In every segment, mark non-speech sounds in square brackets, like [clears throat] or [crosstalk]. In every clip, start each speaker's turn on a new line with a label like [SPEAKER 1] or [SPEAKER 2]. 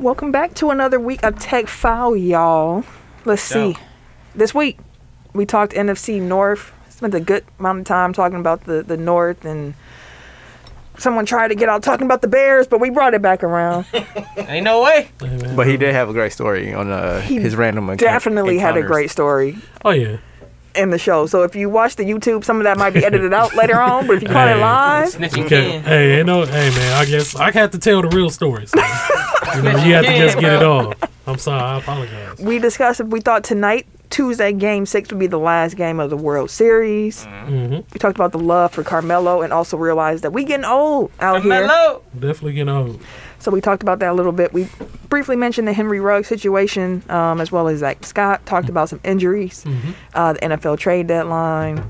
[SPEAKER 1] Welcome back to another week of Tech File, y'all. Let's see.
[SPEAKER 2] Yeah.
[SPEAKER 1] This week we talked NFC North. Spent a good amount of time talking about the, the North and someone tried to get out talking about the Bears, but we brought it back around.
[SPEAKER 2] Ain't no way.
[SPEAKER 3] But he did have a great story on uh, his random encou-
[SPEAKER 1] Definitely had a
[SPEAKER 3] encounters.
[SPEAKER 1] great story
[SPEAKER 4] Oh yeah.
[SPEAKER 1] in the show. So if you watch the YouTube, some of that might be edited out later on, but if you caught it
[SPEAKER 4] Hey.
[SPEAKER 1] live,
[SPEAKER 2] Snitching
[SPEAKER 4] Okay.
[SPEAKER 2] can.
[SPEAKER 4] Hey, ain't no. Hey man, I guess I had to tell the real stories. you know, you
[SPEAKER 1] [laughs]
[SPEAKER 4] have to just get it all. I'm sorry. I apologize.
[SPEAKER 1] we discussed if we thought tonight, Tuesday, game six would be the last game of the World Series.
[SPEAKER 4] hmm
[SPEAKER 1] We talked about the love for Carmelo and also realized that we getting old out here.
[SPEAKER 2] Hello.
[SPEAKER 4] Definitely get old.
[SPEAKER 1] So we talked about that a little bit. We briefly mentioned the Henry Ruggs situation um, as well as Zach Scott.
[SPEAKER 4] Mm-hmm.
[SPEAKER 1] Talked about some injuries, uh, the NFL trade deadline.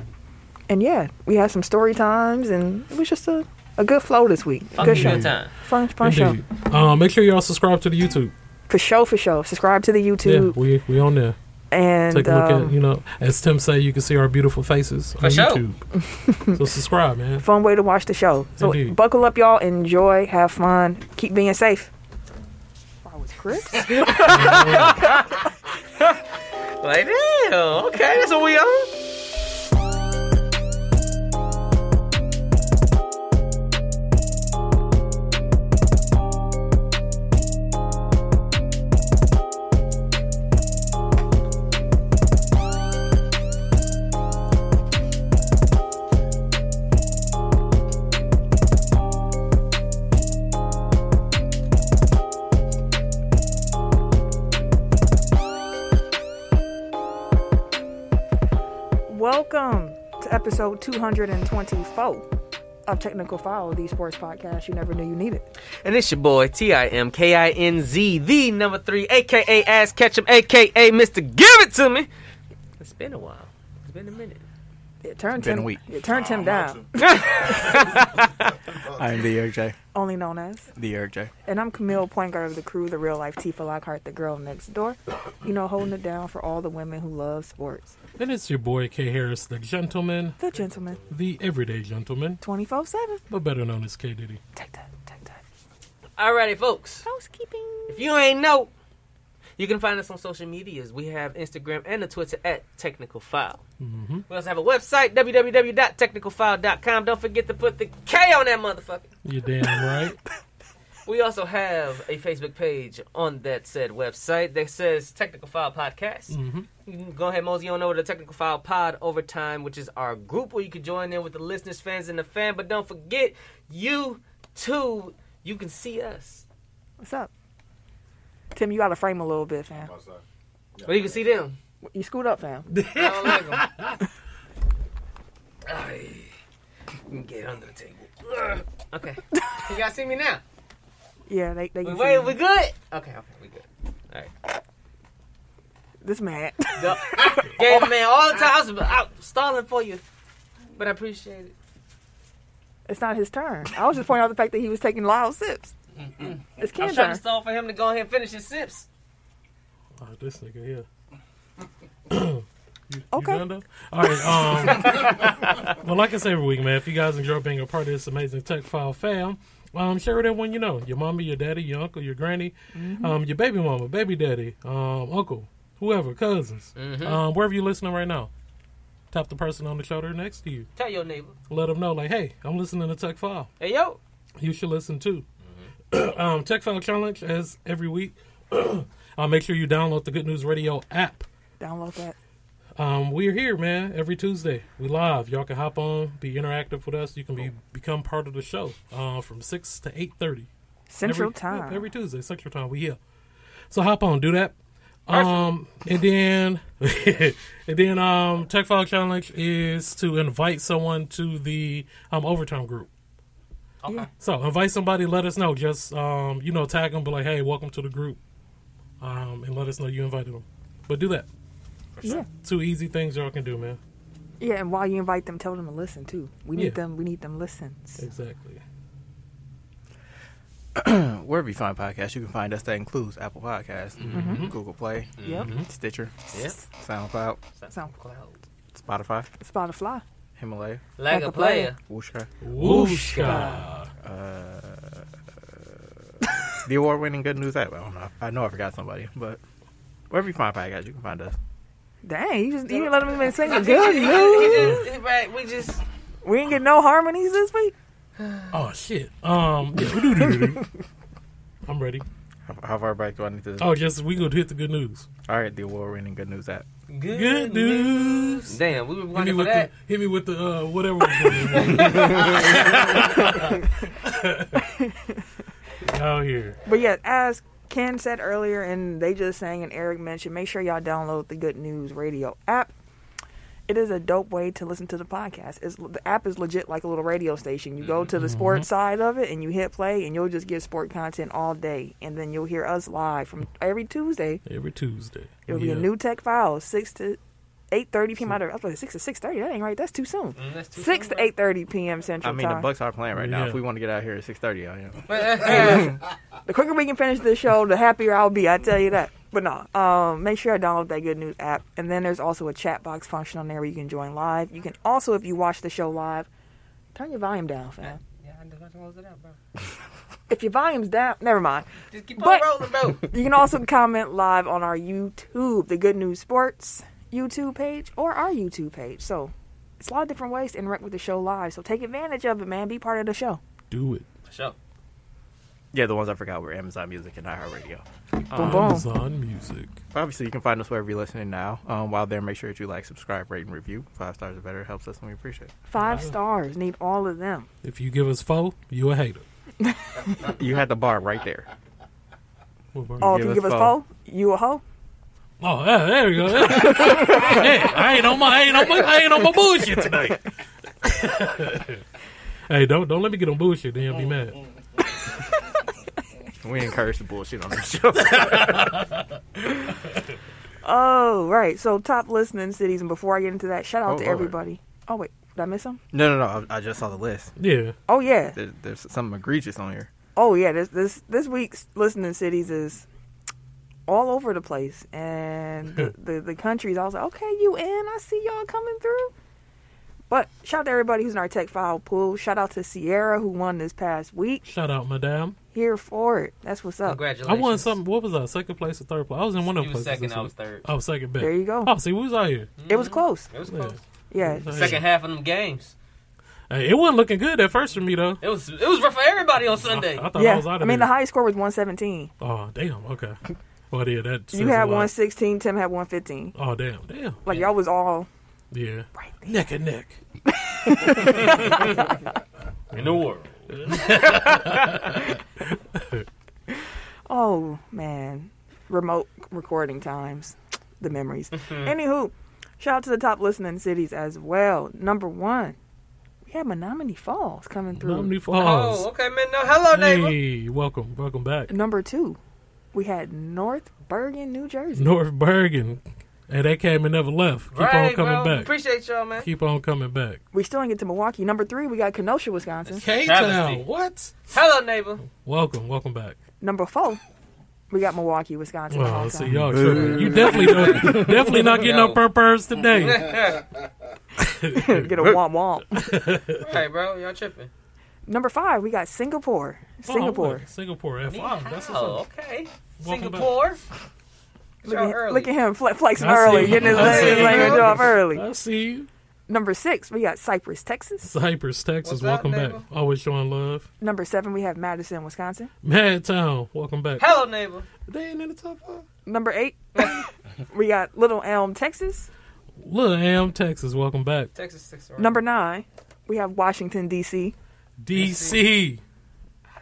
[SPEAKER 1] And yeah, we had some story times and it was just a, a good flow this week.
[SPEAKER 2] Fuck
[SPEAKER 1] good
[SPEAKER 2] you
[SPEAKER 1] show.
[SPEAKER 2] good time.
[SPEAKER 1] Fun, fun show.
[SPEAKER 4] Indeed. Um, make sure y'all subscribe to the YouTube.
[SPEAKER 1] For show, for show. Subscribe to the
[SPEAKER 4] Yeah,
[SPEAKER 1] YouTube
[SPEAKER 4] we we on there.
[SPEAKER 1] and
[SPEAKER 4] Take a look
[SPEAKER 1] um,
[SPEAKER 4] at you know, as Tim say, you can see our beautiful faces
[SPEAKER 2] For
[SPEAKER 4] on
[SPEAKER 2] sure.
[SPEAKER 1] [laughs]
[SPEAKER 4] YouTube. so subscribe, man.
[SPEAKER 1] fun way to watch the show. So
[SPEAKER 4] Indeed.
[SPEAKER 1] buckle up, y'all. Enjoy. Have fun. Keep being safe. I was Chris.
[SPEAKER 2] Like, damn. [laughs] Okay, that's what we on.
[SPEAKER 1] Welcome to episode 224 of Technical File, the sports podcast you never knew you needed.
[SPEAKER 2] And it's your boy T I M K I N Z, the number three, aka Ass Ketchum, aka Mister Give It To Me. It's been a while. It's been a minute.
[SPEAKER 1] It turned
[SPEAKER 3] been
[SPEAKER 1] Tim,
[SPEAKER 3] a week.
[SPEAKER 1] It turned Tim down,
[SPEAKER 3] I'm the Eric J.
[SPEAKER 1] only known as.
[SPEAKER 3] The Eric J.
[SPEAKER 1] And I'm Camille, point guard of the crew, the real life Tifa Lockhart, the girl next door. You know, holding it down for all the women who love sports.
[SPEAKER 4] Then it's your boy K Harris, the gentleman,
[SPEAKER 1] The gentleman,
[SPEAKER 4] the everyday gentleman,
[SPEAKER 1] 24 7.
[SPEAKER 4] but better known as K Diddy.
[SPEAKER 1] Take that, take that.
[SPEAKER 2] Alrighty, folks.
[SPEAKER 1] Housekeeping.
[SPEAKER 2] If you ain't know, you can find us on social medias. We have Instagram and a Twitter at Technical File.
[SPEAKER 1] Mm-hmm.
[SPEAKER 2] We also have a website, www.technicalfile.com. Don't forget to put the K on that motherfucker.
[SPEAKER 4] You damn right.
[SPEAKER 2] We also have a Facebook page on that said website that says Technical File Podcast. You can go ahead, mosey on over to Technical File Pod Overtime, which is our group where you can join in with the listeners, fans, and the fan. But don't forget, you too, you can see us.
[SPEAKER 1] What's up? Tim, you out of frame a little bit, fam.
[SPEAKER 2] Well, you can see them.
[SPEAKER 1] You screwed up, fam.
[SPEAKER 2] [laughs] I don't like 'em. [laughs] Ay. Let me Get under the table. Ugh. [laughs] Okay. You guys see me now?
[SPEAKER 1] Yeah, they, they
[SPEAKER 2] We,
[SPEAKER 1] can see
[SPEAKER 2] wait,
[SPEAKER 1] you.
[SPEAKER 2] we good? Okay, okay, we good.
[SPEAKER 1] This man. [laughs]
[SPEAKER 2] [laughs] Duh. Gave man all the time. I was, I was stalling for you, but I appreciate it.
[SPEAKER 1] It's not his turn. I was just pointing out the fact that he was taking loud sips. It's
[SPEAKER 2] I'm
[SPEAKER 1] Ken's
[SPEAKER 2] Mm-hmm. trying to
[SPEAKER 1] turn.
[SPEAKER 2] stall for him to go ahead and finish his sips.
[SPEAKER 4] Oh, this nigga here. [coughs] You- you
[SPEAKER 1] Okay.
[SPEAKER 4] done though? All right. Um, [laughs] well, like I say every week, man, if you guys enjoy being a part of this amazing Tech File fam, um, share with everyone you know your mama, your daddy, your uncle, your granny, um, your baby mama, baby daddy, um, uncle, whoever, cousins, um, wherever you're listening right now. Tap the person on the shoulder next to you.
[SPEAKER 2] Tell your neighbor.
[SPEAKER 4] Let them know, like, hey, I'm listening to Tech File
[SPEAKER 2] Hey, yo.
[SPEAKER 4] you should listen to. [clears throat] um, Tech File Challenge as every week. [clears throat] uh, make sure you download the Good News Radio app.
[SPEAKER 1] Download that.
[SPEAKER 4] Um, we're here, man, every Tuesday. We live. Y'all can hop on, be interactive with us. You can be become part of the show uh, from six to eight thirty
[SPEAKER 1] Central
[SPEAKER 4] every,
[SPEAKER 1] Time.
[SPEAKER 4] yeah, every Tuesday, Central Time. We here. So hop on, do that. Um, and then [laughs] and then um, Tech File Challenge is to invite someone to the um, overtime group.
[SPEAKER 2] Okay.
[SPEAKER 1] Yeah.
[SPEAKER 4] So invite somebody, let us know. Just um, you know, tag them, be like, hey, welcome to the group, um, and let us know you invited them. But do that.
[SPEAKER 1] yeah,
[SPEAKER 4] Two easy things y'all can do, man.
[SPEAKER 1] yeah. And while you invite them, tell them to listen too. We need
[SPEAKER 4] Yeah.
[SPEAKER 1] them. We need them listens.
[SPEAKER 4] Exactly.
[SPEAKER 3] Uh, Wherever you find podcasts, you can find us. That includes Apple Podcasts,
[SPEAKER 2] Mm-hmm.
[SPEAKER 3] Google Play,
[SPEAKER 1] Yep.
[SPEAKER 4] Mm-hmm.
[SPEAKER 3] Stitcher,
[SPEAKER 2] Yep.
[SPEAKER 3] SoundCloud,
[SPEAKER 1] Sound
[SPEAKER 3] Spotify,
[SPEAKER 1] Spotify.
[SPEAKER 3] Himalaya,
[SPEAKER 2] Like a player.
[SPEAKER 3] Wooshka.
[SPEAKER 4] Wooshka.
[SPEAKER 3] the award-winning Good News App. I don't know. I know I forgot somebody, but wherever you find podcasts, you can find us.
[SPEAKER 1] Dang, you just you didn't let him even
[SPEAKER 4] [laughs]
[SPEAKER 1] sing a good news.
[SPEAKER 2] right, we just
[SPEAKER 1] We didn't get no harmonies this week.
[SPEAKER 4] Oh shit. Um. yeah. [laughs] I'm ready.
[SPEAKER 3] How, how far back do I need to?
[SPEAKER 4] Oh, yes, we gonna hit the good news.
[SPEAKER 3] All right, the award-winning Good News App.
[SPEAKER 2] good,
[SPEAKER 4] Good news.
[SPEAKER 2] Damn, we were
[SPEAKER 4] Hit me
[SPEAKER 2] going for
[SPEAKER 4] with
[SPEAKER 2] that.
[SPEAKER 4] the hit me with the uh, whatever. was going on. [laughs] Out here.
[SPEAKER 1] But yeah, as Ken said earlier, and they just sang, and Eric mentioned, make sure y'all download the Good News Radio app. It is a dope way to listen to the podcast. It's, the app is legit like a little radio station. You go to the sports side of it and you hit play, and you'll just get sport content all day. And then you'll hear us live from every Tuesday.
[SPEAKER 4] Every Tuesday.
[SPEAKER 1] It'll
[SPEAKER 4] Yeah.
[SPEAKER 1] be a new tech file, six to eight thirty p.m. I was like six to six thirty. That ain't right. That's too soon.
[SPEAKER 2] Mm, that's too
[SPEAKER 1] Six
[SPEAKER 2] soon,
[SPEAKER 1] to eight thirty p.m. Central
[SPEAKER 3] I mean, the
[SPEAKER 1] Time.
[SPEAKER 3] Bucks are playing right now.
[SPEAKER 4] Yeah.
[SPEAKER 3] If we want to get out here at six thirty, I am.
[SPEAKER 2] [laughs]
[SPEAKER 1] The quicker we can finish this show, the happier I'll be. I tell you that. But no, um, make sure I download that Good News app. And then there's also a chat box function on there where you can join live. You can also, if you watch the show live, turn your volume down, fam.
[SPEAKER 2] Yeah, I just close it out, bro.
[SPEAKER 1] If your volume's down, never mind.
[SPEAKER 2] Just keep
[SPEAKER 1] But-
[SPEAKER 2] on rolling, bro.
[SPEAKER 1] You can also comment live on our YouTube, the Good News Sports YouTube page or our YouTube page. So it's a lot of different ways to interact with the show live. So take advantage of it, man. Be part of the show.
[SPEAKER 4] Do it.
[SPEAKER 2] For [laughs] sure.
[SPEAKER 3] Yeah, the ones I forgot were Amazon Music and iHeartRadio.
[SPEAKER 1] Boom, boom.
[SPEAKER 4] Amazon Music.
[SPEAKER 3] Obviously, you can find us wherever you're listening now. Um, while there, make sure that you like, subscribe, rate, and review. Five stars or better helps us, and we appreciate
[SPEAKER 1] Five stars. Need all of them.
[SPEAKER 4] If you give us four, you a hater.
[SPEAKER 3] it. You had the bar right there.
[SPEAKER 4] What word?
[SPEAKER 1] Oh, if
[SPEAKER 3] Give
[SPEAKER 1] you
[SPEAKER 3] us
[SPEAKER 1] give us
[SPEAKER 3] four.
[SPEAKER 1] four, you a hoe?
[SPEAKER 4] Oh, yeah, there we go. [laughs] Hey, I ain't on my, I ain't on my, I ain't on my bullshit today. [laughs] hey, don't don't let me get on bullshit. Then
[SPEAKER 2] Mm,
[SPEAKER 4] you'll be mad.
[SPEAKER 3] We encourage the bullshit on this [laughs] show.
[SPEAKER 1] Oh, right. So top listening cities, and before I get into that, shout out
[SPEAKER 3] Oh,
[SPEAKER 1] to
[SPEAKER 3] Lord.
[SPEAKER 1] everybody. Oh wait, did I miss them?
[SPEAKER 3] No, no, no. I, I just saw the list.
[SPEAKER 4] Yeah.
[SPEAKER 1] Oh yeah.
[SPEAKER 3] There, there's something egregious on here.
[SPEAKER 1] Oh yeah. This this this week's listening cities is all over the place, and
[SPEAKER 4] [laughs]
[SPEAKER 1] the the, the countries. I was like, okay, UN, I see y'all coming through. But shout out to everybody who's in our tech file pool. Shout out to Sierra who won this past week.
[SPEAKER 4] Shout out, madame.
[SPEAKER 1] Here for it. That's what's
[SPEAKER 2] Oh.
[SPEAKER 1] up.
[SPEAKER 4] I
[SPEAKER 2] Congratulations.
[SPEAKER 4] won something. What was I? Second place or third place? I was in one of
[SPEAKER 2] You
[SPEAKER 4] the
[SPEAKER 2] was
[SPEAKER 4] places.
[SPEAKER 2] second,
[SPEAKER 4] this
[SPEAKER 2] I
[SPEAKER 4] week.
[SPEAKER 2] was third.
[SPEAKER 4] I was second. Bet.
[SPEAKER 1] There you go.
[SPEAKER 4] Oh, see, we was out here.
[SPEAKER 1] It was close.
[SPEAKER 2] It was
[SPEAKER 4] Yeah.
[SPEAKER 2] close.
[SPEAKER 1] Yeah.
[SPEAKER 4] Yeah.
[SPEAKER 2] Second half of them games.
[SPEAKER 4] Hey, it wasn't looking good at first for me though.
[SPEAKER 2] It was it was rough for everybody on Sunday.
[SPEAKER 4] I thought I
[SPEAKER 1] Yeah.
[SPEAKER 4] was
[SPEAKER 1] I
[SPEAKER 4] out of
[SPEAKER 1] mean, the
[SPEAKER 4] there.
[SPEAKER 1] high score was 117.
[SPEAKER 4] oh, damn.
[SPEAKER 1] [laughs]
[SPEAKER 4] Okay. Well, yeah, that. says
[SPEAKER 1] You
[SPEAKER 4] a
[SPEAKER 1] had
[SPEAKER 4] lot.
[SPEAKER 1] 116. Tim had 115.
[SPEAKER 4] Oh, damn, damn.
[SPEAKER 1] Like y'all was all
[SPEAKER 4] Yeah.
[SPEAKER 1] right there.
[SPEAKER 4] Neck and neck.
[SPEAKER 2] In the
[SPEAKER 4] [laughs]
[SPEAKER 2] world.
[SPEAKER 1] Oh man, remote recording times, the memories. Anywho, shout out to the top listening cities as well. Number one, we had Menominee Falls coming through.
[SPEAKER 4] Romney Falls.
[SPEAKER 2] Oh, okay, man. No, hello, neighbor.
[SPEAKER 4] hey, welcome, welcome back.
[SPEAKER 1] Number two, we had North Bergen, New Jersey.
[SPEAKER 4] North Bergen. Hey, they came and never left. Keep
[SPEAKER 2] right,
[SPEAKER 4] on coming
[SPEAKER 2] bro.
[SPEAKER 4] back.
[SPEAKER 2] Appreciate y'all, man.
[SPEAKER 4] Keep on coming back.
[SPEAKER 1] We still didn't get to Milwaukee. Number three, we got Kenosha, Wisconsin.
[SPEAKER 4] K
[SPEAKER 2] Travesty.
[SPEAKER 4] What?
[SPEAKER 2] Hello,
[SPEAKER 4] [laughs]
[SPEAKER 2] neighbor.
[SPEAKER 4] Welcome, welcome back.
[SPEAKER 1] Number four, we got Milwaukee, Wisconsin.
[SPEAKER 4] Well,
[SPEAKER 1] also.
[SPEAKER 4] see
[SPEAKER 1] [laughs]
[SPEAKER 4] y'all. Sure. You definitely don't, definitely not
[SPEAKER 2] [laughs]
[SPEAKER 4] getting
[SPEAKER 2] Yo.
[SPEAKER 4] on purpose today.
[SPEAKER 1] get a womp womp.
[SPEAKER 2] Hey, bro. Y'all tripping.
[SPEAKER 1] Number five, we got Singapore. Singapore.
[SPEAKER 4] Oh, Singapore. F
[SPEAKER 2] Wow,
[SPEAKER 4] five. That's what's
[SPEAKER 2] oh,
[SPEAKER 4] up.
[SPEAKER 2] okay.
[SPEAKER 4] Welcome back.
[SPEAKER 2] Singapore.
[SPEAKER 4] [laughs]
[SPEAKER 1] look,
[SPEAKER 2] Y'all
[SPEAKER 1] at,
[SPEAKER 2] early.
[SPEAKER 1] look at him fle- flexing
[SPEAKER 4] I see
[SPEAKER 1] early,
[SPEAKER 4] you.
[SPEAKER 1] getting his
[SPEAKER 4] I
[SPEAKER 1] language,
[SPEAKER 2] see
[SPEAKER 1] his
[SPEAKER 2] you.
[SPEAKER 1] language off early.
[SPEAKER 4] I see you.
[SPEAKER 1] Number six, we got Cypress, Texas.
[SPEAKER 4] Cypress, Texas.
[SPEAKER 2] What's up,
[SPEAKER 4] welcome back.
[SPEAKER 2] neighbor?
[SPEAKER 4] Always showing love.
[SPEAKER 1] Number seven, we have Madison, Wisconsin.
[SPEAKER 4] Madtown. Welcome back.
[SPEAKER 2] Hello, neighbor.
[SPEAKER 4] They ain't in the top five.
[SPEAKER 1] Number eight, [laughs] we got Little Elm, Texas.
[SPEAKER 4] Little Am, Texas. Welcome back.
[SPEAKER 2] Texas six. Right?
[SPEAKER 1] Number nine, we have Washington, D.C.
[SPEAKER 4] DC.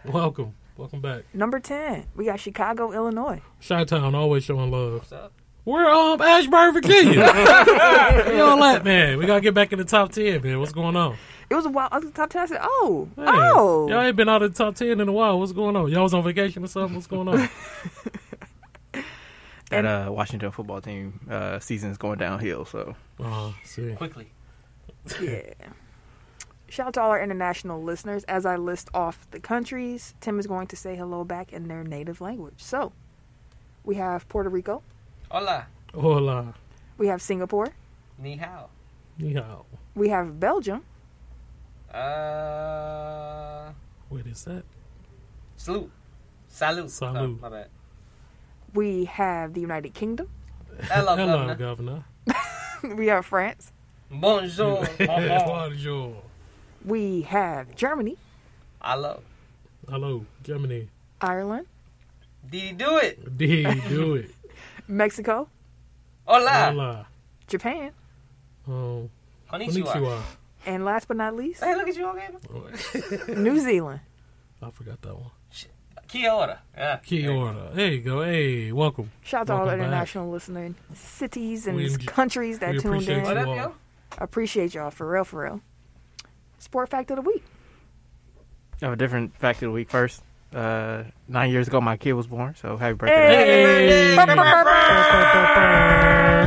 [SPEAKER 4] Welcome. Welcome back.
[SPEAKER 1] Number 10, we got Chicago, Illinois.
[SPEAKER 4] Chi Town. Always showing love.
[SPEAKER 2] What's up?
[SPEAKER 4] We're um Ashburn, Virginia.
[SPEAKER 2] [laughs]
[SPEAKER 4] Where all that man. We gotta get back in the top ten, man. What's going on?
[SPEAKER 1] It was a while. I was at the top 10. I said, oh,
[SPEAKER 4] Hey,
[SPEAKER 1] oh.
[SPEAKER 4] Y'all ain't been out of the top ten in a while. What's going on? Y'all was on vacation or something? What's going on?
[SPEAKER 3] That uh, Washington football team uh, season's going downhill, so
[SPEAKER 4] oh, see.
[SPEAKER 2] Quickly.
[SPEAKER 1] Yeah. Shout out to all our international listeners. As I list off the countries, Tim is going to say hello back in their native language. So we have Puerto Rico,
[SPEAKER 2] Hola.
[SPEAKER 4] [laughs] Hola.
[SPEAKER 1] we have Singapore,
[SPEAKER 2] Ni hao.
[SPEAKER 4] Ni hao.
[SPEAKER 1] we have Belgium,
[SPEAKER 2] Uh,
[SPEAKER 4] What is that?
[SPEAKER 2] salute. Salute.
[SPEAKER 4] Salute.
[SPEAKER 2] Oh, my
[SPEAKER 4] [laughs]
[SPEAKER 2] bad.
[SPEAKER 1] We have the United Kingdom. [laughs]
[SPEAKER 2] Hello,
[SPEAKER 4] Hello,
[SPEAKER 2] governor.
[SPEAKER 4] Governor.
[SPEAKER 1] we have France.
[SPEAKER 4] [laughs]
[SPEAKER 2] Bonjour. Bonjour.
[SPEAKER 4] Bonjour.
[SPEAKER 1] We have Germany,
[SPEAKER 2] Hello.
[SPEAKER 4] Hello, Germany.
[SPEAKER 1] Ireland,
[SPEAKER 2] Did he do it?
[SPEAKER 4] D, do it.
[SPEAKER 1] Mexico,
[SPEAKER 2] Hola.
[SPEAKER 4] Hola.
[SPEAKER 1] Japan,
[SPEAKER 4] Um,
[SPEAKER 2] Konnichiwa.
[SPEAKER 4] konnichiwa.
[SPEAKER 1] and last but not least,
[SPEAKER 2] Hey, look at you, okay?
[SPEAKER 1] New Zealand.
[SPEAKER 4] Oh, I forgot that one.
[SPEAKER 2] Kia ora. Yeah.
[SPEAKER 4] Kia ora. There you go. Hey, welcome.
[SPEAKER 1] Shout out to all
[SPEAKER 4] Welcome back.
[SPEAKER 1] international listening cities and
[SPEAKER 4] We en-
[SPEAKER 1] countries that
[SPEAKER 4] we
[SPEAKER 1] tuned
[SPEAKER 4] appreciate
[SPEAKER 1] in.
[SPEAKER 2] What
[SPEAKER 4] you
[SPEAKER 2] up,
[SPEAKER 4] all.
[SPEAKER 2] yo?
[SPEAKER 1] Appreciate y'all for real, for real. Sport fact of the week.
[SPEAKER 3] I have a different fact of the week first. Uh, nine years ago, my kid was born, so happy birthday.
[SPEAKER 4] Hey.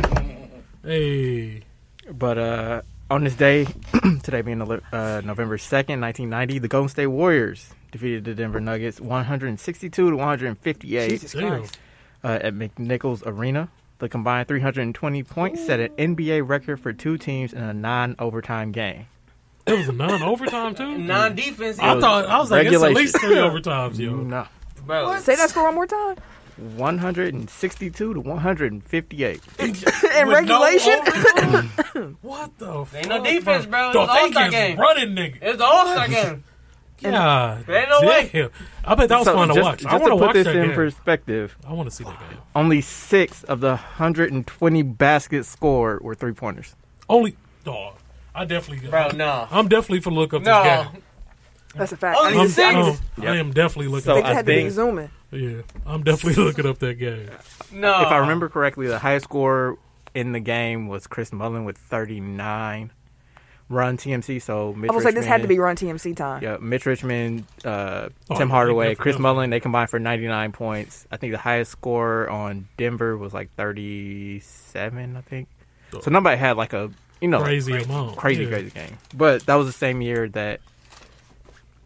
[SPEAKER 4] Hey.
[SPEAKER 3] But uh, on this day, [clears throat] today being uh, November 2nd, 1990, the Golden State Warriors defeated the Denver Nuggets 162 to 158
[SPEAKER 1] Jesus
[SPEAKER 4] Damn.
[SPEAKER 1] Christ.
[SPEAKER 3] uh, at McNichols Arena. The combined 320 points set an NBA record for two teams in a non overtime game.
[SPEAKER 4] It was a
[SPEAKER 2] [laughs]
[SPEAKER 4] non-overtime, too?
[SPEAKER 2] Non-defense.
[SPEAKER 4] Mm. I thought, I was like, it's at
[SPEAKER 3] Regulation.
[SPEAKER 4] least three overtimes,
[SPEAKER 3] [laughs]
[SPEAKER 4] yo.
[SPEAKER 3] No.
[SPEAKER 2] Bro.
[SPEAKER 1] Say that score one more time.
[SPEAKER 3] 162 to 158.
[SPEAKER 1] In
[SPEAKER 4] With no
[SPEAKER 1] regulation?
[SPEAKER 4] overtime? [coughs] what the fuck?
[SPEAKER 2] Ain't no defense, bro. It's
[SPEAKER 4] The
[SPEAKER 2] an all-star
[SPEAKER 4] thing
[SPEAKER 2] game.
[SPEAKER 4] is running, nigga.
[SPEAKER 2] It's the All-Star game.
[SPEAKER 4] Yeah.
[SPEAKER 2] There ain't no way.
[SPEAKER 4] I bet that was
[SPEAKER 3] So
[SPEAKER 4] fun to
[SPEAKER 3] just-
[SPEAKER 4] watch.
[SPEAKER 3] Just
[SPEAKER 4] I want
[SPEAKER 3] to
[SPEAKER 4] to
[SPEAKER 3] put
[SPEAKER 4] watch
[SPEAKER 3] this
[SPEAKER 4] that
[SPEAKER 3] in
[SPEAKER 4] game.
[SPEAKER 3] perspective,
[SPEAKER 4] I want to see that game.
[SPEAKER 3] only six of the 120 baskets scored were three pointers.
[SPEAKER 4] Only, dog. I definitely,
[SPEAKER 2] Bro, no.
[SPEAKER 4] I'm definitely for look up
[SPEAKER 2] No.
[SPEAKER 4] this game.
[SPEAKER 1] That's a fact.
[SPEAKER 2] Oh,
[SPEAKER 1] I
[SPEAKER 4] I'm,
[SPEAKER 1] mean,
[SPEAKER 2] you see?
[SPEAKER 1] they
[SPEAKER 2] Six?
[SPEAKER 4] I'm- I
[SPEAKER 3] Yep.
[SPEAKER 4] am definitely looking.
[SPEAKER 3] So
[SPEAKER 4] up,
[SPEAKER 3] I
[SPEAKER 1] had to be
[SPEAKER 3] think-
[SPEAKER 1] zooming.
[SPEAKER 4] yeah, I'm definitely [laughs] looking up that game.
[SPEAKER 2] No.
[SPEAKER 3] If
[SPEAKER 1] Uh-huh.
[SPEAKER 3] I remember correctly, the highest scorer in the game was Chris Mullen with 39. Run TMC, so Mitch
[SPEAKER 1] I was like, this had to
[SPEAKER 3] Richmond-
[SPEAKER 1] be run TMC time.
[SPEAKER 3] Yeah, Mitch Richmond, uh,
[SPEAKER 4] Oh,
[SPEAKER 3] Tim
[SPEAKER 4] yeah,
[SPEAKER 3] Hardaway,
[SPEAKER 4] definitely.
[SPEAKER 3] Chris Mullen, they combined for 99 points. I think the highest score on Denver was like 37, I think. So nobody had like a, you know,
[SPEAKER 4] Crazy amount.
[SPEAKER 3] crazy,
[SPEAKER 4] Yeah.
[SPEAKER 3] crazy game. But that was the same year that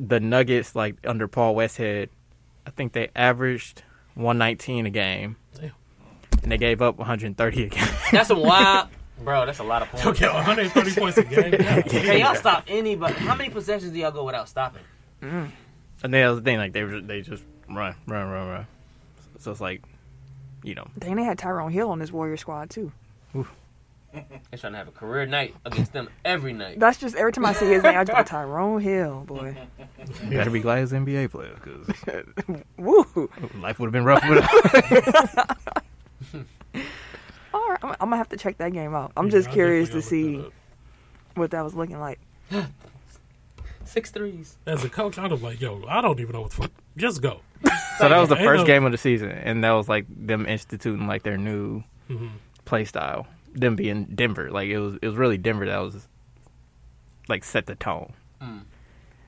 [SPEAKER 3] the Nuggets, like under Paul Westhead, I think they averaged 119 a game.
[SPEAKER 4] Damn.
[SPEAKER 3] And they gave up 130
[SPEAKER 4] [laughs]
[SPEAKER 3] a game.
[SPEAKER 2] That's a wild. [laughs] Bro, that's a lot of points.
[SPEAKER 4] [laughs] Okay, 130 points a
[SPEAKER 3] [laughs]
[SPEAKER 4] game. God damn.
[SPEAKER 2] Can y'all stop anybody? How many possessions do y'all go without stopping?
[SPEAKER 3] and then that was the thing, like they were, they just run, run, run, run. So it's like, you know,
[SPEAKER 1] Dang, they had Tyrone Hill on this Warrior squad, too.
[SPEAKER 2] They're trying to have a career night against them every night.
[SPEAKER 1] That's just every time I see his name, I just Tyrone Hill, boy.
[SPEAKER 4] [laughs]
[SPEAKER 3] you gotta be glad he's an NBA player because
[SPEAKER 1] Woo!
[SPEAKER 3] [laughs] life would have been rough without.
[SPEAKER 1] All right, I'm, I'm gonna have to check that game out. I'm
[SPEAKER 4] Yeah,
[SPEAKER 1] just
[SPEAKER 4] I
[SPEAKER 1] curious to
[SPEAKER 4] definitely
[SPEAKER 1] see
[SPEAKER 4] gotta look
[SPEAKER 1] what that was looking like.
[SPEAKER 2] Six threes.
[SPEAKER 4] that up. As a coach, I'd have like, yo, I don't even know what the fuck. Just go. [laughs]
[SPEAKER 3] so that was the
[SPEAKER 4] Ain't no-
[SPEAKER 3] first game of the season, and that was like them instituting like their new
[SPEAKER 2] Mm-hmm.
[SPEAKER 3] play style. Them being Denver, like it was, it was really Denver that was like set the tone.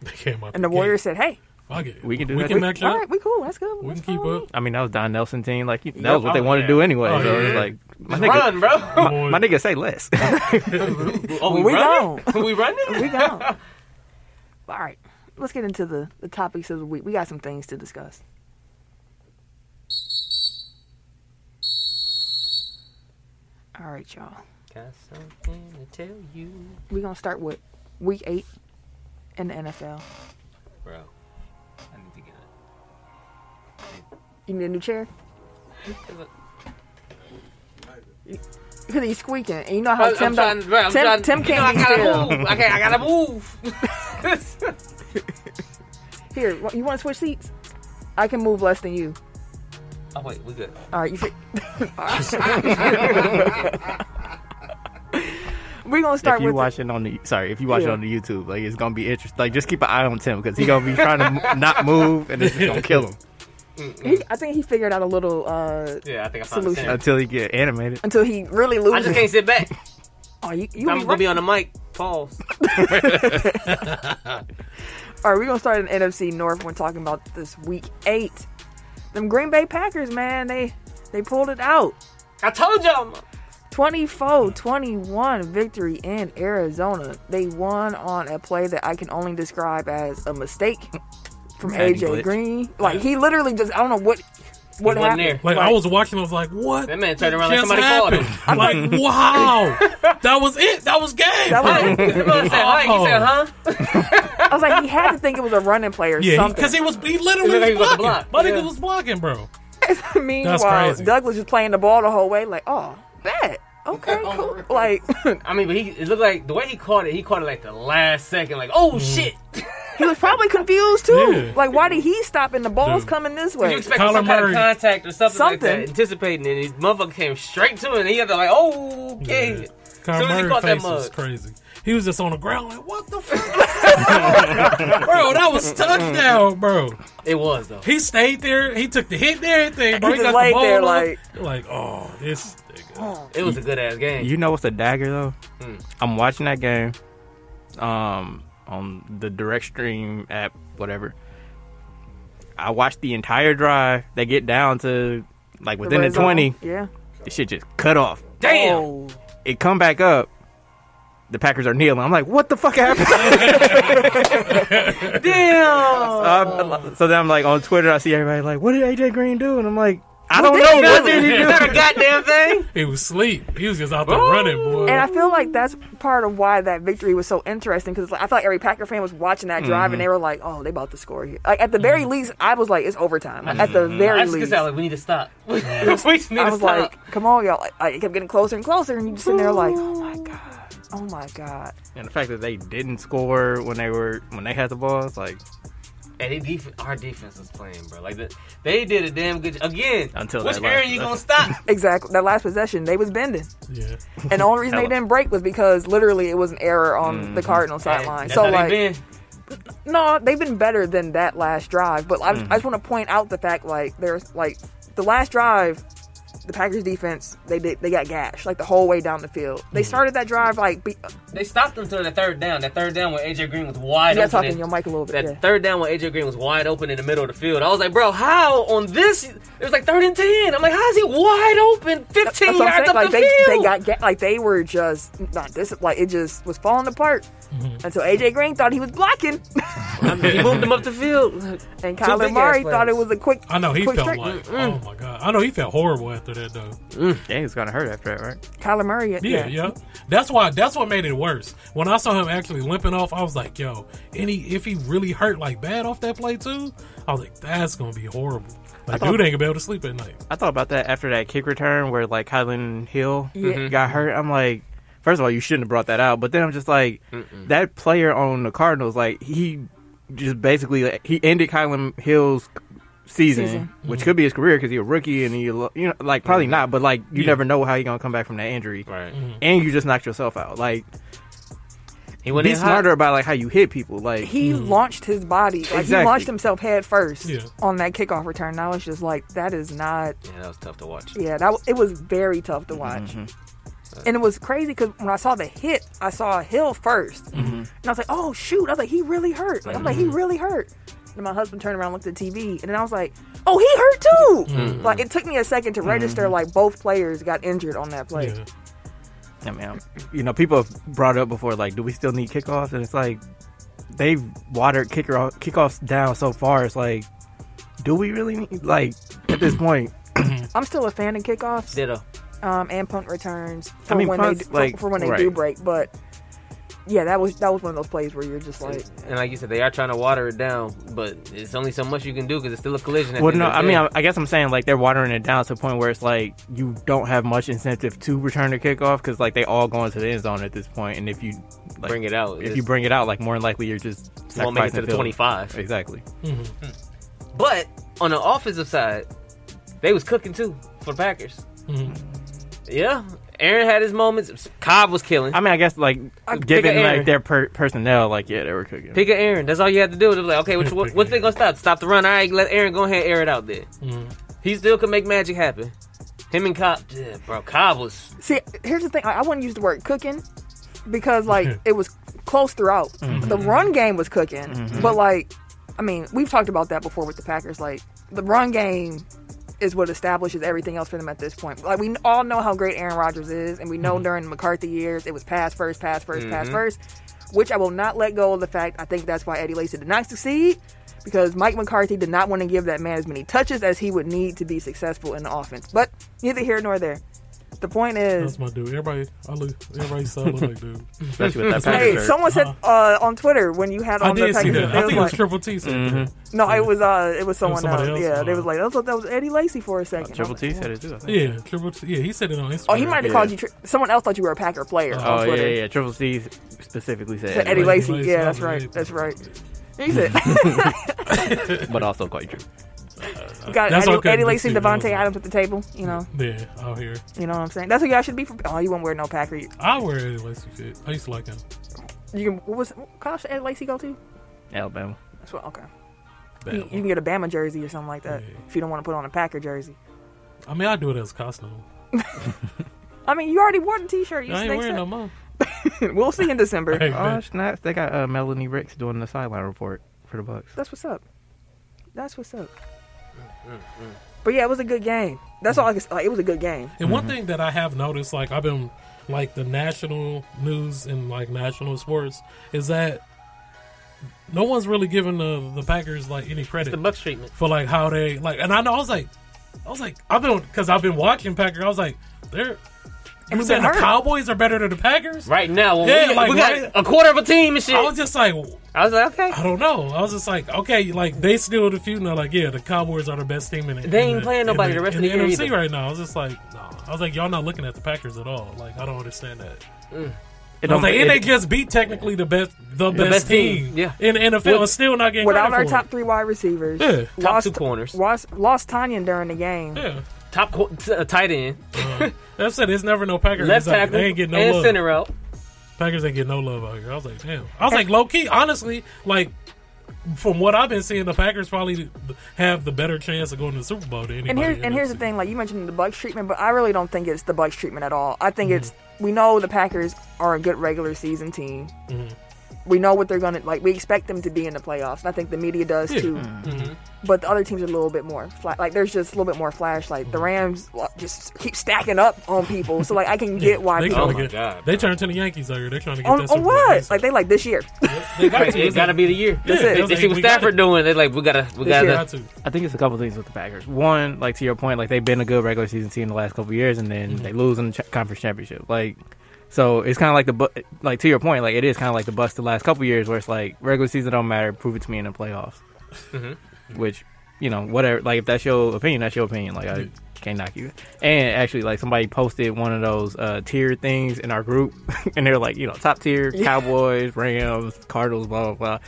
[SPEAKER 4] They came out
[SPEAKER 1] And the Warriors said, "Hey,
[SPEAKER 4] Fuck it.
[SPEAKER 3] We can do
[SPEAKER 4] We
[SPEAKER 3] that.
[SPEAKER 4] can
[SPEAKER 3] We-
[SPEAKER 4] match
[SPEAKER 1] all
[SPEAKER 4] up.
[SPEAKER 1] right, we cool. That's good.
[SPEAKER 4] We
[SPEAKER 1] That's
[SPEAKER 4] can keep
[SPEAKER 1] fine with
[SPEAKER 4] up.
[SPEAKER 1] me."
[SPEAKER 3] I mean, that was Don Nelson team. Like that
[SPEAKER 2] Yeah,
[SPEAKER 3] was what they
[SPEAKER 2] oh,
[SPEAKER 3] wanted
[SPEAKER 2] yeah.
[SPEAKER 3] to do anyway.
[SPEAKER 4] Oh,
[SPEAKER 3] so
[SPEAKER 4] yeah.
[SPEAKER 3] it was like my nigga,
[SPEAKER 2] Run, bro.
[SPEAKER 4] Boy,
[SPEAKER 3] my nigga say less.
[SPEAKER 2] [laughs] Oh,
[SPEAKER 1] we
[SPEAKER 2] running? [laughs] we running?
[SPEAKER 4] [laughs]
[SPEAKER 1] We go. all right, let's get into the the topics of the week. We got some things to discuss. All right, y'all.
[SPEAKER 2] Got something to tell you,
[SPEAKER 1] We're gonna start with week eight in the NFL.
[SPEAKER 2] bro. I need to get it.
[SPEAKER 1] You need a new chair? [laughs] Cause he's squeaking, and you know how
[SPEAKER 2] I'm,
[SPEAKER 1] Oh, Tim
[SPEAKER 2] trying,
[SPEAKER 1] don't-
[SPEAKER 2] bro, I'm
[SPEAKER 1] Tim,
[SPEAKER 2] trying,
[SPEAKER 1] Tim
[SPEAKER 2] you know, I
[SPEAKER 1] can't
[SPEAKER 2] gotta
[SPEAKER 1] be still.
[SPEAKER 2] move. I, can't, I gotta
[SPEAKER 1] [laughs]
[SPEAKER 2] move.
[SPEAKER 1] Here, wh- you want to switch seats? I can move less than you.
[SPEAKER 2] oh wait, we good.
[SPEAKER 1] All right, you. Fi- [laughs] We're gonna start
[SPEAKER 3] [laughs] if you
[SPEAKER 1] with
[SPEAKER 3] watch it on the sorry, if you watch
[SPEAKER 1] Yeah.
[SPEAKER 3] it on the YouTube, like it's gonna be interesting. Like just keep an eye on Tim because he gonna be
[SPEAKER 2] [laughs]
[SPEAKER 3] trying to m- not move and it's just gonna kill him
[SPEAKER 1] He, I think he figured out a little uh,
[SPEAKER 2] Yeah, I think I found the
[SPEAKER 1] Solution.
[SPEAKER 2] center.
[SPEAKER 3] until he get animated.
[SPEAKER 1] until he really
[SPEAKER 2] I
[SPEAKER 1] loses.
[SPEAKER 2] just can't sit back.
[SPEAKER 1] Oh, you, you
[SPEAKER 2] I'm
[SPEAKER 1] be
[SPEAKER 2] gonna be
[SPEAKER 1] right.
[SPEAKER 2] on the mic. Pause.
[SPEAKER 1] All right, we're gonna start in NFC North when talking about this week eight. Them Green Bay Packers, man, they they pulled it out.
[SPEAKER 2] I told [laughs] y'all.
[SPEAKER 1] 24-21 victory in Arizona. They won on a play that I can only describe as a mistake [laughs] from
[SPEAKER 3] Matty
[SPEAKER 1] AJ
[SPEAKER 3] Blitz.
[SPEAKER 1] Green. Like he literally just I don't know what What
[SPEAKER 2] wasn't
[SPEAKER 1] happened?
[SPEAKER 2] there.
[SPEAKER 4] Like I was watching, I was like, "What?"
[SPEAKER 2] That man turned around like
[SPEAKER 4] just
[SPEAKER 2] somebody called
[SPEAKER 4] happened?
[SPEAKER 2] him.
[SPEAKER 4] like, wow,
[SPEAKER 1] [laughs]
[SPEAKER 4] that was it. That was game.
[SPEAKER 1] That was it.
[SPEAKER 2] He said, "Hey," he said, huh?
[SPEAKER 1] I was like, he had to think it was a running play or
[SPEAKER 4] yeah,
[SPEAKER 1] something.
[SPEAKER 4] because he, was he literally
[SPEAKER 2] He was about
[SPEAKER 4] was
[SPEAKER 2] to
[SPEAKER 4] blocking.
[SPEAKER 2] block,
[SPEAKER 4] My
[SPEAKER 2] yeah.
[SPEAKER 4] nigga was blocking, bro.
[SPEAKER 1] [laughs] Meanwhile,
[SPEAKER 4] crazy.
[SPEAKER 1] Douglas was playing the ball the whole way. Like, oh, bet. Okay, cool. Like, [laughs]
[SPEAKER 2] I mean, but he it looked like the way he caught it. He caught it like the last second. Like, oh
[SPEAKER 1] Mm.
[SPEAKER 2] shit!
[SPEAKER 1] he was probably confused too.
[SPEAKER 4] Yeah.
[SPEAKER 1] Like, why did he stop and the ball's
[SPEAKER 4] Dude.
[SPEAKER 1] coming this
[SPEAKER 2] You
[SPEAKER 1] way?
[SPEAKER 2] expect
[SPEAKER 4] Kyler
[SPEAKER 2] some
[SPEAKER 4] Murray.
[SPEAKER 2] kind of contact or something, like
[SPEAKER 1] Something.
[SPEAKER 2] that, anticipating, and his motherfucker came straight to him, and he had to like, oh, okay.
[SPEAKER 4] Yeah.
[SPEAKER 2] As
[SPEAKER 4] Kyle
[SPEAKER 2] soon as he
[SPEAKER 4] Murray
[SPEAKER 2] caught that
[SPEAKER 4] face was
[SPEAKER 2] mug,
[SPEAKER 4] crazy. He was just on the ground like, "What the fuck, [laughs] bro? That was touchdown, bro."
[SPEAKER 2] it was though.
[SPEAKER 4] He stayed there. He took the hit there. Everything, bro.
[SPEAKER 1] He
[SPEAKER 4] He,
[SPEAKER 1] just
[SPEAKER 4] got the
[SPEAKER 1] laid
[SPEAKER 4] ball.
[SPEAKER 1] there
[SPEAKER 4] on.
[SPEAKER 1] like- Oh.
[SPEAKER 4] like, oh, this. Nigga.
[SPEAKER 2] It was a good ass game.
[SPEAKER 3] You know what's a dagger though? I'm watching that game, um, on the direct stream app, whatever. I watched the entire drive. They get down to like within the,
[SPEAKER 1] red zone.
[SPEAKER 3] twenty.
[SPEAKER 1] Yeah.
[SPEAKER 3] The shit just cut off.
[SPEAKER 2] Damn.
[SPEAKER 1] Oh.
[SPEAKER 3] It come back up. The Packers are kneeling. I'm like, what the fuck happened?
[SPEAKER 2] Damn.
[SPEAKER 3] Um, so then I'm like on Twitter. I see everybody like, what did AJ Green do? And I'm like, I don't
[SPEAKER 1] did
[SPEAKER 3] know.
[SPEAKER 1] he do?
[SPEAKER 3] What did he
[SPEAKER 2] Is [laughs]
[SPEAKER 3] do?
[SPEAKER 2] that a [laughs] goddamn thing?
[SPEAKER 4] He was asleep. He was just out there
[SPEAKER 2] Bro.
[SPEAKER 4] running, boy.
[SPEAKER 1] And I
[SPEAKER 2] Mm-hmm.
[SPEAKER 1] feel like that's part of why that victory was so interesting because like, I feel like every Packer fan was watching that drive
[SPEAKER 2] Mm-hmm.
[SPEAKER 1] and they were like, "Oh, they about to score here." Like at the very least, I was like, "It's overtime." Like, [laughs] at the very
[SPEAKER 2] I just
[SPEAKER 1] least,
[SPEAKER 2] get like we need to stop. [laughs] we just need
[SPEAKER 1] I
[SPEAKER 2] to
[SPEAKER 1] was
[SPEAKER 2] stop.
[SPEAKER 1] like, "Come on, y'all!" Like, I- it kept getting closer and closer, and you just sitting there like, "Oh my god, oh my god."
[SPEAKER 3] And the fact that they didn't score when they were when they had the ball, it's like
[SPEAKER 2] And they def- our defense is playing, bro. Like the- they did a damn good job. again.
[SPEAKER 3] Until
[SPEAKER 2] which
[SPEAKER 3] that
[SPEAKER 2] era
[SPEAKER 3] last-
[SPEAKER 2] you gonna stop?
[SPEAKER 1] [laughs] Exactly. That last possession, they was bending,
[SPEAKER 4] yeah.
[SPEAKER 1] and the only reason they
[SPEAKER 3] Hella.
[SPEAKER 1] didn't break was because literally it was an error on the Cardinal sideline.
[SPEAKER 2] Mm-hmm. That's
[SPEAKER 1] So
[SPEAKER 2] how they
[SPEAKER 1] like,
[SPEAKER 2] been.
[SPEAKER 1] no, they've been better than that last drive. But I, I just
[SPEAKER 2] Mm-hmm.
[SPEAKER 1] want to point out the fact like there's like the last drive, the Packers defense they did they got gashed like the whole way down the field. They
[SPEAKER 2] Mm-hmm.
[SPEAKER 1] started that drive like be,
[SPEAKER 2] They stopped until the third down. That third down when AJ Green was wide
[SPEAKER 1] you got
[SPEAKER 2] open.
[SPEAKER 1] talking
[SPEAKER 2] and-
[SPEAKER 1] your mic a little bit.
[SPEAKER 2] that
[SPEAKER 1] Yeah.
[SPEAKER 2] third down when AJ Green was wide open in the middle of the field. I was like, bro, how on this? It was like third and ten. I'm like, how's he wide open? Fifteen
[SPEAKER 1] That's what I'm
[SPEAKER 2] yards
[SPEAKER 1] saying.
[SPEAKER 2] up
[SPEAKER 1] Like
[SPEAKER 2] the
[SPEAKER 1] they, they
[SPEAKER 2] field.
[SPEAKER 1] got ga- like they were just not this like it just was falling apart
[SPEAKER 2] Mm-hmm.
[SPEAKER 1] until AJ Green thought he was
[SPEAKER 2] [laughs]
[SPEAKER 1] blocking,
[SPEAKER 2] I mean, [laughs] he moved him up the field.
[SPEAKER 1] and
[SPEAKER 2] big
[SPEAKER 1] Kyler
[SPEAKER 2] ass
[SPEAKER 1] Murray thought
[SPEAKER 2] plays.
[SPEAKER 1] it was a quick.
[SPEAKER 4] I know he
[SPEAKER 1] quick
[SPEAKER 4] felt
[SPEAKER 1] strike.
[SPEAKER 4] like, oh my god. I know he felt horrible after that though.
[SPEAKER 3] yeah, he's gonna hurt after that, right?
[SPEAKER 1] Kyler Murray.
[SPEAKER 4] Yeah, yeah. That's why. That's what made it worse. When I saw him actually limping off, I was like, yo, any if he really hurt like bad off that play too, I was like, that's gonna be horrible. Like,
[SPEAKER 3] thought-
[SPEAKER 4] dude ain't gonna be able to sleep at night.
[SPEAKER 3] I thought about that after that kick return where like Kylan Hill
[SPEAKER 1] Yeah.
[SPEAKER 3] got hurt. I'm like, first of all, you shouldn't have brought that out. But then I'm just like, that player on the Cardinals, like he just basically like, he ended Kylan Hill's season,
[SPEAKER 1] Season.
[SPEAKER 3] which could be his career because he's a rookie and he, lo- you know, like probably not, but like you
[SPEAKER 4] Yeah.
[SPEAKER 3] never know how he gonna come back from that injury,
[SPEAKER 2] Right.
[SPEAKER 1] Mm-hmm.
[SPEAKER 3] and you just knocked yourself out. Like,
[SPEAKER 2] [laughs] He went
[SPEAKER 3] be
[SPEAKER 2] in hot.
[SPEAKER 3] smarter about like how you hit people. Like,
[SPEAKER 1] He launched his body. Like
[SPEAKER 3] Exactly.
[SPEAKER 1] he launched himself head first
[SPEAKER 4] Mm. Yeah.
[SPEAKER 1] on that kickoff return. And I was just like, that is not.
[SPEAKER 2] Yeah, that was tough to watch.
[SPEAKER 1] Yeah, that it was very tough to watch.
[SPEAKER 4] Mm-hmm.
[SPEAKER 1] And it was crazy because when I saw the hit, I saw Hill 1st
[SPEAKER 4] Mm-hmm.
[SPEAKER 1] and I was like, "Oh shoot!" I was like, "He really hurt." Like, I'm like, "He really hurt." And my husband turned around, looked at TV, and then I was like, "Oh, he hurt too!"
[SPEAKER 4] Mm-hmm.
[SPEAKER 1] Like it took me a second to register. Like both players got injured on that play.
[SPEAKER 4] Yeah.
[SPEAKER 3] I mean, I'm- you know, people have brought up before, like, do we still need kickoffs? And it's like, they've watered kicker off, kickoffs down so far. It's like, do we really need, like, at this
[SPEAKER 2] [laughs]
[SPEAKER 3] point?
[SPEAKER 1] I'm still a fan of kickoffs.
[SPEAKER 2] Ditto.
[SPEAKER 1] um, and punt returns for
[SPEAKER 3] mean,
[SPEAKER 1] when
[SPEAKER 3] punts,
[SPEAKER 1] they do,
[SPEAKER 3] like,
[SPEAKER 1] for, for when they do
[SPEAKER 3] right.
[SPEAKER 1] break. But yeah, that was that was one of those plays where you're just like,
[SPEAKER 2] And like you said, they are trying to water it down, but it's only so much you can do because it's still a collision. At
[SPEAKER 3] Well,
[SPEAKER 2] the end
[SPEAKER 3] no,
[SPEAKER 2] of the
[SPEAKER 3] I mean,
[SPEAKER 2] day.
[SPEAKER 3] I, I guess I'm saying, like, they're watering it down to the point where it's like, you don't have much incentive to return the kickoff because, like, they all go into the end zone at this point. And if you like,
[SPEAKER 2] Bring it out,
[SPEAKER 3] if
[SPEAKER 2] it's-
[SPEAKER 3] you bring it out, like, more than likely you're just
[SPEAKER 2] won't make it to
[SPEAKER 3] sacrificing
[SPEAKER 2] the
[SPEAKER 3] field.
[SPEAKER 2] 25.
[SPEAKER 3] Exactly.
[SPEAKER 2] But on the offensive side, they was cooking too for the Packers.
[SPEAKER 1] Mm-hmm.
[SPEAKER 2] Yeah, Aaron had his moments. Cobb was killing.
[SPEAKER 3] I mean, I guess, like,
[SPEAKER 2] pick
[SPEAKER 3] given,
[SPEAKER 2] an
[SPEAKER 3] like,
[SPEAKER 2] error.
[SPEAKER 3] their per- personnel, like, yeah, they were cooking.
[SPEAKER 2] Pick an Aaron. That's all you had to do. They're like,
[SPEAKER 4] [laughs]
[SPEAKER 2] okay, what,
[SPEAKER 4] Pick
[SPEAKER 2] what,
[SPEAKER 4] an
[SPEAKER 2] what they
[SPEAKER 4] Aaron.
[SPEAKER 2] gonna stop? Stop the run. All right, let Aaron go ahead and air it out there.
[SPEAKER 4] Mm-hmm.
[SPEAKER 2] He still can make magic happen. Him and Cobb, yeah, bro. Cobb was
[SPEAKER 1] see, here's the thing. I, I wouldn't use the word cooking because
[SPEAKER 3] [laughs]
[SPEAKER 1] like it was close throughout.
[SPEAKER 3] Mm-hmm.
[SPEAKER 1] The run game was cooking, but like, I mean, we've talked about that before with the Packers. Like the run game. Is what establishes everything else for them at this point. Like we all know how great Aaron Rodgers is, and we
[SPEAKER 3] Mm-hmm.
[SPEAKER 1] know during the McCarthy years it was pass first, pass 1st pass first, which I will not let go of the fact I think that's why Eddie Lacy did not succeed because Mike McCarthy did not want to give that man as many touches as he would need to be successful in the offense. But neither here nor there. The point is,
[SPEAKER 4] That's my dude. Everybody, I look. Everybody saw look like dude.
[SPEAKER 3] especially with that Packers
[SPEAKER 1] hey,
[SPEAKER 3] shirt.
[SPEAKER 1] someone said uh, on Twitter when you had
[SPEAKER 4] Uh-huh. I
[SPEAKER 1] on the
[SPEAKER 4] did see
[SPEAKER 1] Packers,
[SPEAKER 4] that.
[SPEAKER 1] they
[SPEAKER 4] I think it was
[SPEAKER 1] like-
[SPEAKER 4] Triple T said that.
[SPEAKER 1] no, it was uh, it was someone
[SPEAKER 4] somebody
[SPEAKER 1] else.
[SPEAKER 4] else?
[SPEAKER 1] Yeah, they
[SPEAKER 4] Oh.
[SPEAKER 1] was like, I thought that was Eddie Lacy for a second.
[SPEAKER 3] Triple T said it too. I think.
[SPEAKER 4] Yeah, Triple T. Yeah, he said it on Instagram.
[SPEAKER 1] Oh, he might have
[SPEAKER 3] Yeah.
[SPEAKER 1] called you. Tri- someone else thought you were a Packer player
[SPEAKER 3] Oh
[SPEAKER 1] on
[SPEAKER 3] yeah,
[SPEAKER 1] Twitter.
[SPEAKER 3] yeah, yeah. Triple C specifically said,
[SPEAKER 1] To Eddie
[SPEAKER 3] Lacy,
[SPEAKER 1] Lacy.
[SPEAKER 4] Lacy,
[SPEAKER 1] Yeah, that's
[SPEAKER 4] yeah, yeah.
[SPEAKER 1] right. That's right. He
[SPEAKER 4] [laughs]
[SPEAKER 1] said,
[SPEAKER 3] but also quite true.
[SPEAKER 1] you got [laughs]
[SPEAKER 4] That's
[SPEAKER 1] Eddie,
[SPEAKER 4] okay,
[SPEAKER 1] Eddie
[SPEAKER 4] good
[SPEAKER 1] Lacy,
[SPEAKER 4] to see,
[SPEAKER 1] Devontae
[SPEAKER 4] man.
[SPEAKER 1] Adams at the table. You know,
[SPEAKER 4] Yeah, out here.
[SPEAKER 1] you know what I'm saying. That's who y'all should be for. Oh, you won't wear no Packer. You
[SPEAKER 4] I wear it unless you fit. I used to like him.
[SPEAKER 1] you can. What was what college did Eddie Lacy go to?
[SPEAKER 3] Alabama.
[SPEAKER 1] That's what. Okay.
[SPEAKER 4] That
[SPEAKER 1] You, you
[SPEAKER 4] one.
[SPEAKER 1] can get a Bama jersey or something like that
[SPEAKER 4] Yeah.
[SPEAKER 1] if you don't want to put on a Packer jersey.
[SPEAKER 4] I mean, I do it as a costume.
[SPEAKER 1] I mean, you already wore the T-shirt. You
[SPEAKER 4] I ain't wearing
[SPEAKER 1] snakes
[SPEAKER 4] no
[SPEAKER 1] up.
[SPEAKER 4] more.
[SPEAKER 1] [laughs] We'll see in December.
[SPEAKER 4] [laughs] Hey,
[SPEAKER 3] Oh
[SPEAKER 4] man.
[SPEAKER 3] snaps! They got uh, Melanie Ricks doing the sideline report for the Bucks.
[SPEAKER 1] That's what's up. That's what's up.
[SPEAKER 4] Mm,
[SPEAKER 1] But yeah, it was a good game. That's all I can say. Like, it was a good game.
[SPEAKER 4] And
[SPEAKER 2] Mm-hmm.
[SPEAKER 4] one thing that I have noticed, like I've been like the national news and like national sports, is that no one's really giving the the Packers like any credit
[SPEAKER 2] The Bucks treatment.
[SPEAKER 4] for like how they like. And I know I was like, I was like, I've been because I've been watching Packers. I was like, they're. You
[SPEAKER 1] Everyone
[SPEAKER 4] saying the
[SPEAKER 1] hurt.
[SPEAKER 4] Cowboys are better than the Packers?
[SPEAKER 2] Right now, when
[SPEAKER 4] Yeah,
[SPEAKER 2] we,
[SPEAKER 4] like,
[SPEAKER 2] we got
[SPEAKER 4] right-
[SPEAKER 2] a quarter of a team and shit.
[SPEAKER 4] I was just like,
[SPEAKER 2] like, okay.
[SPEAKER 4] I don't know. I was just like, okay, like they still the few. Now, like, yeah, the Cowboys are the best team in the.
[SPEAKER 2] They
[SPEAKER 4] in
[SPEAKER 2] ain't
[SPEAKER 4] the-
[SPEAKER 2] playing
[SPEAKER 4] in
[SPEAKER 2] nobody the rest
[SPEAKER 4] in
[SPEAKER 2] of the year
[SPEAKER 4] NFC
[SPEAKER 2] either.
[SPEAKER 4] right now. I was just like, no. I was like, y'all not looking at the Packers at all. Like, I don't understand that. I
[SPEAKER 3] It
[SPEAKER 4] was
[SPEAKER 3] don't-
[SPEAKER 4] like, and they
[SPEAKER 3] it-
[SPEAKER 4] just beat technically the best, the, best,
[SPEAKER 2] best
[SPEAKER 4] team,
[SPEAKER 2] team, yeah.
[SPEAKER 4] in the NFL,
[SPEAKER 2] With-
[SPEAKER 4] and still not getting
[SPEAKER 1] Without
[SPEAKER 4] credit
[SPEAKER 1] our
[SPEAKER 4] for
[SPEAKER 1] top
[SPEAKER 4] it.
[SPEAKER 1] three wide receivers,
[SPEAKER 4] Yeah.
[SPEAKER 2] Top
[SPEAKER 1] lost,
[SPEAKER 2] two corners.
[SPEAKER 1] lost, lost Tanyan during the game.
[SPEAKER 4] Yeah,
[SPEAKER 2] Top qu- t- uh, tight end,
[SPEAKER 4] that's it. There's never no Packers.
[SPEAKER 2] left
[SPEAKER 4] It's like,
[SPEAKER 2] tackle,
[SPEAKER 4] they ain't getting no
[SPEAKER 2] and
[SPEAKER 4] love.
[SPEAKER 2] center out.
[SPEAKER 4] Packers ain't getting no love out here. I was like, damn. I was like, low key, honestly, like from what I've been seeing, the Packers probably have the better chance of going to the Super Bowl than anybody.
[SPEAKER 1] And here's
[SPEAKER 4] in
[SPEAKER 1] and here's the
[SPEAKER 4] NFC.
[SPEAKER 1] thing, like you mentioned the Bucks treatment, but I really don't think it's the Bucks treatment at all. I
[SPEAKER 4] Mm-hmm.
[SPEAKER 1] think it's we know the Packers are a good regular season team.
[SPEAKER 4] Mm-hmm.
[SPEAKER 1] We know what they're gonna like. We expect them to be in the playoffs, and I think the media does
[SPEAKER 4] Yeah.
[SPEAKER 1] too.
[SPEAKER 4] Mm-hmm.
[SPEAKER 1] But the other teams are a little bit more fla- like there's just a little bit more flashlight.
[SPEAKER 4] Mm-hmm.
[SPEAKER 1] The Rams like, just keep stacking up on people, so like I
[SPEAKER 4] [laughs]
[SPEAKER 1] can get why
[SPEAKER 4] They
[SPEAKER 1] people
[SPEAKER 4] trying
[SPEAKER 2] Oh
[SPEAKER 4] to
[SPEAKER 2] my
[SPEAKER 4] get-
[SPEAKER 2] God,
[SPEAKER 4] They turn to the Yankees out here. They're trying to get
[SPEAKER 1] on,
[SPEAKER 4] that
[SPEAKER 1] on
[SPEAKER 4] Super Bowl.
[SPEAKER 1] what like they like this year.
[SPEAKER 4] They got
[SPEAKER 2] Right,
[SPEAKER 4] to.
[SPEAKER 2] it got to be the year.
[SPEAKER 1] That's
[SPEAKER 2] They,
[SPEAKER 1] it.
[SPEAKER 2] they see what
[SPEAKER 4] We gotta-
[SPEAKER 2] Stafford doing. They like, we gotta, we
[SPEAKER 1] This
[SPEAKER 2] gotta.
[SPEAKER 4] They got to.
[SPEAKER 3] I think it's a couple things with the Packers. One, like to your point, like they've been a good regular season team the last couple years, and then they lose in the ch- conference championship. Like, so it's kind of like the bu- like to your point, like it is kind of like the bust the last couple years, where it's like regular season don't matter, prove it to me in the playoffs. Which you know, whatever. Like if that's your opinion, that's your opinion. Like I can't knock you. And actually, like somebody posted one of those uh, tier things in our group, [laughs] and they're like, you know,
[SPEAKER 1] [laughs]
[SPEAKER 3] top tier Cowboys, Rams, Cardinals, blah blah blah.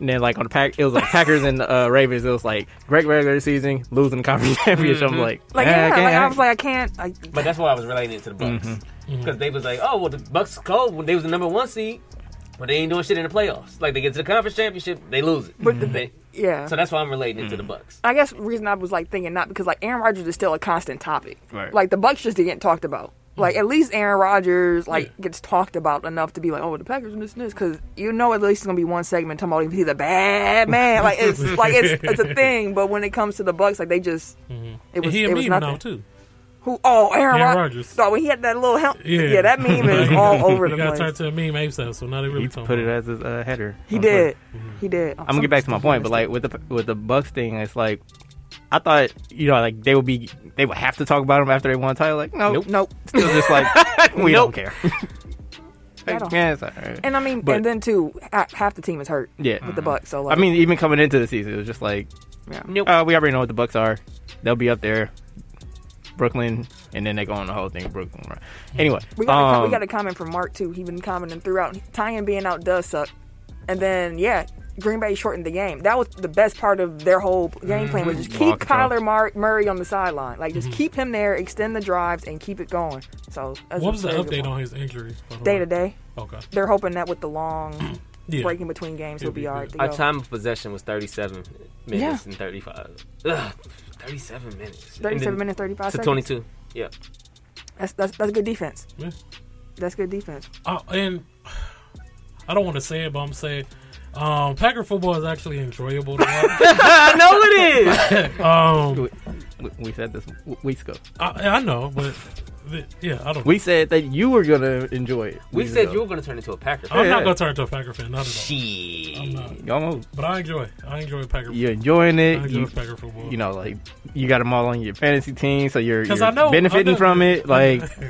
[SPEAKER 3] And then like on the pack, it was like Packers and uh, Ravens. It was like great regular season, losing the conference [laughs] championship. I'm like,
[SPEAKER 1] Like
[SPEAKER 3] eh,
[SPEAKER 1] yeah,
[SPEAKER 3] okay,
[SPEAKER 1] like, I was
[SPEAKER 3] all
[SPEAKER 1] like
[SPEAKER 3] right.
[SPEAKER 1] I can't. Like,
[SPEAKER 2] But that's why I was relating it to the Bucks because
[SPEAKER 3] Mm-hmm.
[SPEAKER 1] Mm-hmm.
[SPEAKER 2] they was like, oh well, the Bucks cold when they was the number one seed, but they ain't doing shit in the playoffs. Like they get to the conference championship, they lose it. But they,
[SPEAKER 1] yeah.
[SPEAKER 2] so that's why I'm relating it to the
[SPEAKER 3] Mm-hmm.
[SPEAKER 2] Bucks.
[SPEAKER 1] I guess the reason I was like thinking not because like Aaron Rodgers is still a constant topic.
[SPEAKER 3] Right.
[SPEAKER 1] Like the Bucks just didn't get talked about. Like at least Aaron Rodgers like gets talked about enough to be like, oh, the Packers and this and this, because you know at least it's gonna be one segment talking about he's a bad man. Like
[SPEAKER 4] [laughs]
[SPEAKER 1] it's like it's it's a thing. But when it comes to the Bucks, like they just it was
[SPEAKER 4] He
[SPEAKER 1] it
[SPEAKER 4] Mm-hmm. and
[SPEAKER 1] was
[SPEAKER 4] me now
[SPEAKER 1] nothing.
[SPEAKER 4] too.
[SPEAKER 1] Who? Oh, Aaron, Rodgers.
[SPEAKER 4] Aaron Rodgers.
[SPEAKER 1] No, when he had that little help.
[SPEAKER 4] Yeah.
[SPEAKER 1] Yeah. that meme is
[SPEAKER 4] [laughs]
[SPEAKER 1] all over
[SPEAKER 4] They
[SPEAKER 1] the
[SPEAKER 4] got
[SPEAKER 1] place.
[SPEAKER 4] turned to a meme ASAP, so now they really
[SPEAKER 3] He
[SPEAKER 4] talking
[SPEAKER 3] put it
[SPEAKER 4] about
[SPEAKER 3] as his uh, header.
[SPEAKER 1] He
[SPEAKER 3] on Twitter.
[SPEAKER 1] did.
[SPEAKER 4] Mm-hmm.
[SPEAKER 1] He did.
[SPEAKER 3] I'm gonna get back to my point, but like with the with the Bucks thing, it's like I thought you know like they would be they would have to talk about them after they won a title. Like no,
[SPEAKER 2] Nope.
[SPEAKER 1] nope.
[SPEAKER 3] still just [laughs] like we
[SPEAKER 2] Nope.
[SPEAKER 3] don't care.
[SPEAKER 1] At all.
[SPEAKER 3] yeah, it's all right.
[SPEAKER 1] And I mean,
[SPEAKER 3] But-
[SPEAKER 1] and then too, ha- half the team is hurt
[SPEAKER 3] yeah.
[SPEAKER 1] with
[SPEAKER 4] Mm-hmm.
[SPEAKER 1] the Bucks. So
[SPEAKER 3] I
[SPEAKER 1] like,
[SPEAKER 3] mean, even coming into the season, it was just like
[SPEAKER 1] yeah.
[SPEAKER 2] Nope.
[SPEAKER 3] uh, we already know what the Bucks are. They'll be up there, Brooklyn, and then they go on the whole thing, Brooklyn. Right? Anyway,
[SPEAKER 1] We got, a, co- we
[SPEAKER 3] um,
[SPEAKER 1] got a comment from Mark too. He been commenting throughout. Tyan being out does suck. And then yeah, Green Bay shortened the game. That was the best part of their whole game plan was just keep
[SPEAKER 3] Ball control.
[SPEAKER 1] Kyler Mar- Murray on the sideline. Like just keep him there, extend the drives, and keep it going. So that's
[SPEAKER 4] What was the
[SPEAKER 1] that's a good
[SPEAKER 4] update
[SPEAKER 1] one.
[SPEAKER 4] on his injury? by the
[SPEAKER 1] Day
[SPEAKER 4] way?
[SPEAKER 1] to day,
[SPEAKER 4] Okay.
[SPEAKER 1] they're hoping that with the long
[SPEAKER 4] Yeah.
[SPEAKER 1] break in between games, he'll be all right. To
[SPEAKER 2] Our
[SPEAKER 1] go.
[SPEAKER 2] time of possession was 37 minutes
[SPEAKER 1] Yeah.
[SPEAKER 2] and 35. Ugh, 37 minutes. And
[SPEAKER 1] Thirty-seven
[SPEAKER 2] then
[SPEAKER 1] minutes, thirty-five
[SPEAKER 2] to
[SPEAKER 1] seconds.
[SPEAKER 2] 22. Yeah.
[SPEAKER 1] That's, that's that's good defense.
[SPEAKER 4] Yeah.
[SPEAKER 1] That's good defense.
[SPEAKER 4] Uh, and I don't want to say it, but I'm saying um, Packer football is actually enjoyable.
[SPEAKER 1] [laughs]
[SPEAKER 4] To watch.
[SPEAKER 2] I know it is.
[SPEAKER 3] [laughs]
[SPEAKER 4] um,
[SPEAKER 3] we, we said this w- weeks ago.
[SPEAKER 4] I, I know, but th- yeah, I don't.
[SPEAKER 3] We said that you were gonna enjoy it.
[SPEAKER 2] We said you were going to turn into a Packer fan.
[SPEAKER 4] I'm
[SPEAKER 3] yeah.
[SPEAKER 4] not gonna turn into a Packer fan,
[SPEAKER 3] Oh.
[SPEAKER 4] not at all. I'm
[SPEAKER 2] Shit.
[SPEAKER 4] not.
[SPEAKER 3] almost
[SPEAKER 4] But I enjoy, I enjoy Packer.
[SPEAKER 3] you're enjoying
[SPEAKER 4] I
[SPEAKER 3] it.
[SPEAKER 4] enjoy
[SPEAKER 3] You,
[SPEAKER 4] Packer football.
[SPEAKER 3] you know, like you got them all on your fantasy team, so you're,
[SPEAKER 4] because
[SPEAKER 3] you're
[SPEAKER 4] I know
[SPEAKER 3] benefiting
[SPEAKER 4] I know-
[SPEAKER 3] from it. Like
[SPEAKER 4] [laughs]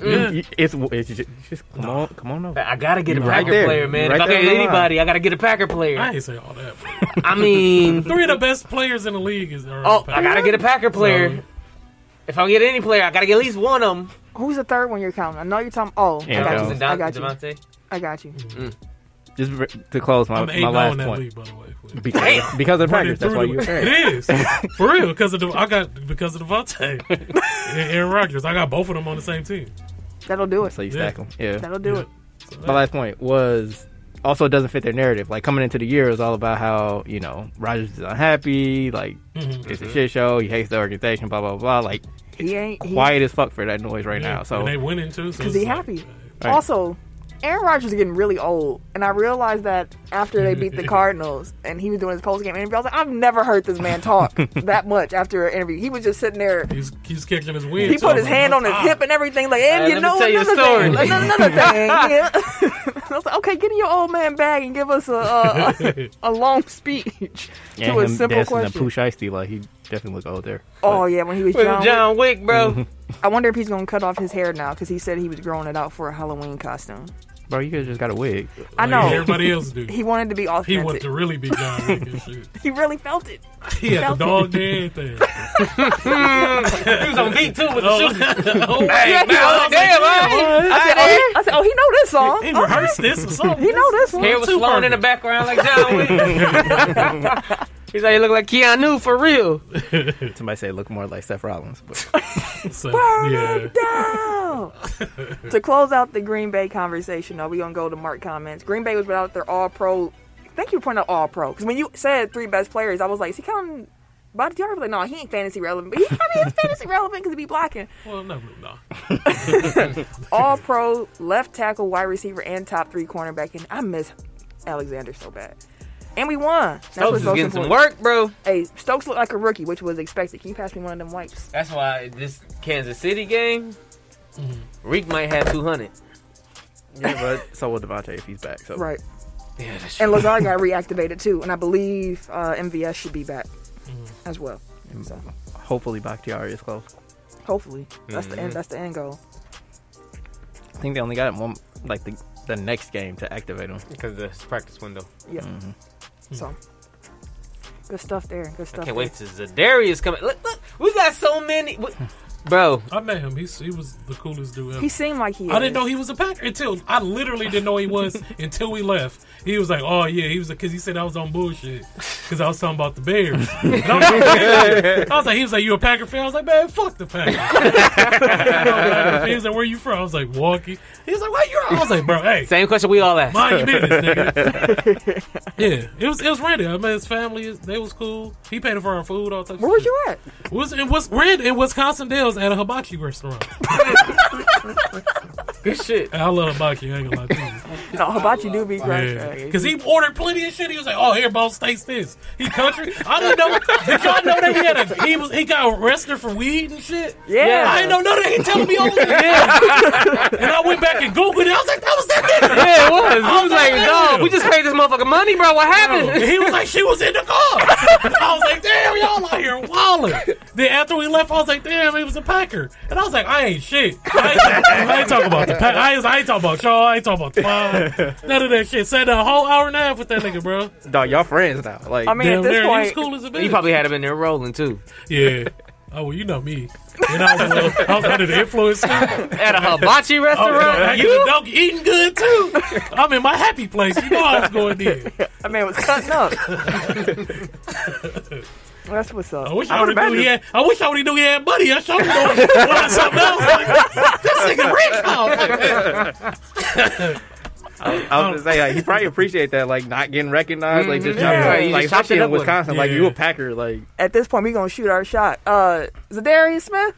[SPEAKER 4] Yeah.
[SPEAKER 1] Mm.
[SPEAKER 3] you- it's it's just, just come on, come on over.
[SPEAKER 2] I gotta get a
[SPEAKER 3] You right
[SPEAKER 2] Packer
[SPEAKER 3] there.
[SPEAKER 2] player, man.
[SPEAKER 3] Right
[SPEAKER 2] if I
[SPEAKER 3] there
[SPEAKER 2] can get
[SPEAKER 3] on the line.
[SPEAKER 2] anybody, I gotta get a Packer
[SPEAKER 4] I
[SPEAKER 2] player.
[SPEAKER 4] ain't say all that. but
[SPEAKER 3] [laughs]
[SPEAKER 2] I mean,
[SPEAKER 4] Three of the best players in the league is. Are
[SPEAKER 2] oh,
[SPEAKER 4] Packer.
[SPEAKER 2] I gotta get a Packer player.
[SPEAKER 4] No.
[SPEAKER 2] If I get any player, I gotta get at least one of them.
[SPEAKER 1] Who's the third one you're counting? I know you're talking. Oh, I
[SPEAKER 3] Yeah,
[SPEAKER 1] got
[SPEAKER 3] no.
[SPEAKER 1] you. I got you.
[SPEAKER 2] Devontae.
[SPEAKER 1] I got you.
[SPEAKER 3] Just re- to close my,
[SPEAKER 4] I'm eight and
[SPEAKER 3] my
[SPEAKER 4] oh
[SPEAKER 3] last
[SPEAKER 4] in that
[SPEAKER 3] point
[SPEAKER 4] league, by the way.
[SPEAKER 3] because, because of the Packers. That's why you were
[SPEAKER 4] it
[SPEAKER 3] there.
[SPEAKER 4] is for real because of the, I got because of Devontae and Aaron Rodgers. I got both of them on the same team.
[SPEAKER 1] That'll do it.
[SPEAKER 3] So you
[SPEAKER 4] Yeah.
[SPEAKER 3] stack them. Yeah.
[SPEAKER 1] That'll do
[SPEAKER 4] Yeah.
[SPEAKER 1] it.
[SPEAKER 4] So
[SPEAKER 3] My last point was also it doesn't fit their narrative. Like coming into the year is all about how you know Rogers is unhappy, like
[SPEAKER 4] Mhm.
[SPEAKER 3] it's a shit show. He hates the organization, blah blah blah. Like
[SPEAKER 1] He ain't he,
[SPEAKER 3] quiet as fuck for that noise right now.
[SPEAKER 4] and they
[SPEAKER 3] So
[SPEAKER 4] winning too. So
[SPEAKER 1] because
[SPEAKER 4] it's
[SPEAKER 1] he
[SPEAKER 4] like,
[SPEAKER 1] happy.
[SPEAKER 3] Right.
[SPEAKER 1] Also, Aaron Rodgers is getting really old, and I realized that after they beat the Cardinals, and he was doing his post game interview. I was like, I've never heard this man talk that much after an interview. He was just sitting there.
[SPEAKER 4] He's he's kicking his win.
[SPEAKER 1] He put his hand on his hip and everything, like, and
[SPEAKER 2] Hey,
[SPEAKER 1] you
[SPEAKER 2] let me
[SPEAKER 1] know
[SPEAKER 2] tell you a
[SPEAKER 1] another
[SPEAKER 2] story."
[SPEAKER 1] thing, another thing. Yeah. [laughs] I was like, okay, get in your old man bag and give us a uh, a, a long speech
[SPEAKER 3] and
[SPEAKER 1] to a
[SPEAKER 3] him
[SPEAKER 1] simple
[SPEAKER 3] dancing to
[SPEAKER 1] question.
[SPEAKER 3] Pooh Shiesty, like he definitely looked old there.
[SPEAKER 1] Oh yeah, when he was young.
[SPEAKER 2] With John Wick, [laughs] bro.
[SPEAKER 1] I wonder if he's gonna cut off his hair now because he said he was growing it out for a Halloween costume.
[SPEAKER 3] Bro, you could just got a wig.
[SPEAKER 1] I know
[SPEAKER 4] everybody else do.
[SPEAKER 1] he wanted to be
[SPEAKER 4] Oh, He wanted
[SPEAKER 1] authentic.
[SPEAKER 4] to really be John Wick and shit.
[SPEAKER 1] He really felt it.
[SPEAKER 4] He had the
[SPEAKER 1] Felt it.
[SPEAKER 4] dog and everything.
[SPEAKER 2] he was on beat too with the
[SPEAKER 4] Oh,
[SPEAKER 2] shooting.
[SPEAKER 4] oh,
[SPEAKER 2] Hey,
[SPEAKER 1] Yeah,
[SPEAKER 2] man, I was like, damn, I-
[SPEAKER 1] I said, oh, he- I said, oh, he know this song.
[SPEAKER 4] he
[SPEAKER 1] Oh,
[SPEAKER 4] rehearsed this or something.
[SPEAKER 1] he know this one.
[SPEAKER 2] Hair was flowing in the background like John Wick. [laughs] He's like, he look like Keanu for real.
[SPEAKER 3] Somebody said look more like Seth Rollins. But
[SPEAKER 4] So,
[SPEAKER 1] Burn
[SPEAKER 4] yeah.
[SPEAKER 1] it down. [laughs] to close out the Green Bay conversation, though, we gonna go to Mark comments. Green Bay was without their All Pro. Thank you for pointing out All Pro because when you said three best players, I was like, see, counting Bobby Diarra. Like, no, he ain't fantasy relevant, but he kind of is fantasy relevant because he be blocking.
[SPEAKER 4] Well, no, no.
[SPEAKER 1] All Pro, left tackle, wide receiver, and top three cornerback. And I miss Alexander so bad. And we won. That's
[SPEAKER 2] Stokes
[SPEAKER 1] what's
[SPEAKER 2] is
[SPEAKER 1] most
[SPEAKER 2] getting some
[SPEAKER 1] important.
[SPEAKER 2] work, bro.
[SPEAKER 1] Hey, Stokes looked like a rookie, which was expected. Can you pass me one of them wipes?
[SPEAKER 2] That's why this Kansas City game, Reek might have 200.
[SPEAKER 3] yeah, but so will Devontae if he's back.
[SPEAKER 2] Oh.
[SPEAKER 3] So
[SPEAKER 1] Right.
[SPEAKER 2] Yeah, that's
[SPEAKER 1] And Lazard got reactivated too, and I believe uh, MVS should be back
[SPEAKER 2] Mm-hmm.
[SPEAKER 1] as well.
[SPEAKER 4] Mm-hmm.
[SPEAKER 1] So
[SPEAKER 3] hopefully Bakhtiari is close.
[SPEAKER 1] hopefully, that's the
[SPEAKER 2] Mm-hmm.
[SPEAKER 1] end. That's the end goal.
[SPEAKER 3] I think they only got him one like the the next game to activate him.
[SPEAKER 2] Because the practice window.
[SPEAKER 1] Yeah.
[SPEAKER 4] Mm-hmm.
[SPEAKER 1] So good stuff there. Good stuff.
[SPEAKER 2] Hmm. Can't
[SPEAKER 1] there.
[SPEAKER 2] wait till Zadarius coming. Look, look, we got so many. we- bro,
[SPEAKER 4] I met him. He's, he was the coolest dude ever.
[SPEAKER 1] He seemed like he.
[SPEAKER 4] I didn't
[SPEAKER 1] is.
[SPEAKER 4] know he was a Packer until I literally didn't know he
[SPEAKER 1] [laughs]
[SPEAKER 4] was until we left. He was like, "Oh yeah," he was because he said I was on bullshit because I was talking about
[SPEAKER 1] [laughs]
[SPEAKER 4] the Bears. And I, was like, I was like, he was like, "You a Packer fan?" I was like, "Man, fuck the Packers." [laughs] he was like, "Where you from?" I was like, "Milwaukee." He was like, "Why you?" I was like, "Bro, hey."
[SPEAKER 2] same question we all asked.
[SPEAKER 4] Mind your business, nigga.
[SPEAKER 1] [laughs]
[SPEAKER 4] yeah, it was it was random. I met his family. They was cool. He paid for our food, all types.
[SPEAKER 1] Where was you
[SPEAKER 4] [laughs]
[SPEAKER 1] at?
[SPEAKER 4] It was it was random in Wisconsin Dells at a hibachi restaurant.
[SPEAKER 2] Good shit.
[SPEAKER 4] And I love hibachi. I ain't gonna lie to you.
[SPEAKER 1] No, Hibachi do be great.
[SPEAKER 4] Because he ordered plenty of shit. He was like, "Oh, here, boss, taste this." He country. I didn't know. Did y'all know that he had a? He was. He got arrested for weed and shit.
[SPEAKER 1] Yeah.
[SPEAKER 4] I didn't know none of that. He telling me all this. and I went back and googled it. I was like, "That was that nigga."
[SPEAKER 2] Yeah, it was. [laughs] We was
[SPEAKER 4] was
[SPEAKER 2] like,
[SPEAKER 4] like,
[SPEAKER 2] dog,
[SPEAKER 4] damn.
[SPEAKER 2] we just paid this motherfucker money, bro. What
[SPEAKER 4] And
[SPEAKER 2] happened?
[SPEAKER 4] he was like, "She was in the car." I was like, "Damn, y'all out here wilding." Then after we left, I was like, "Damn, it was a Packer." And I was like, "I ain't shit. I ain't, I ain't talking about the Pack. I ain't, I ain't talking about y'all. I ain't talking about the pod. None of that shit." Said a whole hour and a half with that nigga, bro.
[SPEAKER 3] Dog, y'all friends now. Like
[SPEAKER 1] I mean,
[SPEAKER 4] Damn,
[SPEAKER 1] at this
[SPEAKER 4] there, he was
[SPEAKER 1] point,
[SPEAKER 4] cool as a bitch.
[SPEAKER 2] You probably had him in there rolling, too.
[SPEAKER 4] Yeah. Oh, well, you know me. And I was, uh, I was under the
[SPEAKER 1] [laughs]
[SPEAKER 4] influence. too. I
[SPEAKER 2] At a [laughs] hibachi
[SPEAKER 4] was
[SPEAKER 2] restaurant?
[SPEAKER 4] back in the dog eating good too. I'm in my happy place. You know I was going there.
[SPEAKER 1] I mean, it was cutting
[SPEAKER 4] [laughs]
[SPEAKER 1] up. That's what's up.
[SPEAKER 4] I wish
[SPEAKER 1] I
[SPEAKER 4] I,
[SPEAKER 1] would
[SPEAKER 4] would have knew he
[SPEAKER 1] imagine.
[SPEAKER 4] had. I wish I would have knew he had money. I showed him what something else. Like, this nigga rich. now.
[SPEAKER 3] I was gonna say like he probably appreciate that, like not getting recognized, like just
[SPEAKER 2] Yeah,
[SPEAKER 3] chopping
[SPEAKER 2] right,
[SPEAKER 3] up,
[SPEAKER 2] you
[SPEAKER 3] like
[SPEAKER 2] just chopped
[SPEAKER 3] especially
[SPEAKER 2] it
[SPEAKER 3] in
[SPEAKER 2] up with him.
[SPEAKER 3] Wisconsin, like
[SPEAKER 4] Yeah.
[SPEAKER 3] you a Packer, like
[SPEAKER 1] At this point, we gonna shoot our shot. Uh, Zadarius Smith,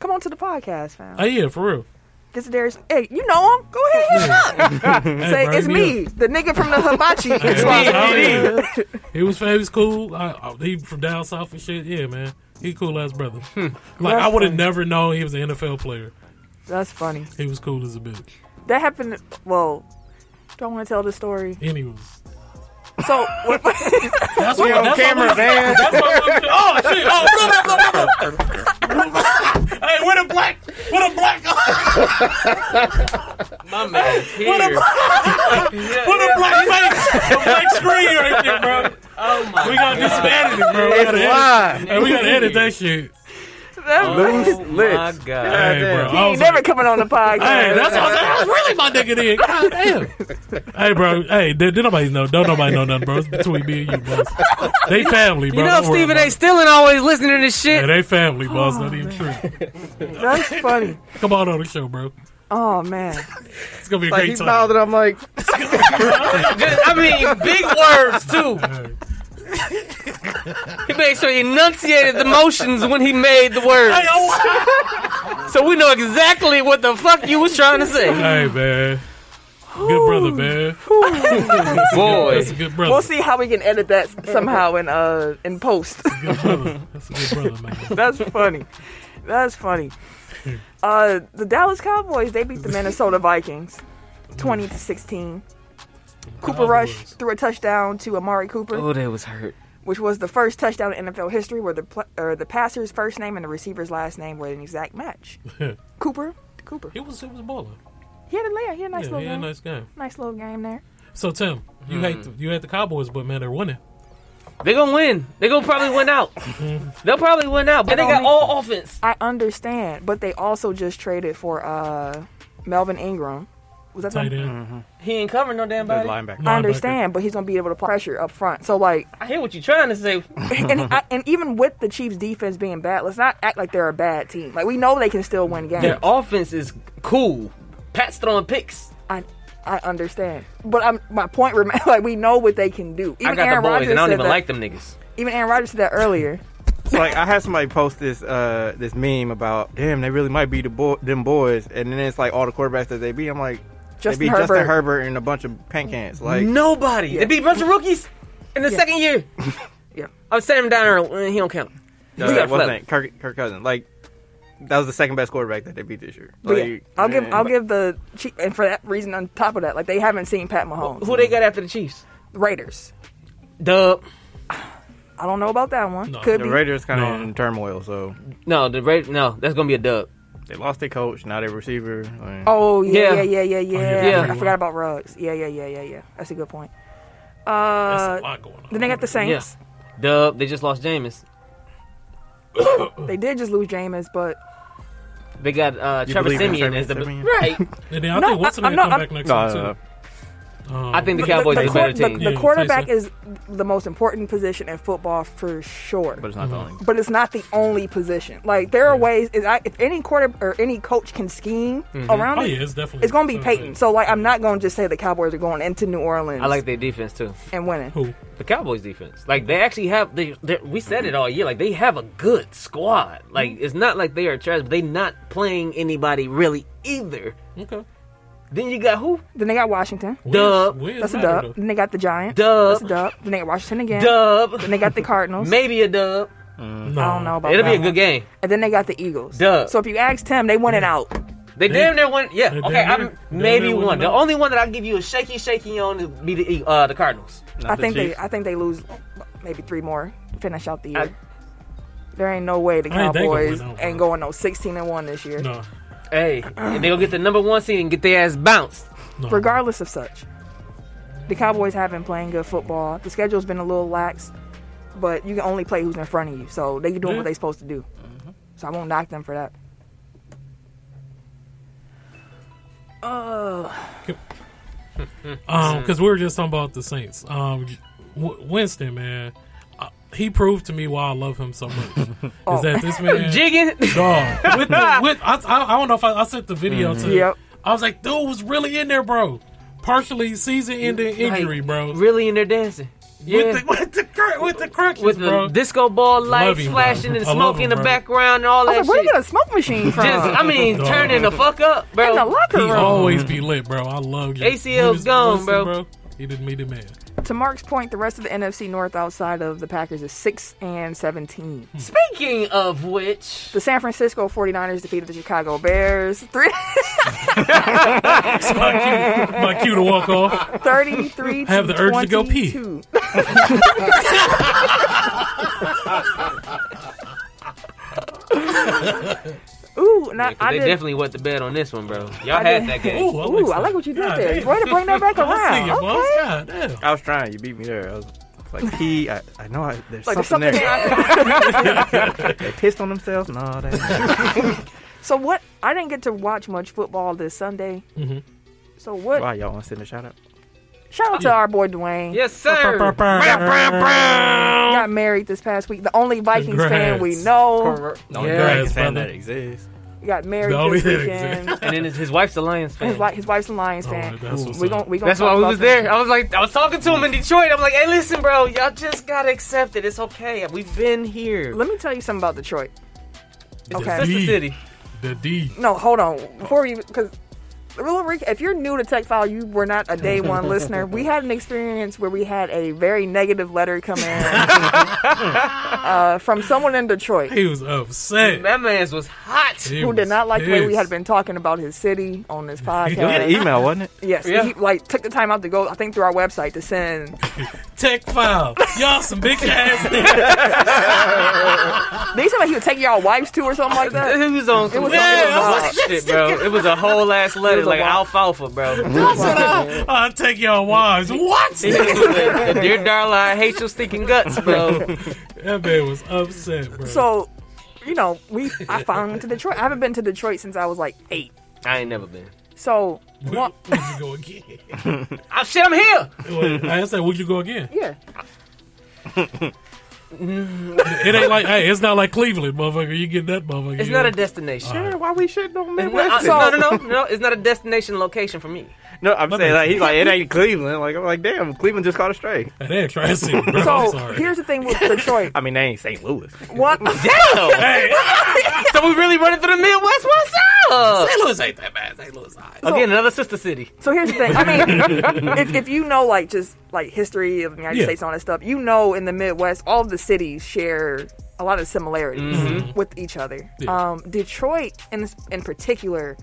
[SPEAKER 1] come on to the podcast, fam.
[SPEAKER 4] Oh yeah, for real.
[SPEAKER 1] This Zadarius, hey, you know him. Go ahead, hit him up.
[SPEAKER 4] Hey,
[SPEAKER 1] Say
[SPEAKER 4] bro,
[SPEAKER 1] it's
[SPEAKER 4] hit
[SPEAKER 1] me, the nigga from the hibachi.
[SPEAKER 4] [laughs] It's
[SPEAKER 1] Well,
[SPEAKER 4] me,
[SPEAKER 1] no.
[SPEAKER 4] up. He was he was cool. I, I, he from down
[SPEAKER 1] Hmm.
[SPEAKER 4] south and shit. Yeah, man. He cool ass brother. Like I would have never known he was an NFL player.
[SPEAKER 1] That's funny.
[SPEAKER 4] He was cool as a bitch.
[SPEAKER 1] That happened. Well, don't want to tell the story.
[SPEAKER 4] And he was. [laughs]
[SPEAKER 1] So, what, [laughs]
[SPEAKER 4] That's
[SPEAKER 3] We
[SPEAKER 4] what-
[SPEAKER 3] on
[SPEAKER 4] that's what-
[SPEAKER 3] camera, man.
[SPEAKER 4] That's what I'm doing. Oh shit! Oh, blah, blah, blah, blah, blah. hey, where the black? Where the black?
[SPEAKER 2] My [laughs] man is here. Yeah,
[SPEAKER 4] Where the
[SPEAKER 2] yeah.
[SPEAKER 4] black face? The black screen right there, bro.
[SPEAKER 2] Oh my
[SPEAKER 4] We gotta do some editing, bro. We gotta
[SPEAKER 3] It's
[SPEAKER 4] edit.
[SPEAKER 3] live.
[SPEAKER 4] Hey, we gotta edit that shit.
[SPEAKER 1] that's,
[SPEAKER 2] Oh
[SPEAKER 3] Loose
[SPEAKER 2] my
[SPEAKER 3] lips.
[SPEAKER 2] god.
[SPEAKER 4] Hey, bro.
[SPEAKER 3] damn.
[SPEAKER 1] he
[SPEAKER 4] I
[SPEAKER 1] ain't
[SPEAKER 4] was
[SPEAKER 1] never
[SPEAKER 4] like,
[SPEAKER 1] coming on the podcast.
[SPEAKER 4] Hey, that's what I was like, that's really my nigga then. God damn. hey, bro. Hey, did, did nobody know? Don't nobody know nothing, bro. It's between me and you, boss. They family, bro.
[SPEAKER 2] You know
[SPEAKER 4] Don't worry
[SPEAKER 2] Stephen
[SPEAKER 4] about
[SPEAKER 2] A. still ain't Oh, always listening to this
[SPEAKER 4] it. Yeah,
[SPEAKER 2] shit.
[SPEAKER 4] they family, boss. Not even true.
[SPEAKER 1] that's funny.
[SPEAKER 4] Come on on the show, bro.
[SPEAKER 1] Oh man,
[SPEAKER 4] It's gonna be a
[SPEAKER 3] Like he
[SPEAKER 4] great
[SPEAKER 3] smiled,
[SPEAKER 4] time.
[SPEAKER 3] and I'm like,
[SPEAKER 2] I mean, big words too. He made sure he enunciated the motions when he made the words,
[SPEAKER 4] Hey, oh,
[SPEAKER 2] [laughs] so we know exactly what the fuck you was trying to say.
[SPEAKER 4] hey, man. Good brother, man.
[SPEAKER 2] Boy,
[SPEAKER 4] That's a good brother.
[SPEAKER 1] we'll see how we can edit that somehow in uh in post.
[SPEAKER 4] Good brother. That's a good brother, man.
[SPEAKER 1] That's funny. That's
[SPEAKER 4] [laughs]
[SPEAKER 1] funny. Uh, the Dallas Cowboys they beat the Minnesota Vikings, twenty to sixteen. Cooper Rush threw a touchdown to Amari Cooper,
[SPEAKER 2] oh, they was hurt.
[SPEAKER 1] which was the first touchdown in NFL history where the pl- or the passer's first name and the receiver's last name were an exact
[SPEAKER 4] [laughs]
[SPEAKER 1] match. Cooper, Cooper.
[SPEAKER 4] He was, he was balling.
[SPEAKER 1] He had a layer. He had a nice
[SPEAKER 4] Yeah,
[SPEAKER 1] little
[SPEAKER 4] he had a
[SPEAKER 1] game. Nice.
[SPEAKER 4] nice game.
[SPEAKER 1] little game there.
[SPEAKER 4] So, Tim, you
[SPEAKER 1] Hmm.
[SPEAKER 4] hate the, you hate the Cowboys, but, man, they're winning.
[SPEAKER 2] They gonna win. They gonna probably win out.
[SPEAKER 4] Mm-hmm.
[SPEAKER 2] They'll probably win out, but they got all offense.
[SPEAKER 1] I understand, but they also just traded for uh Melvin Ingram. Was that
[SPEAKER 4] Tight
[SPEAKER 1] something?
[SPEAKER 4] end.
[SPEAKER 2] He ain't covering no damn
[SPEAKER 3] the
[SPEAKER 2] body.
[SPEAKER 1] I
[SPEAKER 3] linebacker.
[SPEAKER 4] Linebacker.
[SPEAKER 1] understand, but he's gonna be able to apply pressure up front. So like,
[SPEAKER 2] I hear what you're trying to
[SPEAKER 3] [laughs]
[SPEAKER 2] say. [laughs]
[SPEAKER 1] and I, and even with the Chiefs' defense being bad, let's not act like they're a bad team. Like we know they can still win games.
[SPEAKER 2] Their offense is cool. Pat's throwing picks.
[SPEAKER 1] I I understand, but I'm my point remains. [laughs] Like we know what they can do. Even
[SPEAKER 2] I got
[SPEAKER 1] Aaron
[SPEAKER 2] the boys,
[SPEAKER 1] Rodgers
[SPEAKER 2] and I don't
[SPEAKER 1] said
[SPEAKER 2] even
[SPEAKER 1] that,
[SPEAKER 2] like them niggas.
[SPEAKER 1] Even Aaron Rodgers said that
[SPEAKER 2] [laughs]
[SPEAKER 1] earlier.
[SPEAKER 3] It's like I had somebody post this uh this meme about damn they really might be the boy them boys and then it's like all the quarterbacks that they beat I'm like
[SPEAKER 1] Justin
[SPEAKER 3] they beat
[SPEAKER 1] Herbert.
[SPEAKER 3] Justin Herbert and a bunch of paint cans like
[SPEAKER 2] Nobody.
[SPEAKER 1] Yeah.
[SPEAKER 2] They beat a bunch of rookies in the
[SPEAKER 1] Yeah.
[SPEAKER 2] second year.
[SPEAKER 1] [laughs] Yeah.
[SPEAKER 2] I was Sam Donner. He don't count.
[SPEAKER 3] no,
[SPEAKER 2] He's
[SPEAKER 3] that
[SPEAKER 2] got
[SPEAKER 3] wasn't
[SPEAKER 2] flair.
[SPEAKER 3] it. Kirk, Kirk Cousins like that was the second best quarterback that they beat this year
[SPEAKER 1] But
[SPEAKER 3] like
[SPEAKER 1] yeah, I'll give
[SPEAKER 3] man,
[SPEAKER 1] I'll
[SPEAKER 3] but-
[SPEAKER 1] give the Chief, and for that reason, on top of that, like they haven't seen Pat Mahomes.
[SPEAKER 2] Who they got after the Chiefs?
[SPEAKER 1] Raiders.
[SPEAKER 2] Dub.
[SPEAKER 1] I don't know about that one.
[SPEAKER 4] No,
[SPEAKER 1] Could
[SPEAKER 3] the
[SPEAKER 1] be.
[SPEAKER 3] Raiders kind of
[SPEAKER 4] No.
[SPEAKER 3] in turmoil so
[SPEAKER 2] No, the Raiders. No, that's gonna be a dub.
[SPEAKER 3] they lost their coach not their receiver I mean,
[SPEAKER 1] Oh yeah, yeah,
[SPEAKER 2] Yeah.
[SPEAKER 1] yeah, yeah, yeah.
[SPEAKER 4] yeah,
[SPEAKER 2] yeah.
[SPEAKER 1] I forgot about Rugs. Yeah, yeah, yeah, yeah, yeah. That's a good point.
[SPEAKER 4] That's
[SPEAKER 1] Uh,
[SPEAKER 4] a lot going on.
[SPEAKER 1] then they got the Saints.
[SPEAKER 2] Yes. Dub. They just lost Jameis.
[SPEAKER 1] They did just lose Jameis, but
[SPEAKER 2] They got uh,
[SPEAKER 3] You
[SPEAKER 2] Trevor
[SPEAKER 3] believe in
[SPEAKER 2] Simeon
[SPEAKER 3] Trevor
[SPEAKER 2] as the
[SPEAKER 3] Siemian?
[SPEAKER 2] right.
[SPEAKER 4] And then I
[SPEAKER 1] No,
[SPEAKER 4] think Watson
[SPEAKER 1] I- I'm
[SPEAKER 4] may
[SPEAKER 1] not-
[SPEAKER 4] come back
[SPEAKER 1] I'm-
[SPEAKER 4] next
[SPEAKER 3] no, uh,
[SPEAKER 4] time,
[SPEAKER 3] no,
[SPEAKER 4] too.
[SPEAKER 3] no.
[SPEAKER 4] Um,
[SPEAKER 2] I think the
[SPEAKER 1] the,
[SPEAKER 2] Cowboys
[SPEAKER 1] the,
[SPEAKER 2] are the
[SPEAKER 1] quar-
[SPEAKER 2] better team.
[SPEAKER 1] the-
[SPEAKER 4] Yeah,
[SPEAKER 1] the
[SPEAKER 4] you
[SPEAKER 1] quarterback
[SPEAKER 4] say
[SPEAKER 1] is the most important position in football for sure.
[SPEAKER 3] but it's not the only
[SPEAKER 1] But it's not the only position. Like there are ways. Is I, if any quarter or any coach can scheme
[SPEAKER 2] Mm-hmm.
[SPEAKER 1] around
[SPEAKER 4] Oh,
[SPEAKER 1] it,
[SPEAKER 4] yeah, it's definitely.
[SPEAKER 1] it's gonna be
[SPEAKER 4] something.
[SPEAKER 1] Peyton. So like, I'm not gonna just say the Cowboys are going into New Orleans
[SPEAKER 2] I like their defense too.
[SPEAKER 1] and winning.
[SPEAKER 4] Who?
[SPEAKER 2] The Cowboys defense. Like they actually have. They, they- we said it all year. Like they have a good squad. Like
[SPEAKER 4] Mm-hmm.
[SPEAKER 2] it's not like they are trash. But they not playing anybody really either.
[SPEAKER 4] Okay.
[SPEAKER 2] Then you got who?
[SPEAKER 1] Then they got Washington.
[SPEAKER 2] Dub.
[SPEAKER 4] Where's
[SPEAKER 1] That's a
[SPEAKER 4] Matter,
[SPEAKER 1] dub.
[SPEAKER 4] though?
[SPEAKER 1] Then they got the Giants.
[SPEAKER 2] Dub.
[SPEAKER 1] That's a dub. Then they got Washington again.
[SPEAKER 2] Dub.
[SPEAKER 1] Then they got the Cardinals.
[SPEAKER 2] Maybe a dub.
[SPEAKER 4] No.
[SPEAKER 1] I don't know about
[SPEAKER 2] It'll
[SPEAKER 1] that
[SPEAKER 2] be a
[SPEAKER 1] one.
[SPEAKER 2] good game.
[SPEAKER 1] And then they got the Eagles.
[SPEAKER 2] Dub.
[SPEAKER 1] So if you ask Tim, they went it out.
[SPEAKER 2] They damn near won. Yeah,
[SPEAKER 4] They
[SPEAKER 2] okay.
[SPEAKER 4] damn
[SPEAKER 2] I'm
[SPEAKER 4] near- damn
[SPEAKER 2] maybe
[SPEAKER 4] near won
[SPEAKER 2] one. The
[SPEAKER 4] tonight.
[SPEAKER 2] only one that I give you a shaky, shaky on is be the uh, the Cardinals.
[SPEAKER 3] not
[SPEAKER 1] I
[SPEAKER 3] the
[SPEAKER 1] think they
[SPEAKER 3] Chiefs.
[SPEAKER 1] I think they lose maybe three more to finish out the year.
[SPEAKER 2] I-
[SPEAKER 1] there ain't no way the
[SPEAKER 4] I ain't think they
[SPEAKER 1] Cowboys
[SPEAKER 4] went out,
[SPEAKER 1] ain't
[SPEAKER 4] bro.
[SPEAKER 1] going no 16 and 1 this year.
[SPEAKER 4] No.
[SPEAKER 2] Hey, and they gonna get the number one seed and get their ass bounced.
[SPEAKER 4] no.
[SPEAKER 1] Regardless of such, the Cowboys have been playing good football. The schedule's been a little lax, but you can only play who's in front of you. So they doing
[SPEAKER 4] Yeah. Mm-hmm.
[SPEAKER 1] what they supposed to do. So I won't knock them for that. Uh,
[SPEAKER 4] Um, because we were just talking about the Saints. Um, w- Winston, man, uh, he proved to me why I love him
[SPEAKER 1] [laughs]
[SPEAKER 4] so much.
[SPEAKER 1] Oh.
[SPEAKER 4] Is that this man?
[SPEAKER 2] Jigging. [laughs]
[SPEAKER 4] dog. [laughs] With the, with, I, I, I don't know if I, I sent the video to.
[SPEAKER 1] Yep.
[SPEAKER 4] I was like, dude was really in there, bro. Partially season-ending injury,
[SPEAKER 2] Like,
[SPEAKER 4] bro.
[SPEAKER 2] Really in there dancing. Yeah.
[SPEAKER 4] With the with the cr- with the crutches,
[SPEAKER 2] With the
[SPEAKER 4] bro.
[SPEAKER 2] disco ball lights
[SPEAKER 4] him, bro.
[SPEAKER 2] flashing and
[SPEAKER 4] I
[SPEAKER 2] smoke
[SPEAKER 4] love
[SPEAKER 2] in
[SPEAKER 4] him,
[SPEAKER 2] the
[SPEAKER 4] bro.
[SPEAKER 2] background and all
[SPEAKER 1] I
[SPEAKER 2] that
[SPEAKER 1] was like, where you
[SPEAKER 2] shit.
[SPEAKER 1] get a smoke
[SPEAKER 4] [laughs]
[SPEAKER 1] machine from?
[SPEAKER 2] Just, I mean,
[SPEAKER 4] Dog.
[SPEAKER 2] turning the fuck up,
[SPEAKER 1] in the
[SPEAKER 2] bro.
[SPEAKER 1] locker
[SPEAKER 4] he
[SPEAKER 1] room.
[SPEAKER 4] always be lit, bro. I love you.
[SPEAKER 2] ACL's
[SPEAKER 4] He was-
[SPEAKER 2] gone, bro.
[SPEAKER 4] He didn't meet a man.
[SPEAKER 1] to Mark's point, the rest of the NFC North outside of the Packers is 6 and 17.
[SPEAKER 4] Hmm.
[SPEAKER 2] Speaking of which,
[SPEAKER 1] The San Francisco 49ers defeated the Chicago Bears [laughs] 3
[SPEAKER 4] my, cue, my cue to walk off.
[SPEAKER 1] 33 to
[SPEAKER 4] have the urge to go pee. [laughs]
[SPEAKER 1] 22. Ooh, now,
[SPEAKER 2] I
[SPEAKER 1] I
[SPEAKER 2] they
[SPEAKER 1] did,
[SPEAKER 2] definitely went to bed on this one, bro. Y'all
[SPEAKER 1] I
[SPEAKER 2] had
[SPEAKER 1] did-
[SPEAKER 2] that game.
[SPEAKER 4] Ooh, I like
[SPEAKER 1] Ooh, I
[SPEAKER 4] that.
[SPEAKER 1] like what you did
[SPEAKER 4] God
[SPEAKER 1] there.
[SPEAKER 4] damn.
[SPEAKER 1] Way to bring that back
[SPEAKER 4] [laughs] I see
[SPEAKER 1] around.
[SPEAKER 4] you, boss.
[SPEAKER 1] Okay.
[SPEAKER 4] God damn.
[SPEAKER 3] I was trying. You beat me there. I was it's like, he, I, I know I, there's
[SPEAKER 1] Like,
[SPEAKER 3] something,
[SPEAKER 1] there's something
[SPEAKER 3] there.
[SPEAKER 1] out there.
[SPEAKER 3] They pissed on themselves. No, they.
[SPEAKER 1] So what? I didn't get to watch much football this Sunday.
[SPEAKER 4] Mm-hmm.
[SPEAKER 1] So what?
[SPEAKER 3] Why y'all want to send a shout out?
[SPEAKER 1] Shout out to our boy Dwayne.
[SPEAKER 2] Yes, sir. Um,
[SPEAKER 1] Got married this past week. The only Vikings fan we
[SPEAKER 4] Congrats.
[SPEAKER 1] know
[SPEAKER 3] The only
[SPEAKER 2] Yeah.
[SPEAKER 3] girl I can
[SPEAKER 4] Yes,
[SPEAKER 3] stand
[SPEAKER 4] brother.
[SPEAKER 3] that exists.
[SPEAKER 1] got married
[SPEAKER 4] The only
[SPEAKER 1] this
[SPEAKER 4] thing
[SPEAKER 1] weekend.
[SPEAKER 2] And then his, his wife's a Lions fan.
[SPEAKER 1] His, wi- his wife's a Lions
[SPEAKER 4] Oh,
[SPEAKER 1] fan.
[SPEAKER 4] that's what's
[SPEAKER 1] we
[SPEAKER 4] up.
[SPEAKER 1] gon' we gonna
[SPEAKER 2] That's why
[SPEAKER 1] talk
[SPEAKER 2] I
[SPEAKER 1] about
[SPEAKER 2] was
[SPEAKER 1] that.
[SPEAKER 2] there. I was like, I was talking to him in Detroit. I'm like, hey, listen, bro, y'all just gotta accept it. It's okay. We've been here.
[SPEAKER 1] Let me tell you something about Detroit. Okay.
[SPEAKER 2] Sister
[SPEAKER 4] Indeed.
[SPEAKER 2] City.
[SPEAKER 4] The D.
[SPEAKER 1] No, hold on. Before we, because real Rick, if you're new to Tech File, you were not a day
[SPEAKER 2] [laughs]
[SPEAKER 1] one listener. We had an experience where we had a very negative letter come in
[SPEAKER 2] [laughs]
[SPEAKER 1] uh, from someone in Detroit
[SPEAKER 4] He was upset.
[SPEAKER 2] That man's was hot.
[SPEAKER 4] He
[SPEAKER 1] who did
[SPEAKER 4] was
[SPEAKER 1] not like the way we had
[SPEAKER 4] pissed.
[SPEAKER 1] been talking about his city on this
[SPEAKER 3] It was an
[SPEAKER 1] podcast.
[SPEAKER 3] email, wasn't it?
[SPEAKER 1] Yes,
[SPEAKER 2] Yeah.
[SPEAKER 1] he like took the time out to go. I think through our website to send
[SPEAKER 4] Tech file. Y'all some bitch ass
[SPEAKER 1] [laughs]
[SPEAKER 4] niggas.
[SPEAKER 1] They said like he would take y'all wives too or something like that.
[SPEAKER 2] It was on some
[SPEAKER 1] It was
[SPEAKER 2] yeah,
[SPEAKER 1] on-
[SPEAKER 2] it was on shit, bro. It was a whole ass
[SPEAKER 1] It
[SPEAKER 2] letter,
[SPEAKER 1] was a
[SPEAKER 2] like
[SPEAKER 1] lot.
[SPEAKER 2] alfalfa, bro.
[SPEAKER 4] I'll take
[SPEAKER 1] [laughs]
[SPEAKER 4] y'all wives. What?
[SPEAKER 2] Dear Darla, I hate your stinking guts, bro.
[SPEAKER 4] That man was upset, bro.
[SPEAKER 1] So, you know, we I finally went to Detroit. I haven't been to Detroit since I was like eight.
[SPEAKER 2] I ain't never been.
[SPEAKER 1] So,
[SPEAKER 4] would, would you go again?
[SPEAKER 2] Oh shit, I'm here.
[SPEAKER 4] Wait, I said, would you go again?
[SPEAKER 1] yeah,
[SPEAKER 4] It ain't like, hey, it's not like Cleveland, motherfucker. You get that motherfucker.
[SPEAKER 2] It's
[SPEAKER 4] you
[SPEAKER 2] not
[SPEAKER 4] know?
[SPEAKER 2] a destination.
[SPEAKER 3] Yeah, why we shitting on
[SPEAKER 2] It's not-
[SPEAKER 3] Midwest?
[SPEAKER 1] So-
[SPEAKER 2] no, no, no, no. It's not a destination location for me.
[SPEAKER 3] No, I'm
[SPEAKER 4] My
[SPEAKER 3] saying
[SPEAKER 4] bad.
[SPEAKER 3] like he's like
[SPEAKER 2] [laughs]
[SPEAKER 3] it ain't Cleveland. Like I'm like damn, Cleveland just caught a stray.
[SPEAKER 4] That ain't Tri City, bro. [laughs] I'm
[SPEAKER 1] so
[SPEAKER 4] sorry.
[SPEAKER 1] here's the thing with Detroit.
[SPEAKER 3] I mean, they ain't St. Louis.
[SPEAKER 4] [laughs]
[SPEAKER 1] One,
[SPEAKER 2] Damn.
[SPEAKER 4] Hey,
[SPEAKER 2] [laughs] so we really running through the Midwest. What's up? St. Louis ain't that bad. St. Louis. Again, another sister city.
[SPEAKER 1] so here's the thing. I
[SPEAKER 4] [laughs]
[SPEAKER 1] mean, if, if you know like just like history of the United
[SPEAKER 4] Yeah.
[SPEAKER 1] States and all that stuff, you know in the Midwest all of the cities share a lot of similarities with each other.
[SPEAKER 4] Mm-hmm. Yeah.
[SPEAKER 1] Um, Detroit, in in particular,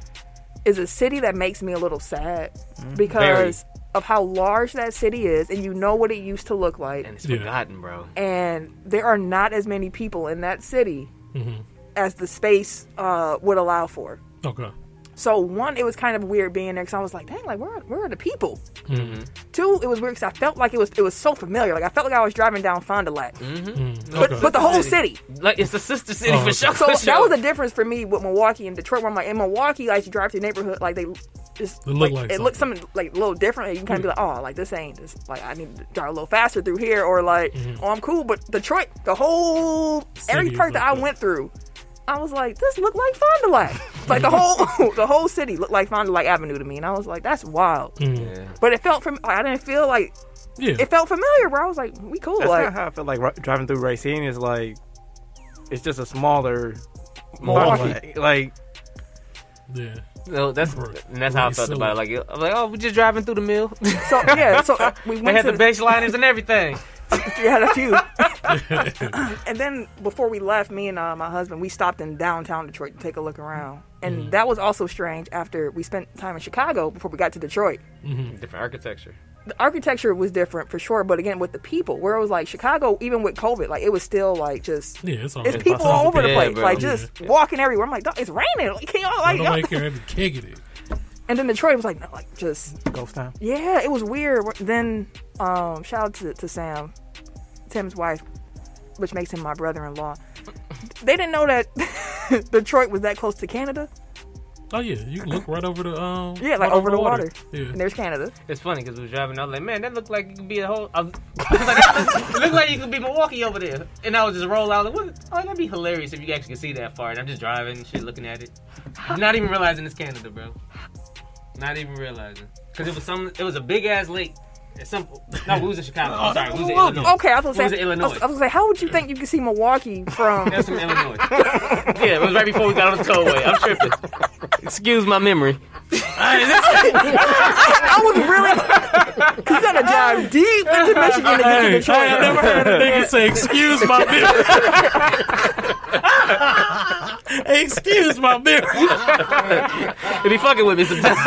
[SPEAKER 1] is a city that makes me a little sad
[SPEAKER 4] Mm-hmm.
[SPEAKER 1] because of how large that city is, and you know what it used to look like.
[SPEAKER 2] And it's
[SPEAKER 4] Yeah.
[SPEAKER 2] forgotten, bro.
[SPEAKER 1] and there are not as many people in that city
[SPEAKER 4] Mm-hmm.
[SPEAKER 1] as the space uh, would allow for.
[SPEAKER 4] okay.
[SPEAKER 1] So one, it was kind of weird being there because I was like, "Dang, like where are, where are the people?" Two, it was weird because I felt like it was it was so familiar. Like I felt like I was driving down Fond du Lac, but,
[SPEAKER 4] Okay.
[SPEAKER 1] but the whole city.
[SPEAKER 2] Like it's a sister city
[SPEAKER 4] Oh,
[SPEAKER 2] for
[SPEAKER 4] okay.
[SPEAKER 2] sure.
[SPEAKER 1] So
[SPEAKER 2] for
[SPEAKER 1] that
[SPEAKER 2] sure.
[SPEAKER 1] was the difference for me with Milwaukee and Detroit. Where I'm like, in Milwaukee, like you drive through the neighborhood, like they just
[SPEAKER 4] It look like
[SPEAKER 1] it looks something like a little different. And you kind of be like, oh, like this ain't this. Like I need to drive a little faster through here, or like, oh, I'm cool. But Detroit, the whole every
[SPEAKER 4] is
[SPEAKER 1] part that
[SPEAKER 4] like
[SPEAKER 1] I
[SPEAKER 4] that.
[SPEAKER 1] went through, I was like, this looked like Fond du Lac. like the whole [laughs] the whole city looked like Fond du Lac Avenue to me, and I was like, that's wild.
[SPEAKER 2] [laughs] Yeah.
[SPEAKER 1] But it felt from I didn't feel like
[SPEAKER 4] Mm. Yeah.
[SPEAKER 1] it felt familiar, bro. I was like, we cool.
[SPEAKER 3] That's
[SPEAKER 1] like
[SPEAKER 3] not how I feel like ri- driving through Racine is like. It's just a smaller,
[SPEAKER 4] Milwaukee.
[SPEAKER 3] Like, like
[SPEAKER 4] yeah.
[SPEAKER 2] No, that's
[SPEAKER 4] Bro,
[SPEAKER 2] and that's how I felt
[SPEAKER 4] so-
[SPEAKER 2] about it. Like I'm like, oh, we're just driving through the mill.
[SPEAKER 1] so yeah, so uh, we
[SPEAKER 2] they
[SPEAKER 1] went
[SPEAKER 2] had
[SPEAKER 1] to
[SPEAKER 2] the bench liners and everything.
[SPEAKER 1] [laughs] We had a few. and then before we left, me and uh, my husband, we stopped in downtown Detroit to take a look around. And that was also strange after we spent time in Chicago before we got to Detroit.
[SPEAKER 2] Different architecture.
[SPEAKER 1] The architecture was different for sure, but again, with the people, where it was like Chicago, even with COVID, like it was still like just.
[SPEAKER 4] Yeah, it's all
[SPEAKER 1] It's people
[SPEAKER 4] possible.
[SPEAKER 1] all over the
[SPEAKER 2] Yeah,
[SPEAKER 1] place,
[SPEAKER 2] bro.
[SPEAKER 1] like just walking everywhere. I'm like, "Dog, it's raining. Like, can y'all like?
[SPEAKER 4] Nobody
[SPEAKER 1] y'all-"
[SPEAKER 4] care. Kicking it.
[SPEAKER 1] And then Detroit was like, no, like just
[SPEAKER 3] ghost town.
[SPEAKER 1] yeah, it was weird. Then, um, shout out to, to Sam, Tim's wife, which makes him my brother in law. They didn't know that [laughs] Detroit was that close to Canada.
[SPEAKER 4] Oh yeah, you can look right over the um.
[SPEAKER 1] Yeah,
[SPEAKER 2] Oh,
[SPEAKER 1] like over the water. And
[SPEAKER 4] Yeah.
[SPEAKER 1] there's Canada.
[SPEAKER 2] It's funny because we was driving. I was like, man, that looked like it could be a [laughs] whole. I was, I was like, [laughs] that looked like you could be Milwaukee over there. And I would just roll out. Like, what? Oh, that'd be hilarious if you actually could see that far. And I'm just driving, and shit, looking at it, not even realizing it's Canada, bro. Not even realizing because it was some. It was a big ass lake. At some. No, we was in Chicago. I'm sorry,
[SPEAKER 1] Oh,
[SPEAKER 2] we was in
[SPEAKER 4] Milwaukee.
[SPEAKER 2] Illinois.
[SPEAKER 1] Okay, I was
[SPEAKER 2] What
[SPEAKER 1] gonna
[SPEAKER 2] was
[SPEAKER 1] say,
[SPEAKER 2] it,
[SPEAKER 1] I was,
[SPEAKER 2] Illinois?
[SPEAKER 1] I was gonna say, how would you think you could see
[SPEAKER 2] [laughs]
[SPEAKER 1] Milwaukee from?
[SPEAKER 2] That's from Illinois. [laughs] yeah, it was right before we got on the tollway. I'm tripping. Excuse my memory.
[SPEAKER 1] I was really, You're gonna
[SPEAKER 2] [laughs]
[SPEAKER 1] dive deep into Michigan to get to the
[SPEAKER 4] Hey, hey, I
[SPEAKER 1] trailer.
[SPEAKER 4] never heard a nigga say, "Excuse
[SPEAKER 1] [laughs]
[SPEAKER 4] my [laughs] beer." Excuse my beer.
[SPEAKER 2] If he fucking with me sometimes.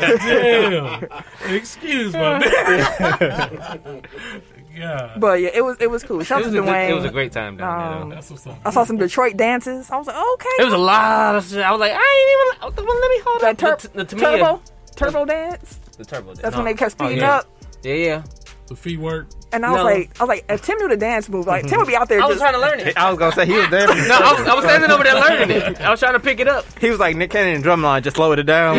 [SPEAKER 4] Damn. Excuse my beer. [laughs] God,
[SPEAKER 1] But yeah, it was it was cool.
[SPEAKER 2] it,
[SPEAKER 1] Shout out
[SPEAKER 2] was
[SPEAKER 1] to
[SPEAKER 2] a good,
[SPEAKER 1] Dwayne.
[SPEAKER 2] it was a great time down there.
[SPEAKER 1] Um,
[SPEAKER 2] though.
[SPEAKER 4] that's what's
[SPEAKER 1] I
[SPEAKER 4] up.
[SPEAKER 1] saw some Detroit dances. I was like,
[SPEAKER 2] It
[SPEAKER 1] okay.
[SPEAKER 2] was a lot of shit. I was like, I ain't even. oh, Well, let me hold
[SPEAKER 1] That
[SPEAKER 2] up.
[SPEAKER 1] tur-
[SPEAKER 2] the, t- the Tamiya-
[SPEAKER 1] turbo turbo dance.
[SPEAKER 2] The turbo. did.
[SPEAKER 1] That's
[SPEAKER 2] No.
[SPEAKER 1] when they kept
[SPEAKER 2] Oh,
[SPEAKER 1] speeding
[SPEAKER 2] yeah.
[SPEAKER 1] up.
[SPEAKER 2] Yeah, yeah.
[SPEAKER 4] The feet work.
[SPEAKER 1] And I was
[SPEAKER 2] No.
[SPEAKER 1] like, I was like, if Tim knew the dance move, like Tim would be out there
[SPEAKER 2] I was
[SPEAKER 1] just [laughs]
[SPEAKER 2] trying to
[SPEAKER 3] [laughs]
[SPEAKER 2] learn it.
[SPEAKER 3] I was gonna say he was there. for the
[SPEAKER 2] [laughs] No, I was,
[SPEAKER 3] show.
[SPEAKER 2] I was standing over there learning it. I was trying to pick it up.
[SPEAKER 3] he was like Nick Cannon and Drumline, just slow it down.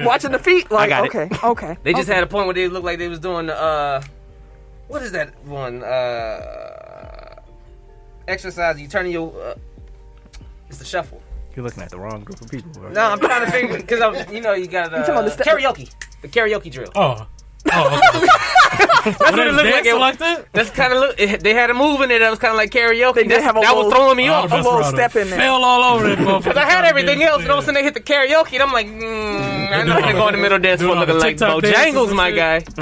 [SPEAKER 2] [laughs]
[SPEAKER 1] watching the feet. Like,
[SPEAKER 3] got it.
[SPEAKER 1] okay, okay. Oh,
[SPEAKER 2] They just
[SPEAKER 1] okay.
[SPEAKER 2] had a point where they looked like they was doing the uh, what is that one? Uh, exercise. You turning your. Uh, it's the shuffle.
[SPEAKER 3] You're looking at the wrong group of people. bro.
[SPEAKER 2] No, I'm trying to figure because I'm. You know, you got
[SPEAKER 1] talking
[SPEAKER 2] uh,
[SPEAKER 1] about the step-
[SPEAKER 2] karaoke. The karaoke drill.
[SPEAKER 4] Oh, oh, okay. Well, they
[SPEAKER 2] it
[SPEAKER 4] was
[SPEAKER 2] looked like
[SPEAKER 4] dancing
[SPEAKER 2] it-
[SPEAKER 4] like that.
[SPEAKER 2] That's kind of look. It, they had a move in it that was kind of like karaoke.
[SPEAKER 1] They did
[SPEAKER 2] That's-
[SPEAKER 1] have a
[SPEAKER 2] that
[SPEAKER 1] little-
[SPEAKER 2] was throwing me
[SPEAKER 4] All
[SPEAKER 2] off.
[SPEAKER 4] of us
[SPEAKER 1] little
[SPEAKER 4] around
[SPEAKER 1] step
[SPEAKER 4] there
[SPEAKER 1] in there.
[SPEAKER 4] Fell all over that motherfucker.
[SPEAKER 2] I had everything else, and all of a
[SPEAKER 4] Yeah.
[SPEAKER 2] sudden they hit the karaoke, and I'm like, mm, I know I'm going to middle dance for
[SPEAKER 4] Doing all the
[SPEAKER 2] looking like
[SPEAKER 4] TikTok dances
[SPEAKER 2] Bojangles,
[SPEAKER 4] and
[SPEAKER 2] my
[SPEAKER 4] shit.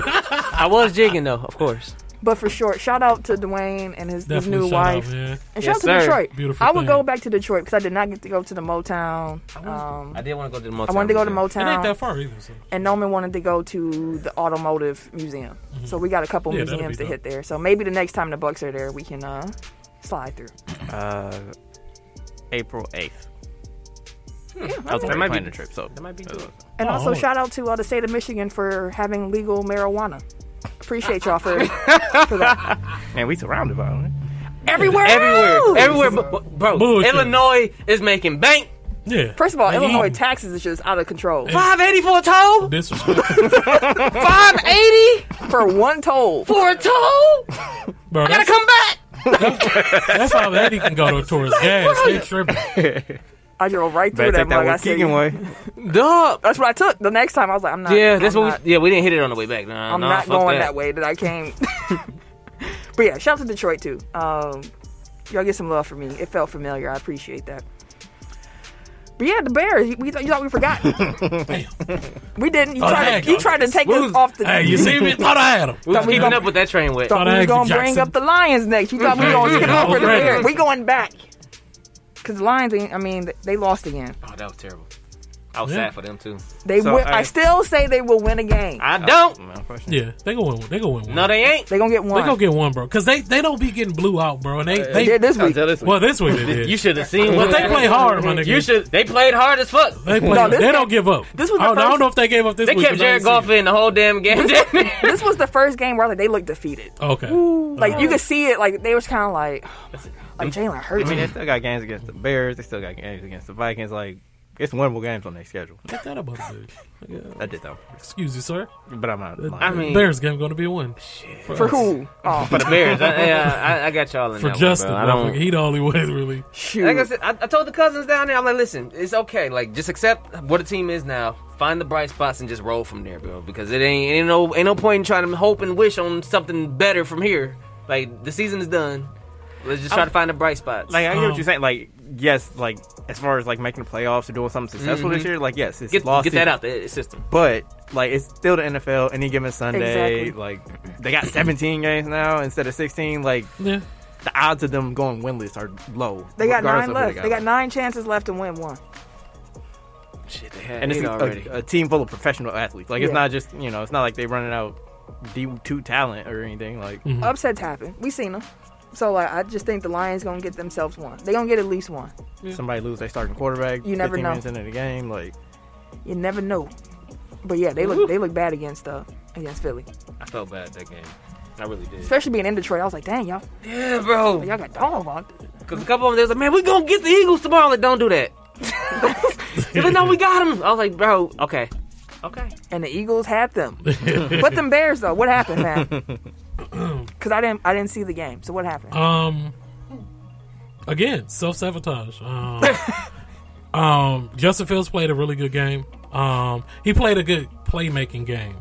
[SPEAKER 2] guy.
[SPEAKER 4] [laughs] Hey, bro.
[SPEAKER 2] I was jigging though, of course.
[SPEAKER 1] But for short, shout out to Dwayne and his, his
[SPEAKER 4] Definitely
[SPEAKER 1] new
[SPEAKER 4] shout out,
[SPEAKER 1] wife.
[SPEAKER 4] man.
[SPEAKER 1] and
[SPEAKER 2] Yes,
[SPEAKER 1] shout out
[SPEAKER 2] sir.
[SPEAKER 1] to Detroit.
[SPEAKER 4] Beautiful
[SPEAKER 1] I would
[SPEAKER 4] thing.
[SPEAKER 1] go back to Detroit because I did not get to go to the Motown. Um,
[SPEAKER 2] I did want to go to the Motown.
[SPEAKER 1] I wanted to go to
[SPEAKER 4] It ain't
[SPEAKER 1] Motown,
[SPEAKER 4] that far either. So.
[SPEAKER 1] and Norman wanted to go to the Automotive Museum. So we got a couple
[SPEAKER 4] Mm-hmm. Yeah, that'd
[SPEAKER 1] museums to
[SPEAKER 4] be dope.
[SPEAKER 1] hit there. So maybe the next time the Bucks are there, we can uh, slide through.
[SPEAKER 3] Uh, April eighth.
[SPEAKER 1] Yeah,
[SPEAKER 3] I was
[SPEAKER 1] okay.
[SPEAKER 3] already
[SPEAKER 2] Hmm, might be-
[SPEAKER 3] planning the trip, so
[SPEAKER 2] That might be good.
[SPEAKER 1] And
[SPEAKER 4] Oh,
[SPEAKER 1] also
[SPEAKER 4] hold on.
[SPEAKER 1] shout out to uh, the state of Michigan for having legal marijuana. Appreciate y'all
[SPEAKER 2] [laughs]
[SPEAKER 1] for, for that.
[SPEAKER 3] man, we surrounded by it.
[SPEAKER 1] Everywhere,
[SPEAKER 2] Everywhere,
[SPEAKER 1] else!
[SPEAKER 2] everywhere, bu- bu- bro.
[SPEAKER 4] Bullshit.
[SPEAKER 2] Illinois is making bank.
[SPEAKER 4] Yeah.
[SPEAKER 1] First of all,
[SPEAKER 4] Like,
[SPEAKER 1] Illinois
[SPEAKER 4] eating.
[SPEAKER 1] taxes is just out of control.
[SPEAKER 2] Five eighty for a toll.
[SPEAKER 4] Disrespectful.
[SPEAKER 2] Five eighty
[SPEAKER 1] For one toll,
[SPEAKER 2] for a toll.
[SPEAKER 4] Bro,
[SPEAKER 2] Gotta
[SPEAKER 4] that's,
[SPEAKER 2] come back.
[SPEAKER 4] that's how that he can go to towards gas. They tripping.
[SPEAKER 1] I drove right through
[SPEAKER 3] Better
[SPEAKER 1] that
[SPEAKER 3] take that
[SPEAKER 1] mug. I
[SPEAKER 3] one
[SPEAKER 1] said,
[SPEAKER 3] Keegan
[SPEAKER 2] [laughs]
[SPEAKER 3] way.
[SPEAKER 2] Duh.
[SPEAKER 1] That's what I took. The next time I was like, I'm not.
[SPEAKER 2] Yeah, that's
[SPEAKER 1] I'm
[SPEAKER 2] what.
[SPEAKER 1] not-
[SPEAKER 2] we, yeah, we didn't hit it on the way back. Nah,
[SPEAKER 1] I'm
[SPEAKER 2] nah,
[SPEAKER 1] not
[SPEAKER 2] fuck
[SPEAKER 1] going
[SPEAKER 2] that.
[SPEAKER 1] that. way that I
[SPEAKER 2] [laughs]
[SPEAKER 1] came. but yeah, shout out to Detroit too. Um, y'all get some love for me. It felt familiar. I appreciate that. But yeah, the Bears. You, we, you thought we
[SPEAKER 2] [laughs]
[SPEAKER 1] forgot? we didn't. You
[SPEAKER 4] Oh,
[SPEAKER 1] tried,
[SPEAKER 4] dang.
[SPEAKER 1] to, you tried to take us
[SPEAKER 2] Smooth.
[SPEAKER 1] off the.
[SPEAKER 4] Hey, you see me? Thought I had him.
[SPEAKER 2] We was
[SPEAKER 1] we
[SPEAKER 2] keeping
[SPEAKER 1] go-
[SPEAKER 2] up with that train wet.
[SPEAKER 1] thought we were
[SPEAKER 4] Action
[SPEAKER 1] gonna bring
[SPEAKER 4] Jackson. Mm-hmm.
[SPEAKER 1] up the Lions next. You thought we were gonna skip
[SPEAKER 4] I was
[SPEAKER 1] over the
[SPEAKER 4] ready.
[SPEAKER 1] Bears. We going back. Cause the Lions, ain't- I mean, they lost again.
[SPEAKER 2] Oh, that was terrible. I was
[SPEAKER 4] Yeah.
[SPEAKER 2] sad for them too.
[SPEAKER 1] They,
[SPEAKER 3] So,
[SPEAKER 1] will,
[SPEAKER 3] I-
[SPEAKER 1] I still say they will win a game.
[SPEAKER 2] I don't.
[SPEAKER 4] Yeah, they gonna win. They gonna win one.
[SPEAKER 2] No, they ain't.
[SPEAKER 1] They gonna get one.
[SPEAKER 4] they gonna get one, bro. Cause they they don't be getting blew out, bro. And they
[SPEAKER 1] They
[SPEAKER 4] they
[SPEAKER 1] did this week.
[SPEAKER 4] well this week they did.
[SPEAKER 2] [laughs] You should have seen.
[SPEAKER 4] But
[SPEAKER 2] what
[SPEAKER 4] they play hard, my nigga.
[SPEAKER 2] You should. They played hard as fuck.
[SPEAKER 4] They play.
[SPEAKER 1] No, this
[SPEAKER 4] they
[SPEAKER 1] game-
[SPEAKER 4] don't give up.
[SPEAKER 1] this was
[SPEAKER 4] I
[SPEAKER 1] the
[SPEAKER 4] don't, I
[SPEAKER 1] first-
[SPEAKER 4] don't know if they gave up this
[SPEAKER 2] They
[SPEAKER 4] week.
[SPEAKER 2] kept
[SPEAKER 4] but I
[SPEAKER 2] Jared
[SPEAKER 4] ain't seen
[SPEAKER 2] Goff
[SPEAKER 4] it.
[SPEAKER 2] in the whole damn game. [laughs] Damn it.
[SPEAKER 1] this was the first game where like they looked defeated.
[SPEAKER 4] Okay.
[SPEAKER 1] Like
[SPEAKER 4] Mm-hmm.
[SPEAKER 1] you could see it. Like they was kind of like, [sighs] like Jalen
[SPEAKER 3] I
[SPEAKER 1] hurts. [laughs]
[SPEAKER 3] mean, they still got games against the Bears. They still got games against the Vikings. Like, it's winnable games on their schedule.
[SPEAKER 4] Get that up, dude. Yeah.
[SPEAKER 3] I did though,
[SPEAKER 4] Excuse you, sir.
[SPEAKER 3] but I'm not. Lying.
[SPEAKER 2] I mean,
[SPEAKER 4] Bears game gonna be a win.
[SPEAKER 1] for
[SPEAKER 4] us.
[SPEAKER 1] who? Oh
[SPEAKER 2] for the Bears. I, yeah, I, I got y'all in
[SPEAKER 4] For
[SPEAKER 2] that
[SPEAKER 4] Justin,
[SPEAKER 2] One, bro. I
[SPEAKER 4] motherfucker.
[SPEAKER 2] don't.
[SPEAKER 4] he the only one really.
[SPEAKER 1] shoot!
[SPEAKER 2] Like I said, I, I told the cousins down there. I'm like, listen, it's okay. Like, just accept what a team is now. Find the bright spots and just roll from there, bro. Because it ain't ain't no ain't no point in trying to hope and wish on something better from here. Like the season is done. Let's just try to find the bright spots.
[SPEAKER 3] like I get
[SPEAKER 4] Um,
[SPEAKER 3] what you're saying. Like, yes, like as far as like making the playoffs or doing something successful
[SPEAKER 1] Mm-hmm.
[SPEAKER 3] this year, like yes, it's
[SPEAKER 2] get
[SPEAKER 3] lost.
[SPEAKER 2] get that out the system.
[SPEAKER 3] But like, it's still the NFL. Any given Sunday,
[SPEAKER 1] Exactly.
[SPEAKER 3] like they got 17 games now instead of 16. Like
[SPEAKER 4] Yeah.
[SPEAKER 3] the odds of them going winless are low.
[SPEAKER 1] They got nine
[SPEAKER 3] regardless of who
[SPEAKER 1] left. They got nine chances left to win one.
[SPEAKER 4] Mm-hmm.
[SPEAKER 2] Shit, they had
[SPEAKER 3] and it's
[SPEAKER 2] it already.
[SPEAKER 3] a, a team full of professional athletes. Like it's
[SPEAKER 1] Yeah.
[SPEAKER 3] not just you know, it's not like they running out D two talent or anything. Like
[SPEAKER 1] Mm-hmm. Upsets happen. We seen them. So like, I just think the Lions gonna get themselves one. They gonna get at least one.
[SPEAKER 3] somebody lose their starting quarterback.
[SPEAKER 1] You never
[SPEAKER 3] 15
[SPEAKER 1] know.
[SPEAKER 3] Minutes into the game, like
[SPEAKER 1] You never know. But yeah, they look they look bad against uh against Philly,
[SPEAKER 2] I felt bad that game. I really did.
[SPEAKER 1] especially being in Detroit. I was like, dang y'all,
[SPEAKER 2] Yeah, bro.
[SPEAKER 1] y'all got dog on.
[SPEAKER 2] Because a couple of them, they was like, man, we going to get the Eagles tomorrow. Like, don't do that. [laughs] They're like, no, we got them. I was like, bro, okay. Okay.
[SPEAKER 1] and the Eagles had
[SPEAKER 4] [laughs]
[SPEAKER 1] them. but them Bears though, what happened, man?
[SPEAKER 4] [laughs]
[SPEAKER 1] Because I didn't I didn't see the game. So what happened?
[SPEAKER 4] Um, again, self sabotage.
[SPEAKER 2] [laughs]
[SPEAKER 4] Um, um, Justin Fields played a really good game. Um, he played a good playmaking game.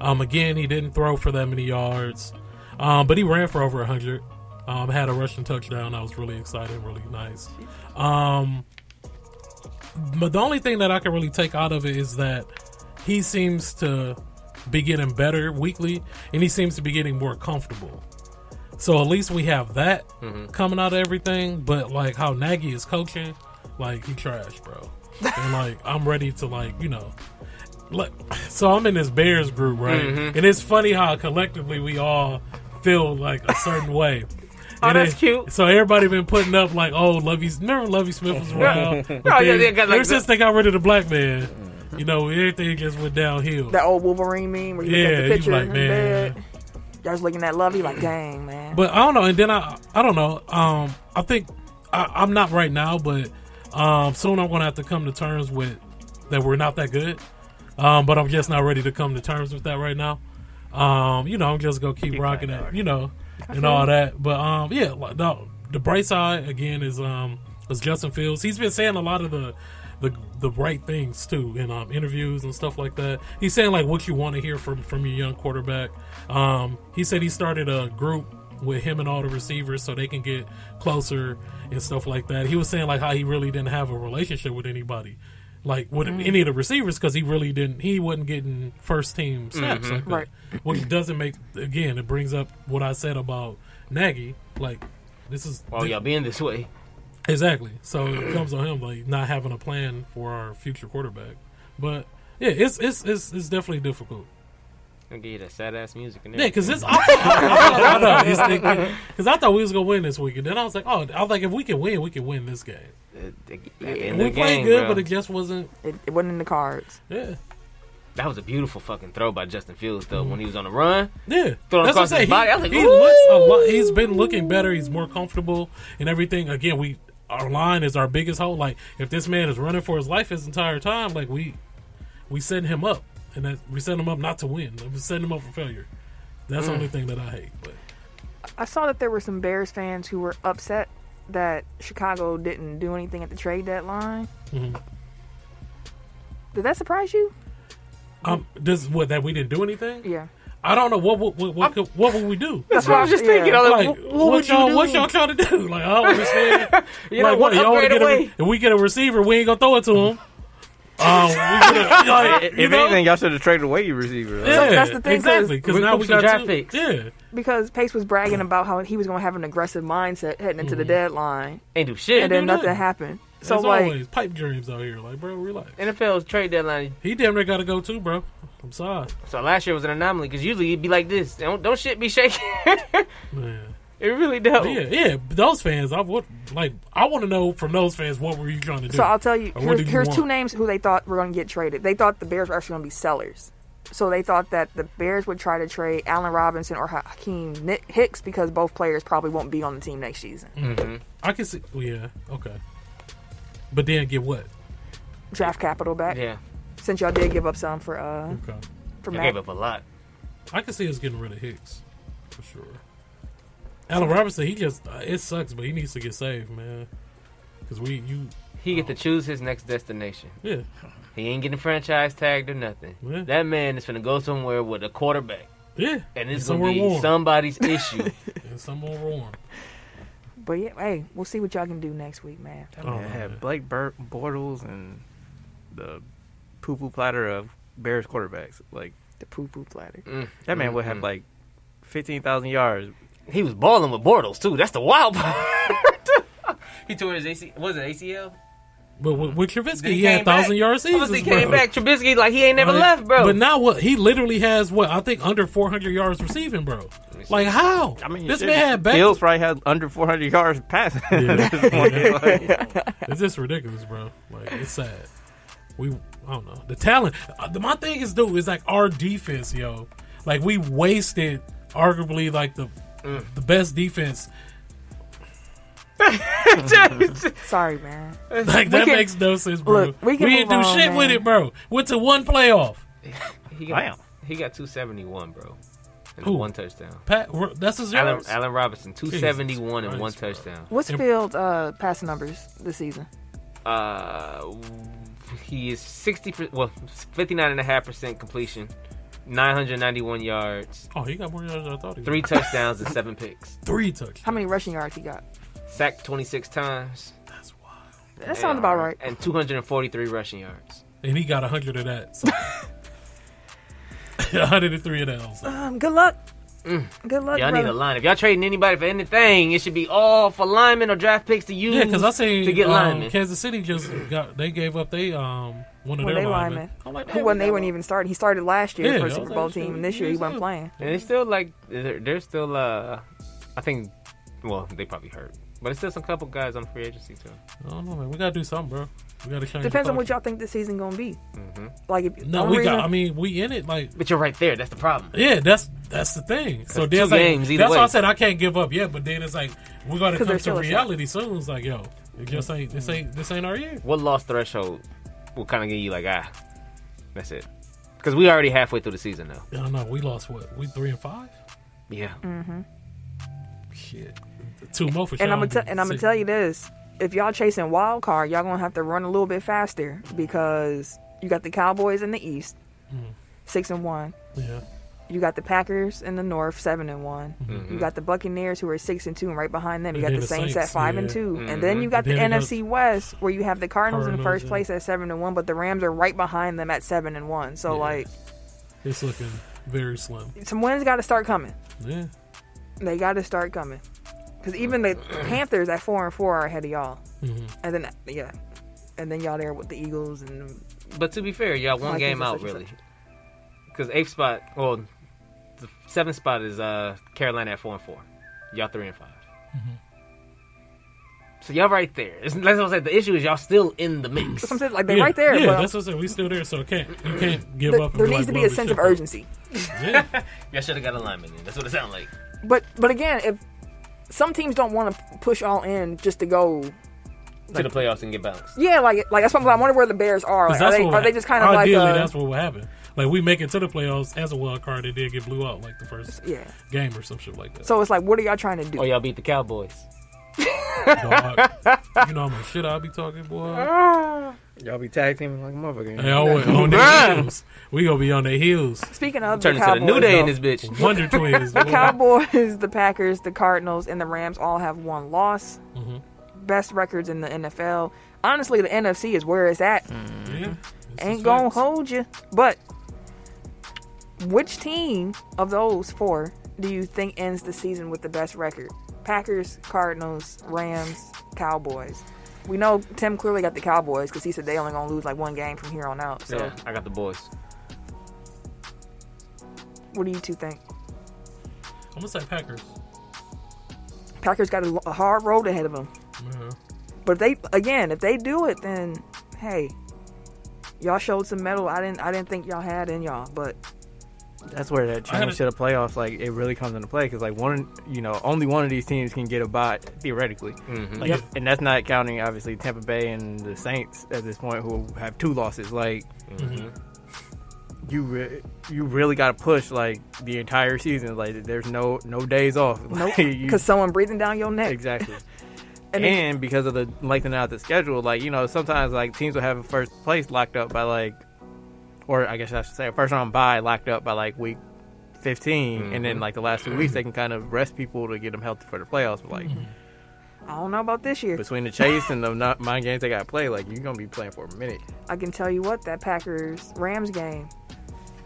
[SPEAKER 4] Um, again, he didn't throw for that many yards, um, but he ran for over hundred. Um, had a rushing touchdown. I was really excited, really nice. Um, but the only thing that I can really take out of it is that he seems to be getting better weekly, and he seems to be getting more comfortable. So at least we have that
[SPEAKER 2] Mm-hmm.
[SPEAKER 4] coming out of everything. But like how Nagy is coaching, like he trash, bro.
[SPEAKER 2] [laughs]
[SPEAKER 4] and like I'm ready to like you know, like so I'm in this Bears group, right?
[SPEAKER 2] Mm-hmm.
[SPEAKER 4] And it's funny how collectively we all feel like
[SPEAKER 2] [laughs]
[SPEAKER 4] a certain way.
[SPEAKER 2] Oh,
[SPEAKER 4] And
[SPEAKER 2] that's
[SPEAKER 4] it-
[SPEAKER 2] cute.
[SPEAKER 4] So everybody been putting up like, oh, Lovey's. Remember Lovey Smith
[SPEAKER 2] [laughs]
[SPEAKER 4] was around.
[SPEAKER 2] Oh, yeah, they got, like,
[SPEAKER 4] ever since they got rid of the black man, you know, everything just went downhill.
[SPEAKER 1] That old Wolverine meme where you look at
[SPEAKER 4] yeah,
[SPEAKER 1] the
[SPEAKER 4] you
[SPEAKER 1] picture
[SPEAKER 4] like
[SPEAKER 1] in
[SPEAKER 4] man.
[SPEAKER 1] bed. Y'all was looking at Lovey like, dang, man.
[SPEAKER 4] But I don't know. And then I, I don't know. Um, I think I, I'm not right now, but um, soon I'm gonna have to come to terms with that we're not that good. Um, but I'm just not ready to come to terms with that right now. Um, you know, I'm just gonna keep, rocking
[SPEAKER 3] playing
[SPEAKER 4] it, you know, and all that. But um, yeah, like, no, the bright side again is um is Justin Fields. He's been saying a lot of the. The, the right things too in um, interviews and stuff like that. He's saying like what you want to hear from from your young quarterback. Um, he said he started a group with him and all the receivers so they can get closer and stuff like that. He was saying like how he really didn't have a relationship with anybody, like with any of the receivers because he really didn't. He wasn't getting first team snaps like that,
[SPEAKER 1] Right.
[SPEAKER 4] which doesn't make again. It brings up what I said about Nagy. Like this is
[SPEAKER 2] While y'all being this way,
[SPEAKER 4] Exactly. So it comes on him like not having a plan for our future quarterback. But yeah, it's it's it's, it's definitely difficult.
[SPEAKER 2] I'm gonna give you that sad ass music. And
[SPEAKER 4] Yeah,
[SPEAKER 2] everything.
[SPEAKER 4] because it's I thought, I, because I thought we was gonna win this week, and then I was like, oh, I was like, if we can win, we can win this game.
[SPEAKER 2] Uh, uh, in
[SPEAKER 4] we
[SPEAKER 2] the
[SPEAKER 4] played
[SPEAKER 2] game,
[SPEAKER 4] good,
[SPEAKER 2] bro.
[SPEAKER 4] but it just wasn't.
[SPEAKER 1] It, it wasn't in the cards.
[SPEAKER 4] Yeah,
[SPEAKER 2] that was a beautiful fucking throw by Justin Fields though when he was on the run.
[SPEAKER 4] yeah.
[SPEAKER 2] Throw it
[SPEAKER 4] That's what I'm
[SPEAKER 2] across his
[SPEAKER 4] saying.
[SPEAKER 2] body. I
[SPEAKER 4] He,
[SPEAKER 2] was like,
[SPEAKER 4] he looks a
[SPEAKER 2] "Ooh."
[SPEAKER 4] lot. He's been looking better. He's more comfortable and everything. Again, we our line is our biggest hole. Like if this man is running for his life his entire time, like we we setting him up, and that we setting him up not to win. We setting him up for failure. That's
[SPEAKER 2] Mm.
[SPEAKER 4] the only thing that I hate. But
[SPEAKER 1] I saw that there were some Bears fans who were upset that Chicago didn't do anything at the trade deadline.
[SPEAKER 4] Mhm.
[SPEAKER 1] Did that surprise you?
[SPEAKER 4] um, this what that we didn't do anything.
[SPEAKER 1] Yeah.
[SPEAKER 4] I don't know what what what what, could, what would we do.
[SPEAKER 2] That's what I was just
[SPEAKER 1] Yeah.
[SPEAKER 2] thinking. I was like,
[SPEAKER 4] Like,
[SPEAKER 2] what,
[SPEAKER 4] what,
[SPEAKER 2] what would
[SPEAKER 4] y'all,
[SPEAKER 2] you do?
[SPEAKER 4] what y'all trying to do? [laughs] Like, I don't understand.
[SPEAKER 2] You
[SPEAKER 4] like,
[SPEAKER 2] know,
[SPEAKER 4] what,
[SPEAKER 2] one
[SPEAKER 4] y'all wanna
[SPEAKER 2] upgrade
[SPEAKER 4] get a,
[SPEAKER 2] away.
[SPEAKER 4] If we get a receiver, we ain't gonna throw it to him. Um, we gonna, like,
[SPEAKER 3] If
[SPEAKER 4] you know?
[SPEAKER 3] anything, y'all should have traded away your receiver.
[SPEAKER 4] yeah,
[SPEAKER 1] that's the thing, 'cause
[SPEAKER 4] exactly. Because
[SPEAKER 2] we
[SPEAKER 4] now
[SPEAKER 2] threw
[SPEAKER 4] we
[SPEAKER 2] some
[SPEAKER 4] got
[SPEAKER 2] draft
[SPEAKER 4] two-
[SPEAKER 2] picks.
[SPEAKER 4] Yeah,
[SPEAKER 1] Because Pace was bragging about how he was going to have an aggressive mindset heading into
[SPEAKER 2] Mm-hmm.
[SPEAKER 1] the deadline,
[SPEAKER 2] Ain't do shit.
[SPEAKER 1] and then
[SPEAKER 4] do
[SPEAKER 1] nothing
[SPEAKER 4] nothing.
[SPEAKER 1] happened.
[SPEAKER 4] so
[SPEAKER 1] So like,
[SPEAKER 4] always pipe dreams out here. Like, bro, relax.
[SPEAKER 2] NFL's trade deadline.
[SPEAKER 4] He damn near got to go too, bro. I'm sorry,
[SPEAKER 2] So last year was an anomaly because usually it'd be like this. Don't don't shit be shaking. [laughs]
[SPEAKER 4] man.
[SPEAKER 2] it really
[SPEAKER 4] But
[SPEAKER 2] don't.
[SPEAKER 4] yeah, yeah. Those fans, I would like. I want to know from those fans what were you trying to do?
[SPEAKER 1] so I'll tell you,
[SPEAKER 4] Or what
[SPEAKER 1] here's,
[SPEAKER 4] do you
[SPEAKER 1] here's two
[SPEAKER 4] want?
[SPEAKER 1] names who they thought were going to get traded. They thought the Bears were actually going to be sellers. So they thought that the Bears would try to trade Allen Robinson or Hakeem Ni- Hicks because both players probably won't be on the team next season.
[SPEAKER 2] Mm. Mm-hmm.
[SPEAKER 4] I can see. well, Yeah, okay. But then get what?
[SPEAKER 1] Draft capital back
[SPEAKER 2] Yeah. Mm.
[SPEAKER 1] since y'all did give up some for uh
[SPEAKER 4] Okay.
[SPEAKER 1] for
[SPEAKER 2] I gave
[SPEAKER 1] Matt.
[SPEAKER 2] up a lot.
[SPEAKER 4] I can see us getting rid of Hicks for sure. Allen Robinson, he just uh, it sucks, but he needs to get saved, man. Because we, you,
[SPEAKER 2] He
[SPEAKER 4] Oh.
[SPEAKER 2] get to choose his next destination.
[SPEAKER 4] yeah,
[SPEAKER 2] He ain't getting franchise tagged or nothing.
[SPEAKER 4] Yeah.
[SPEAKER 2] That man is finna go somewhere with a quarterback,
[SPEAKER 4] yeah,
[SPEAKER 2] and it's
[SPEAKER 4] somewhere
[SPEAKER 2] gonna be
[SPEAKER 4] warm, [laughs]
[SPEAKER 2] somebody's issue.
[SPEAKER 4] and somewhere warm.
[SPEAKER 1] But yeah, hey, we'll see what y'all can do next week, man.
[SPEAKER 4] Oh,
[SPEAKER 3] yeah,
[SPEAKER 4] man.
[SPEAKER 3] have Blake Bur- Bortles and the poo poo platter of Bears quarterbacks. Like
[SPEAKER 1] The poo poo platter.
[SPEAKER 2] Mm.
[SPEAKER 3] that man would have like fifteen thousand yards.
[SPEAKER 2] He was balling with Bortles too. That's the wild
[SPEAKER 4] [laughs]
[SPEAKER 2] part. [laughs] he tore his AC. Was it ACL?
[SPEAKER 4] But with, with Trubisky,
[SPEAKER 2] Then
[SPEAKER 4] he, had
[SPEAKER 2] came back.
[SPEAKER 4] thousand yard seasons.
[SPEAKER 2] Once he came
[SPEAKER 4] bro.
[SPEAKER 2] back, Trubisky like he ain't never
[SPEAKER 4] Like,
[SPEAKER 2] left, bro.
[SPEAKER 4] But now what? He literally has what I think under four hundred yards receiving, bro.
[SPEAKER 2] me see.
[SPEAKER 4] Like how?
[SPEAKER 3] I mean,
[SPEAKER 4] this
[SPEAKER 3] shit,
[SPEAKER 4] man had back.
[SPEAKER 3] Fields probably had under four hundred yards passing.
[SPEAKER 4] Yeah.
[SPEAKER 1] [laughs]
[SPEAKER 3] at this point. Like,
[SPEAKER 4] It's just ridiculous, bro. Like it's sad. We I don't know the talent. Uh, the- my thing is, dude, is like our defense, yo. Like we wasted arguably like the
[SPEAKER 1] Mm.
[SPEAKER 4] the
[SPEAKER 1] [laughs]
[SPEAKER 4] best defense.
[SPEAKER 1] Sorry, man.
[SPEAKER 4] Like that
[SPEAKER 1] can-
[SPEAKER 4] makes no sense, bro.
[SPEAKER 1] look, we can
[SPEAKER 4] didn't do
[SPEAKER 1] move on,
[SPEAKER 4] shit with
[SPEAKER 1] man.
[SPEAKER 4] it, bro. Went to one playoff.
[SPEAKER 2] he
[SPEAKER 3] Damn.
[SPEAKER 2] got he got two seventy one, bro, and
[SPEAKER 4] Who?
[SPEAKER 2] one touchdown.
[SPEAKER 4] Pat, r- that's his
[SPEAKER 2] Allen,
[SPEAKER 4] yards.
[SPEAKER 2] Allen Robinson, two seventy one and one
[SPEAKER 4] Christ, bro.
[SPEAKER 2] touchdown.
[SPEAKER 1] What's
[SPEAKER 4] Yep.
[SPEAKER 1] Fields' uh, passing numbers this season?
[SPEAKER 2] Uh, he is sixty per- well fifty nine and a half percent completion, nine hundred ninety one yards,
[SPEAKER 4] Oh, he got more yards than I thought he
[SPEAKER 2] three touchdowns and seven picks,
[SPEAKER 4] three touchdowns.
[SPEAKER 1] How many rushing yards he got?
[SPEAKER 2] sacked twenty six times.
[SPEAKER 4] That's wild.
[SPEAKER 1] That sounds about right.
[SPEAKER 2] And two hundred and forty three rushing yards.
[SPEAKER 1] [laughs]
[SPEAKER 4] And he got [laughs] a hundred of that. So. 103 of those.
[SPEAKER 1] Um, good luck.
[SPEAKER 4] Mm.
[SPEAKER 1] Good luck,
[SPEAKER 2] Y'all need a
[SPEAKER 1] brother.
[SPEAKER 2] line. If y'all trading anybody for anything, it should be all for linemen or draft picks to use
[SPEAKER 4] Yeah, because I see
[SPEAKER 2] to get
[SPEAKER 4] um,
[SPEAKER 2] linemen.
[SPEAKER 4] Kansas City just got they gave up they um one of
[SPEAKER 1] When
[SPEAKER 4] their
[SPEAKER 1] they linemen,
[SPEAKER 4] linemen. I'm like,
[SPEAKER 1] who
[SPEAKER 4] man,
[SPEAKER 1] when
[SPEAKER 4] we
[SPEAKER 1] they
[SPEAKER 4] got
[SPEAKER 1] weren't
[SPEAKER 4] one.
[SPEAKER 1] even started. He started last year
[SPEAKER 4] Yeah,
[SPEAKER 1] for a
[SPEAKER 4] I
[SPEAKER 1] Super
[SPEAKER 4] was
[SPEAKER 1] Bowl
[SPEAKER 4] like,
[SPEAKER 1] team, and
[SPEAKER 4] shoot,
[SPEAKER 1] this year he
[SPEAKER 4] he's
[SPEAKER 1] wasn't
[SPEAKER 4] up.
[SPEAKER 1] playing.
[SPEAKER 2] and it's still like they're, they're still uh I think well, they probably hurt. But it's still some couple guys on free agency too.
[SPEAKER 4] I don't know, man. We gotta do something, bro. We gotta change. the
[SPEAKER 1] Depends on what
[SPEAKER 4] culture.
[SPEAKER 1] y'all think the season gonna be. Like, if,
[SPEAKER 4] Mm-hmm. No,
[SPEAKER 1] the
[SPEAKER 4] we
[SPEAKER 1] reason-
[SPEAKER 4] got. I mean, we in it. Like,
[SPEAKER 2] But you're right there, that's the problem.
[SPEAKER 4] yeah, that's that's the thing. So
[SPEAKER 2] That's
[SPEAKER 4] there's
[SPEAKER 2] two
[SPEAKER 4] like,
[SPEAKER 2] games either
[SPEAKER 4] that's why
[SPEAKER 2] way.
[SPEAKER 4] I said I can't give up yet. But then it's like we're gonna
[SPEAKER 1] 'Cause
[SPEAKER 4] come
[SPEAKER 1] there's
[SPEAKER 4] to
[SPEAKER 1] still a shot.
[SPEAKER 4] reality soon. It's like, yo, it just ain't this ain't this ain't our year.
[SPEAKER 2] What loss threshold will kinda get you like, ah, that's it. Because we already halfway through the season now.
[SPEAKER 4] I don't know. We lost what? We three and five.
[SPEAKER 2] Yeah.
[SPEAKER 4] Shit, two more for sure.
[SPEAKER 1] and I'm gonna tell and I'm gonna tell you this: if y'all chasing wild card, y'all gonna have to run a little bit faster because you got the Cowboys in the East,
[SPEAKER 4] Mm.
[SPEAKER 1] six and one.
[SPEAKER 4] Yeah,
[SPEAKER 1] You got the Packers in the North, seven and one. You got the Buccaneers who are six and two, and right behind them you
[SPEAKER 4] And
[SPEAKER 1] got
[SPEAKER 4] then
[SPEAKER 1] the
[SPEAKER 4] the
[SPEAKER 1] Saints at
[SPEAKER 4] Saints,
[SPEAKER 1] five and
[SPEAKER 4] yeah.
[SPEAKER 1] 2 and then you got the
[SPEAKER 4] Then it goes-
[SPEAKER 1] NFC West where you have the Cardinals, in
[SPEAKER 4] Cardinals,
[SPEAKER 1] first
[SPEAKER 4] yeah.
[SPEAKER 1] place at seven and one, but the Rams are right behind them at seven and one. So
[SPEAKER 4] Yeah.
[SPEAKER 1] like,
[SPEAKER 4] it's looking very slim.
[SPEAKER 1] some wins got to start coming.
[SPEAKER 4] Yeah,
[SPEAKER 1] They got to start coming because even the Panthers at four and four are ahead of y'all,
[SPEAKER 4] Mhm.
[SPEAKER 1] and then yeah, and then y'all there with the Eagles and the
[SPEAKER 2] But to be fair, y'all one
[SPEAKER 1] Vikings
[SPEAKER 2] game
[SPEAKER 1] and
[SPEAKER 2] out
[SPEAKER 1] such and
[SPEAKER 2] really.
[SPEAKER 1] such.
[SPEAKER 2] Because eighth spot, well, the seventh spot is uh Carolina at four and four. Y'all three and 5 Mm-hmm. So y'all right there. It's, that's what I said. The issue is y'all still in the mix.
[SPEAKER 1] That's what I'm saying. Like they
[SPEAKER 4] yeah,
[SPEAKER 1] right there.
[SPEAKER 4] Yeah,
[SPEAKER 1] but
[SPEAKER 4] that's what I said. We still there, so can't you can't give
[SPEAKER 1] there-
[SPEAKER 4] up. and
[SPEAKER 1] there
[SPEAKER 4] be
[SPEAKER 1] needs
[SPEAKER 4] like,
[SPEAKER 1] to be
[SPEAKER 4] blow
[SPEAKER 1] a
[SPEAKER 4] the
[SPEAKER 1] sense of
[SPEAKER 4] shit up.
[SPEAKER 1] urgency. [laughs]
[SPEAKER 4] Yeah.
[SPEAKER 2] Y'all should have got alignment. In. That's what it sounded like.
[SPEAKER 1] But but again, if some teams don't want to push all in just to go,
[SPEAKER 2] to the playoffs and get balanced.
[SPEAKER 1] yeah, like like that's what I'm, I wonder where the Bears are. Like,
[SPEAKER 4] 'Cause
[SPEAKER 1] are
[SPEAKER 4] that's
[SPEAKER 1] they
[SPEAKER 4] what
[SPEAKER 1] are
[SPEAKER 4] would-
[SPEAKER 1] they just kind of like
[SPEAKER 4] ideally
[SPEAKER 1] uh,
[SPEAKER 4] that's what would happen. Like we make it to the playoffs as a wild card, and then get blew out like the first
[SPEAKER 1] yeah.
[SPEAKER 4] game or some shit like
[SPEAKER 1] [laughs]
[SPEAKER 4] that.
[SPEAKER 1] So it's like, what are y'all trying to do?
[SPEAKER 2] Oh, y'all beat the Cowboys.
[SPEAKER 4] Dog, you know how much shit I be talking, boy.
[SPEAKER 1] [laughs]
[SPEAKER 4] Hey,
[SPEAKER 3] [laughs] Y'all be tag teaming like a motherfucker.
[SPEAKER 4] I went on their heels. We gonna be on their heels.
[SPEAKER 1] Speaking of
[SPEAKER 2] Turn
[SPEAKER 1] the
[SPEAKER 2] into the
[SPEAKER 1] Cowboys,
[SPEAKER 2] new day in
[SPEAKER 1] though,
[SPEAKER 2] this
[SPEAKER 1] [laughs]
[SPEAKER 2] bitch. [laughs]
[SPEAKER 4] Wonder Twins. boy.
[SPEAKER 1] the Cowboys, the Packers, the Cardinals, and the Rams all have one loss.
[SPEAKER 4] Mm-hmm.
[SPEAKER 1] Best records in the NFL. Honestly, the NFC is where it's at.
[SPEAKER 4] Yeah, this is
[SPEAKER 1] Ain't gonna
[SPEAKER 4] facts.
[SPEAKER 1] hold you. But which team of those four do you think ends the season with the best record? Packers, Cardinals, Rams, Cowboys. We know Tim clearly got the Cowboys because he said they only gonna lose like one game from here on out. So,
[SPEAKER 2] Yeah, I got the boys.
[SPEAKER 1] what do you two think?
[SPEAKER 4] I'm gonna say Packers.
[SPEAKER 1] Packers got a, lo- a hard road ahead of them,
[SPEAKER 4] Yeah.
[SPEAKER 1] but if they again, if they do it, then hey, y'all showed some metal. I didn't, I didn't think y'all had in y'all, but
[SPEAKER 3] That's where that
[SPEAKER 4] I gotta-
[SPEAKER 3] change to the playoffs, like it really comes into play because like one, you know, only one of these teams can get a bye theoretically,
[SPEAKER 2] Mm-hmm.
[SPEAKER 3] like,
[SPEAKER 4] Yep.
[SPEAKER 3] and that's not counting obviously Tampa Bay and the Saints at this point who have two losses. Like you, re- you really got to push like the entire season. Like there's no no days off. [laughs]
[SPEAKER 1] nope,
[SPEAKER 3] Like, you-
[SPEAKER 1] because someone breathing down your neck.
[SPEAKER 3] exactly.
[SPEAKER 1] And
[SPEAKER 3] And,
[SPEAKER 1] it-
[SPEAKER 3] because of the lengthening out the schedule, like you know, sometimes like teams will have first place locked up by like, or I guess I should say a first round bye locked up by like week 15 and then like the last two weeks they can kind of rest people to get them healthy for the playoffs. But like
[SPEAKER 1] I don't know about this year.
[SPEAKER 3] between the chase and the not mind games they got to play, like you're gonna be playing for a minute.
[SPEAKER 1] I can tell you what, that Packers Rams game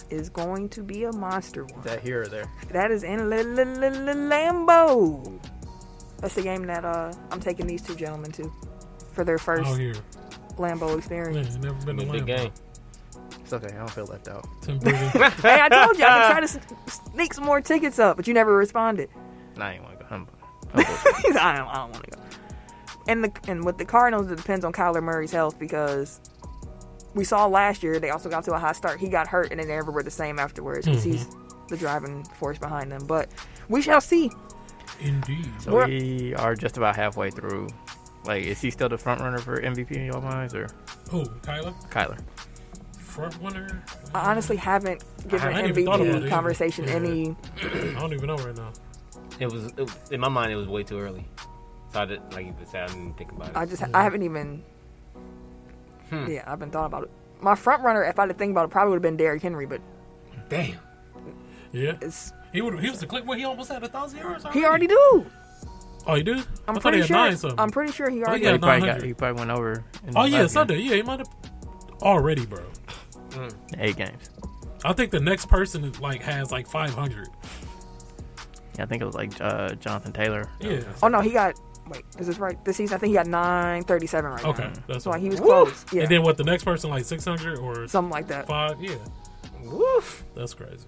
[SPEAKER 1] is going to be a monster one.
[SPEAKER 3] That here or there.
[SPEAKER 1] That is in L- L- L- L- Lambo. That's the game that uh, I'm taking these two gentlemen to for their first
[SPEAKER 4] Out here.
[SPEAKER 1] Lambo
[SPEAKER 4] Man,
[SPEAKER 1] experience.
[SPEAKER 4] it's never been a
[SPEAKER 2] Big
[SPEAKER 4] lamb.
[SPEAKER 2] game.
[SPEAKER 3] It's okay. I don't feel left out.
[SPEAKER 1] [laughs]
[SPEAKER 4] Tim Brady.
[SPEAKER 1] hey, I told you I can try to s- sneak some more tickets up, but you never responded.
[SPEAKER 3] Nah, I ain't want to go humble.
[SPEAKER 1] He's, [laughs] I don't, I don't want to go. And the and with the Cardinals, it depends on Kyler Murray's health because we saw last year they also got to a hot start. He got hurt, and then they never were the same afterwards
[SPEAKER 4] Mm-hmm.
[SPEAKER 1] because he's the driving force behind them. But we shall see.
[SPEAKER 4] Indeed.
[SPEAKER 3] So
[SPEAKER 1] We're-
[SPEAKER 3] we are just about halfway through. Like, is he still the front runner for MVP in your minds or
[SPEAKER 4] Who? Kyler?
[SPEAKER 3] Kyler?
[SPEAKER 4] Front winner?
[SPEAKER 1] I honestly haven't given
[SPEAKER 4] I hadn't even thought about it
[SPEAKER 1] MVP
[SPEAKER 4] either.
[SPEAKER 1] conversation
[SPEAKER 4] Yeah.
[SPEAKER 1] any.
[SPEAKER 4] I don't even know right now.
[SPEAKER 2] It was it, in my mind. It was way too early. So I didn't like you said. I didn't think about it.
[SPEAKER 1] I just I haven't even.
[SPEAKER 4] Hmm.
[SPEAKER 1] Yeah, I've been thought about it. My front runner, if I'd have think about it, probably would have been Derrick Henry, but
[SPEAKER 2] Damn.
[SPEAKER 4] Yeah.
[SPEAKER 1] it's
[SPEAKER 4] He would he was the click where he almost had a thousand yards already.
[SPEAKER 1] he already do.
[SPEAKER 4] Oh he do? I
[SPEAKER 1] I'm
[SPEAKER 4] thought
[SPEAKER 1] pretty
[SPEAKER 4] he had
[SPEAKER 1] sure.
[SPEAKER 4] nine something.
[SPEAKER 1] I'm pretty sure he already.
[SPEAKER 4] Yeah,
[SPEAKER 3] he, probably
[SPEAKER 4] 900.
[SPEAKER 3] got, he probably went over. in the
[SPEAKER 4] Oh
[SPEAKER 3] last
[SPEAKER 4] yeah,
[SPEAKER 3] game.
[SPEAKER 4] Sunday. Yeah, he might have already, bro.
[SPEAKER 3] Eight games.
[SPEAKER 4] I think the next person is, like has like 500.
[SPEAKER 3] Yeah, I think it was like uh, Jonathan Taylor.
[SPEAKER 4] Yeah.
[SPEAKER 1] Oh no, he got. Wait, is this right? This season, I think he got nine thirty-seven right now.
[SPEAKER 4] Okay. That's
[SPEAKER 1] So
[SPEAKER 4] what.
[SPEAKER 1] like, he was
[SPEAKER 2] Woo!
[SPEAKER 1] close. Yeah,
[SPEAKER 4] And then what? The next person like 600 or
[SPEAKER 1] something like that.
[SPEAKER 4] five? Yeah.
[SPEAKER 2] Woof.
[SPEAKER 4] That's crazy.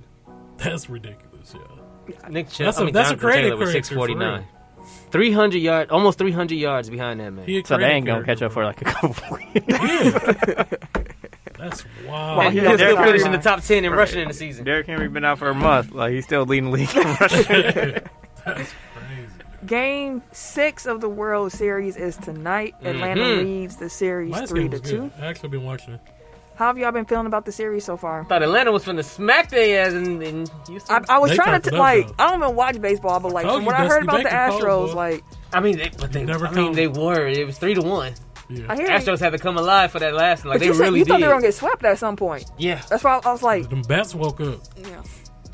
[SPEAKER 4] That's ridiculous. Yeah.
[SPEAKER 2] Nick Chubb.
[SPEAKER 4] That's
[SPEAKER 2] I
[SPEAKER 4] a-
[SPEAKER 2] mean,
[SPEAKER 4] that's a
[SPEAKER 2] Jonathan
[SPEAKER 4] creative
[SPEAKER 2] Taylor was
[SPEAKER 4] character for
[SPEAKER 2] 649. 300 yards, almost 300 yards behind that man.
[SPEAKER 4] He a
[SPEAKER 3] So they
[SPEAKER 4] creative
[SPEAKER 3] ain't gonna catch
[SPEAKER 4] character,
[SPEAKER 3] up for like a couple [laughs] weeks.
[SPEAKER 4] bro. That's
[SPEAKER 1] [laughs]
[SPEAKER 4] wild.
[SPEAKER 1] Well,
[SPEAKER 2] he
[SPEAKER 1] he
[SPEAKER 2] was
[SPEAKER 1] was
[SPEAKER 2] still
[SPEAKER 1] good.
[SPEAKER 2] finishing the top 10 in rushing in the season.
[SPEAKER 3] Derrick Henry been out for a month. Like he's still leading the league [laughs] in rushing.
[SPEAKER 4] That's crazy.
[SPEAKER 1] Game six of the World Series is tonight. Atlanta
[SPEAKER 2] Mhm.
[SPEAKER 1] leads the series
[SPEAKER 4] Mm-hmm. Last
[SPEAKER 1] three
[SPEAKER 4] game
[SPEAKER 1] to
[SPEAKER 4] was
[SPEAKER 1] two.
[SPEAKER 4] good. I actually been watching it.
[SPEAKER 1] How have y'all been feeling about the series so far?
[SPEAKER 2] Thought Atlanta was finna smack their ass in, in Houston.
[SPEAKER 1] I, I was
[SPEAKER 4] They
[SPEAKER 1] trying
[SPEAKER 4] talked
[SPEAKER 1] to t-
[SPEAKER 4] about
[SPEAKER 1] like
[SPEAKER 4] that.
[SPEAKER 1] I don't even watch baseball, but like
[SPEAKER 4] Oh,
[SPEAKER 1] from
[SPEAKER 4] you
[SPEAKER 1] what I
[SPEAKER 4] best-
[SPEAKER 1] heard
[SPEAKER 4] you
[SPEAKER 1] about the
[SPEAKER 4] make your calls,
[SPEAKER 1] Astros,
[SPEAKER 4] boy.
[SPEAKER 1] like
[SPEAKER 2] I mean, they, but they,
[SPEAKER 4] Never
[SPEAKER 2] I mean,
[SPEAKER 4] come.
[SPEAKER 2] they were. It was three to one.
[SPEAKER 4] Yeah.
[SPEAKER 1] I hear you.
[SPEAKER 2] Astros had to come alive for that last. one.
[SPEAKER 1] but
[SPEAKER 2] Like they
[SPEAKER 1] you said
[SPEAKER 2] really
[SPEAKER 1] you
[SPEAKER 2] did.
[SPEAKER 1] thought they were gonna get swept at some point.
[SPEAKER 2] yeah,
[SPEAKER 1] That's why I was like,
[SPEAKER 4] Them bats woke up.
[SPEAKER 1] yeah.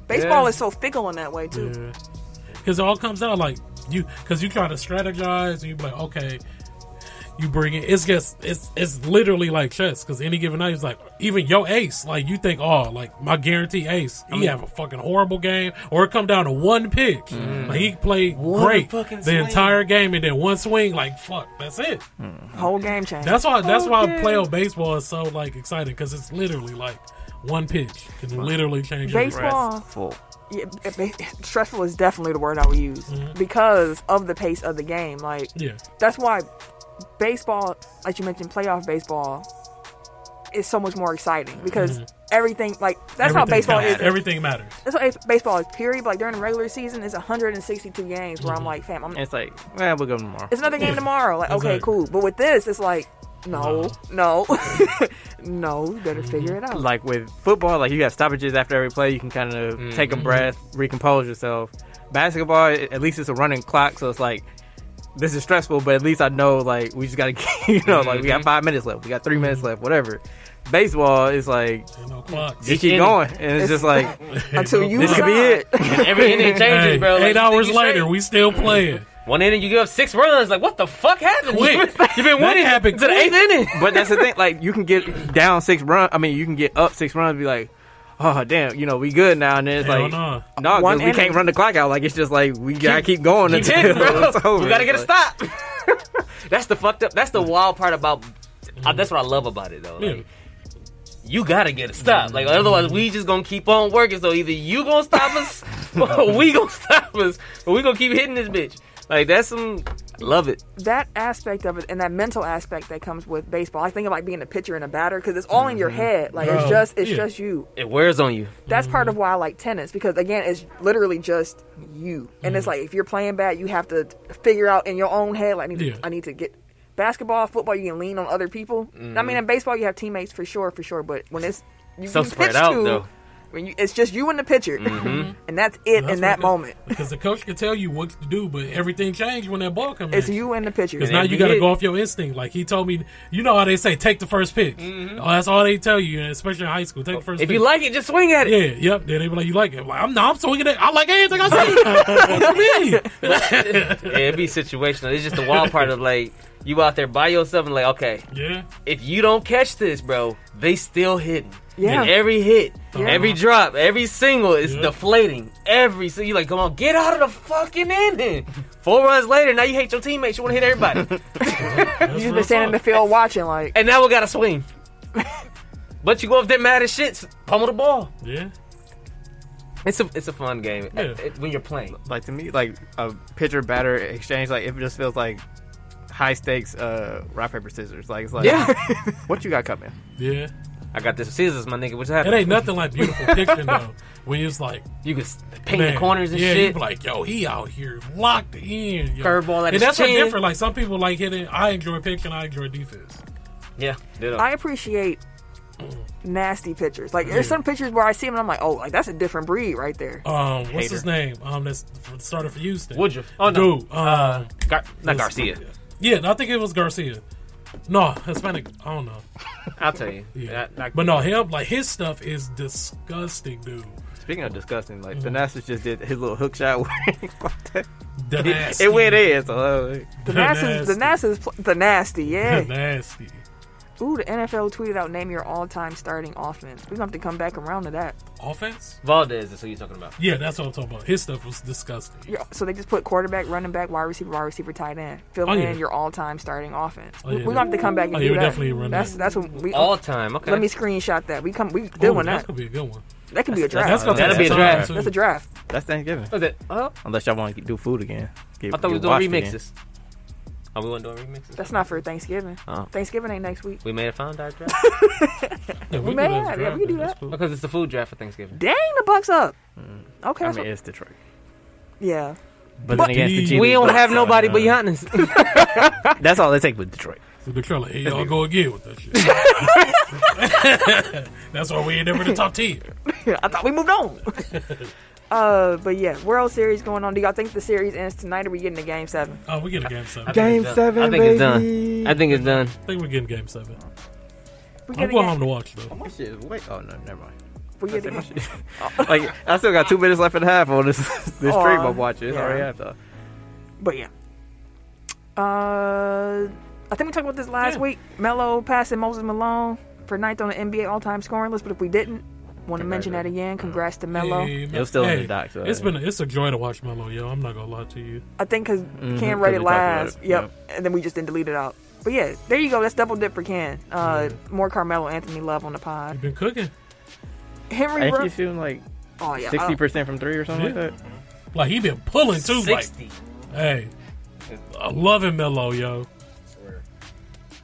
[SPEAKER 1] baseball
[SPEAKER 2] Yeah.
[SPEAKER 1] is so fickle in that way too.
[SPEAKER 4] Yeah. Because it all comes out like you, because you try to strategize and you be like, okay, you bring it. It's just, it's it's literally like chess. Because any given night, it's like even your ace, like you think, oh, like my guarantee ace, he have a fucking horrible game, or it come down to one pitch.
[SPEAKER 1] Mm-hmm.
[SPEAKER 4] Like he played
[SPEAKER 2] One
[SPEAKER 4] great the
[SPEAKER 2] fucking swing.
[SPEAKER 4] entire game, and then one swing, like fuck, that's it.
[SPEAKER 1] Whole game change.
[SPEAKER 4] That's why
[SPEAKER 1] Oh,
[SPEAKER 4] that's why
[SPEAKER 2] Okay.
[SPEAKER 4] playoff baseball is so like exciting because it's literally like one pitch can literally change. everything.
[SPEAKER 1] Baseball,
[SPEAKER 3] Full.
[SPEAKER 1] yeah, it- it- stressful is definitely the word I would use
[SPEAKER 3] Mm-hmm.
[SPEAKER 1] because of the pace of the game. Like
[SPEAKER 4] Yeah.
[SPEAKER 1] that's why baseball, like you mentioned, playoff baseball is so much more exciting because
[SPEAKER 3] Mm-hmm.
[SPEAKER 1] everything, like that's how
[SPEAKER 4] Everything
[SPEAKER 1] baseball
[SPEAKER 4] counts.
[SPEAKER 1] is.
[SPEAKER 4] Everything matters.
[SPEAKER 1] That's why baseball is period. But like during the regular season, it's 162 games where I'm like, fam, I'm,
[SPEAKER 3] Mm-hmm. And Mm-hmm. it's like, well, we'll go tomorrow.
[SPEAKER 1] it's another game tomorrow. Like, okay,
[SPEAKER 4] Exactly.
[SPEAKER 1] cool. But with this, it's like, no, no, [laughs] no, you better figure it out.
[SPEAKER 3] Mm-hmm. Like with football, like you have stoppages after every play. You can kind of take a breath, recompose yourself. Basketball, a- at least it's a running clock, so it's like this is stressful, but at least I know like we just [laughs] got to, you know, like we got five minutes left, we got 3 minutes left, whatever. Baseball is like
[SPEAKER 4] Ain't no clocks.
[SPEAKER 2] [laughs]
[SPEAKER 3] you keep
[SPEAKER 2] inning.
[SPEAKER 3] going, and it's just [laughs] like
[SPEAKER 1] Until you
[SPEAKER 3] this could be
[SPEAKER 1] decide.
[SPEAKER 3] it.
[SPEAKER 1] [laughs]
[SPEAKER 2] and every
[SPEAKER 4] [laughs]
[SPEAKER 2] inning changes,
[SPEAKER 4] Hey,
[SPEAKER 2] bro. Like,
[SPEAKER 4] eight
[SPEAKER 2] you
[SPEAKER 4] hours
[SPEAKER 2] think you
[SPEAKER 4] later,
[SPEAKER 2] straight?
[SPEAKER 4] we still
[SPEAKER 2] [laughs]
[SPEAKER 4] playing.
[SPEAKER 2] one inning you give up six runs. Like what the fuck happened?
[SPEAKER 4] Quick.
[SPEAKER 2] [laughs] You've been- You've been
[SPEAKER 4] That
[SPEAKER 2] winning
[SPEAKER 4] happened
[SPEAKER 2] to the eighth inning.
[SPEAKER 3] But that's the thing. Like you can get down six runs. I mean, you can get up six runs. And be like, oh damn, you know, we good now. And then it's
[SPEAKER 4] Hell
[SPEAKER 3] like,
[SPEAKER 4] nah.
[SPEAKER 3] no,
[SPEAKER 1] One
[SPEAKER 3] because we can't
[SPEAKER 1] inning.
[SPEAKER 3] run the clock out. Like it's just like we gotta keep going
[SPEAKER 2] You
[SPEAKER 3] until
[SPEAKER 2] did, bro.
[SPEAKER 3] [laughs] it's over.
[SPEAKER 2] We gotta get a
[SPEAKER 3] It's
[SPEAKER 2] stop. [laughs] that's the fucked up. That's the wild part about. uh, that's what I love about it though. Like,
[SPEAKER 4] Yeah.
[SPEAKER 2] You gotta get a stop. Like otherwise, we just gonna keep on working. So either you gonna stop us, [laughs] or we gonna stop us, or we gonna keep hitting this bitch. Like that's some. I love it.
[SPEAKER 1] that aspect of it and that mental aspect that comes with baseball. I think of like being a pitcher and a batter because it's all in your head. Like
[SPEAKER 4] Bro,
[SPEAKER 1] it's just it's
[SPEAKER 4] Mm-hmm. Oh, yeah. Mm-hmm.
[SPEAKER 1] just you.
[SPEAKER 2] It wears on you.
[SPEAKER 1] That's part of why I like tennis because again, it's literally just you. And
[SPEAKER 4] Mm.
[SPEAKER 1] it's like if you're playing bad, you have to figure out in your own head. Like I need,
[SPEAKER 4] Yeah.
[SPEAKER 1] to, I need to get basketball, football. You can lean on other people. I mean,
[SPEAKER 4] Mm.
[SPEAKER 1] in baseball, you have teammates for sure, for sure. But when it's you
[SPEAKER 2] So
[SPEAKER 1] you
[SPEAKER 2] spread
[SPEAKER 1] pitch
[SPEAKER 2] out,
[SPEAKER 1] to,
[SPEAKER 2] though.
[SPEAKER 1] When you, it's just you and the pitcher, and that's it
[SPEAKER 4] Mm-hmm. That's
[SPEAKER 1] in that
[SPEAKER 4] what-
[SPEAKER 1] moment.
[SPEAKER 4] Because the coach can tell you what to do, but everything changed when that ball comes.
[SPEAKER 1] It's you and the pitcher.
[SPEAKER 4] Because now
[SPEAKER 2] And
[SPEAKER 4] you
[SPEAKER 2] it
[SPEAKER 4] got to
[SPEAKER 2] did.
[SPEAKER 4] go off your instinct. Like he told me, you know how they say, take the first pitch. Oh, that's all they tell you, and especially in high school. Take the first
[SPEAKER 2] Mm-hmm. If
[SPEAKER 4] pitch.
[SPEAKER 2] you like it, just swing at
[SPEAKER 4] yeah,
[SPEAKER 2] it.
[SPEAKER 4] yep. Then they be like, you like it. I'm like, I'm, no, I'm swinging it. I like anything
[SPEAKER 2] [laughs]
[SPEAKER 4] I see. what you mean?
[SPEAKER 2] Yeah, it'd be situational. It's just the wild part of like you out there by yourself and like, okay,
[SPEAKER 4] Yeah.
[SPEAKER 2] if you don't catch this, bro, they still hitting.
[SPEAKER 1] Yeah.
[SPEAKER 2] And every hit, every drop, every single is
[SPEAKER 4] Yeah.
[SPEAKER 2] deflating. Every so you like, come on, get out of the fucking inning. Four runs later, now you hate your teammates. You want to hit
[SPEAKER 4] [laughs]
[SPEAKER 2] everybody,
[SPEAKER 4] That's
[SPEAKER 1] You've
[SPEAKER 4] real
[SPEAKER 1] been standing in the
[SPEAKER 4] talk.
[SPEAKER 1] field watching, like
[SPEAKER 2] and now we got to swing. but you go up there mad as shit, s- pummel the ball.
[SPEAKER 4] Yeah.
[SPEAKER 2] It's a it's a fun game
[SPEAKER 4] Yeah.
[SPEAKER 2] uh, when you're
[SPEAKER 4] [laughs]
[SPEAKER 2] playing.
[SPEAKER 3] Like to me, like a pitcher batter exchange, like it just feels like high stakes, uh, rock paper scissors. Like it's like,
[SPEAKER 2] Yeah,
[SPEAKER 3] [laughs] what you got coming?
[SPEAKER 4] Yeah.
[SPEAKER 2] I got this scissors, my nigga. What's
[SPEAKER 4] It
[SPEAKER 2] happening?
[SPEAKER 4] ain't nothing like beautiful picture, though.
[SPEAKER 2] [laughs]
[SPEAKER 4] When it's like,
[SPEAKER 2] You can s- paint
[SPEAKER 4] Man,
[SPEAKER 2] the corners and
[SPEAKER 4] yeah, you
[SPEAKER 2] shit.
[SPEAKER 4] be like, yo, he out here locked in. yo.
[SPEAKER 2] Curveball at
[SPEAKER 4] and
[SPEAKER 2] his
[SPEAKER 4] that's
[SPEAKER 2] chin.
[SPEAKER 4] what different. Like some people like hitting. I enjoy pitching. I enjoy defense.
[SPEAKER 2] yeah, ditto.
[SPEAKER 1] I appreciate nasty pitchers. Like there's some pictures where I see them and I'm like, oh, like that's a different breed right
[SPEAKER 4] [laughs]
[SPEAKER 1] there.
[SPEAKER 4] Um, what's
[SPEAKER 3] Hater.
[SPEAKER 4] his name? Um, that's f- started for Houston.
[SPEAKER 2] Woodruff. Oh no,
[SPEAKER 4] Dude, um,
[SPEAKER 2] Gar- not
[SPEAKER 4] this-
[SPEAKER 2] Garcia.
[SPEAKER 4] Yeah, I think it was Garcia. No, Hispanic. I don't know.
[SPEAKER 2] I'll tell you.
[SPEAKER 4] Yeah.
[SPEAKER 2] Not- not-
[SPEAKER 4] but no, him like his stuff is disgusting, dude.
[SPEAKER 3] Speaking of disgusting, like Thanasis just did his little hook shot. [laughs]
[SPEAKER 4] The nasty.
[SPEAKER 3] it went in. So, uh,
[SPEAKER 4] [laughs]
[SPEAKER 1] The Nasties, the Nasties, pl- the nasty,
[SPEAKER 4] The
[SPEAKER 1] yeah.
[SPEAKER 4] nasty.
[SPEAKER 1] Ooh, the NFL tweeted out name your all-time starting offense. We're gonna have to come back around to that.
[SPEAKER 4] Offense?
[SPEAKER 2] Valdez is who you're talking about.
[SPEAKER 4] Yeah, that's what I'm talking about. His stuff was disgusting.
[SPEAKER 1] Yeah, So they just put quarterback, running back, wide receiver, wide receiver, tight end. Fill
[SPEAKER 4] Oh,
[SPEAKER 1] in
[SPEAKER 4] yeah.
[SPEAKER 1] your all-time starting offense.
[SPEAKER 4] Oh,
[SPEAKER 1] We-
[SPEAKER 4] yeah,
[SPEAKER 1] We're gonna have to come back and
[SPEAKER 4] Oh,
[SPEAKER 1] do
[SPEAKER 4] yeah, we
[SPEAKER 1] that.
[SPEAKER 4] definitely run
[SPEAKER 1] that's
[SPEAKER 4] that.
[SPEAKER 1] that's what we.
[SPEAKER 2] All time. Okay.
[SPEAKER 1] let me screenshot that. We come. We
[SPEAKER 4] Ooh,
[SPEAKER 1] doing
[SPEAKER 4] that's
[SPEAKER 1] that.
[SPEAKER 4] gonna be a good one.
[SPEAKER 1] That could be a draft.
[SPEAKER 4] That's
[SPEAKER 1] That's,
[SPEAKER 4] gonna
[SPEAKER 2] That'll
[SPEAKER 4] take
[SPEAKER 2] be a
[SPEAKER 4] some
[SPEAKER 2] draft.
[SPEAKER 4] time,
[SPEAKER 1] a
[SPEAKER 4] too.
[SPEAKER 1] draft.
[SPEAKER 3] That's Thanksgiving.
[SPEAKER 2] Was it up?
[SPEAKER 3] Unless y'all want to do food again. Get-
[SPEAKER 2] I thought we
[SPEAKER 3] get
[SPEAKER 2] were doing
[SPEAKER 3] washed again.
[SPEAKER 2] remixes. Are we doing remixes?
[SPEAKER 1] That's not for Thanksgiving.
[SPEAKER 2] Oh.
[SPEAKER 1] Thanksgiving ain't next week.
[SPEAKER 2] We may have found our draft
[SPEAKER 4] Yeah, we,
[SPEAKER 1] We
[SPEAKER 4] can
[SPEAKER 1] may
[SPEAKER 4] do
[SPEAKER 1] have.
[SPEAKER 4] that as
[SPEAKER 1] Yeah,
[SPEAKER 4] draft,
[SPEAKER 1] we can do
[SPEAKER 4] that's
[SPEAKER 1] that.
[SPEAKER 2] [laughs]
[SPEAKER 4] cool.
[SPEAKER 2] because it's the food draft for Thanksgiving.
[SPEAKER 1] Dang, the Bucks up. Okay.
[SPEAKER 3] I
[SPEAKER 1] that's
[SPEAKER 3] mean,
[SPEAKER 1] what-
[SPEAKER 3] it's Detroit.
[SPEAKER 1] yeah.
[SPEAKER 3] But,
[SPEAKER 4] But
[SPEAKER 3] then again, it's the
[SPEAKER 4] we
[SPEAKER 3] G
[SPEAKER 2] We
[SPEAKER 3] League
[SPEAKER 2] don't
[SPEAKER 3] Bucks,
[SPEAKER 2] have
[SPEAKER 3] so,
[SPEAKER 2] nobody
[SPEAKER 3] uh,
[SPEAKER 2] but [laughs] Giannis.
[SPEAKER 3] That's all they take with Detroit.
[SPEAKER 4] So the trailer, here y'all go again with that shit.
[SPEAKER 3] [laughs]
[SPEAKER 4] that's why we ain't never the top ten.
[SPEAKER 1] I thought we moved on. uh, but yeah, World Series going on. Do y'all think the series ends tonight? Or we getting to Game Seven?
[SPEAKER 4] Oh, we getting game seven.
[SPEAKER 2] Game seven. I think it's done. I think it's done.
[SPEAKER 4] I think we're getting game seven.
[SPEAKER 1] We
[SPEAKER 4] I'm
[SPEAKER 1] getting
[SPEAKER 4] going
[SPEAKER 1] game.
[SPEAKER 4] home to watch though.
[SPEAKER 3] My shit is wait. Oh no, never mind.
[SPEAKER 1] We getting game.
[SPEAKER 3] [laughs] like I still got two minutes left and a half on this [laughs] this
[SPEAKER 1] Aw,
[SPEAKER 3] stream I'm watching. It's
[SPEAKER 1] yeah.
[SPEAKER 3] already after.
[SPEAKER 1] But yeah. Uh, I think we talked about this last
[SPEAKER 4] Yeah.
[SPEAKER 1] week. Melo passing Moses Malone for ninth on the NBA all-time scoring list. But if we didn't, want to mention that
[SPEAKER 3] Uh-huh.
[SPEAKER 1] again. Congrats to Melo.
[SPEAKER 4] Hey,
[SPEAKER 3] It was still in the dock, so-
[SPEAKER 4] It's been a, it's a joy to watch Melo, yo. I'm not gonna lie to you.
[SPEAKER 1] I think because Cam
[SPEAKER 3] because Mm-hmm, we
[SPEAKER 1] read
[SPEAKER 3] talked
[SPEAKER 1] it
[SPEAKER 3] about
[SPEAKER 1] last.
[SPEAKER 3] it.
[SPEAKER 1] Yep. And then we just didn't delete it out. But yeah, there you go. That's double dip for Ken. Uh, More Carmelo Anthony love on the pod.
[SPEAKER 4] You've been cooking.
[SPEAKER 1] Henry.
[SPEAKER 3] Ain't
[SPEAKER 1] Bro-
[SPEAKER 3] you shooting like
[SPEAKER 1] oh yeah.
[SPEAKER 3] sixty
[SPEAKER 1] Oh,
[SPEAKER 3] percent from three or something like that?
[SPEAKER 4] Like he been pulling too. Like,
[SPEAKER 2] Sixty.
[SPEAKER 4] hey, I'm loving Melo, yo.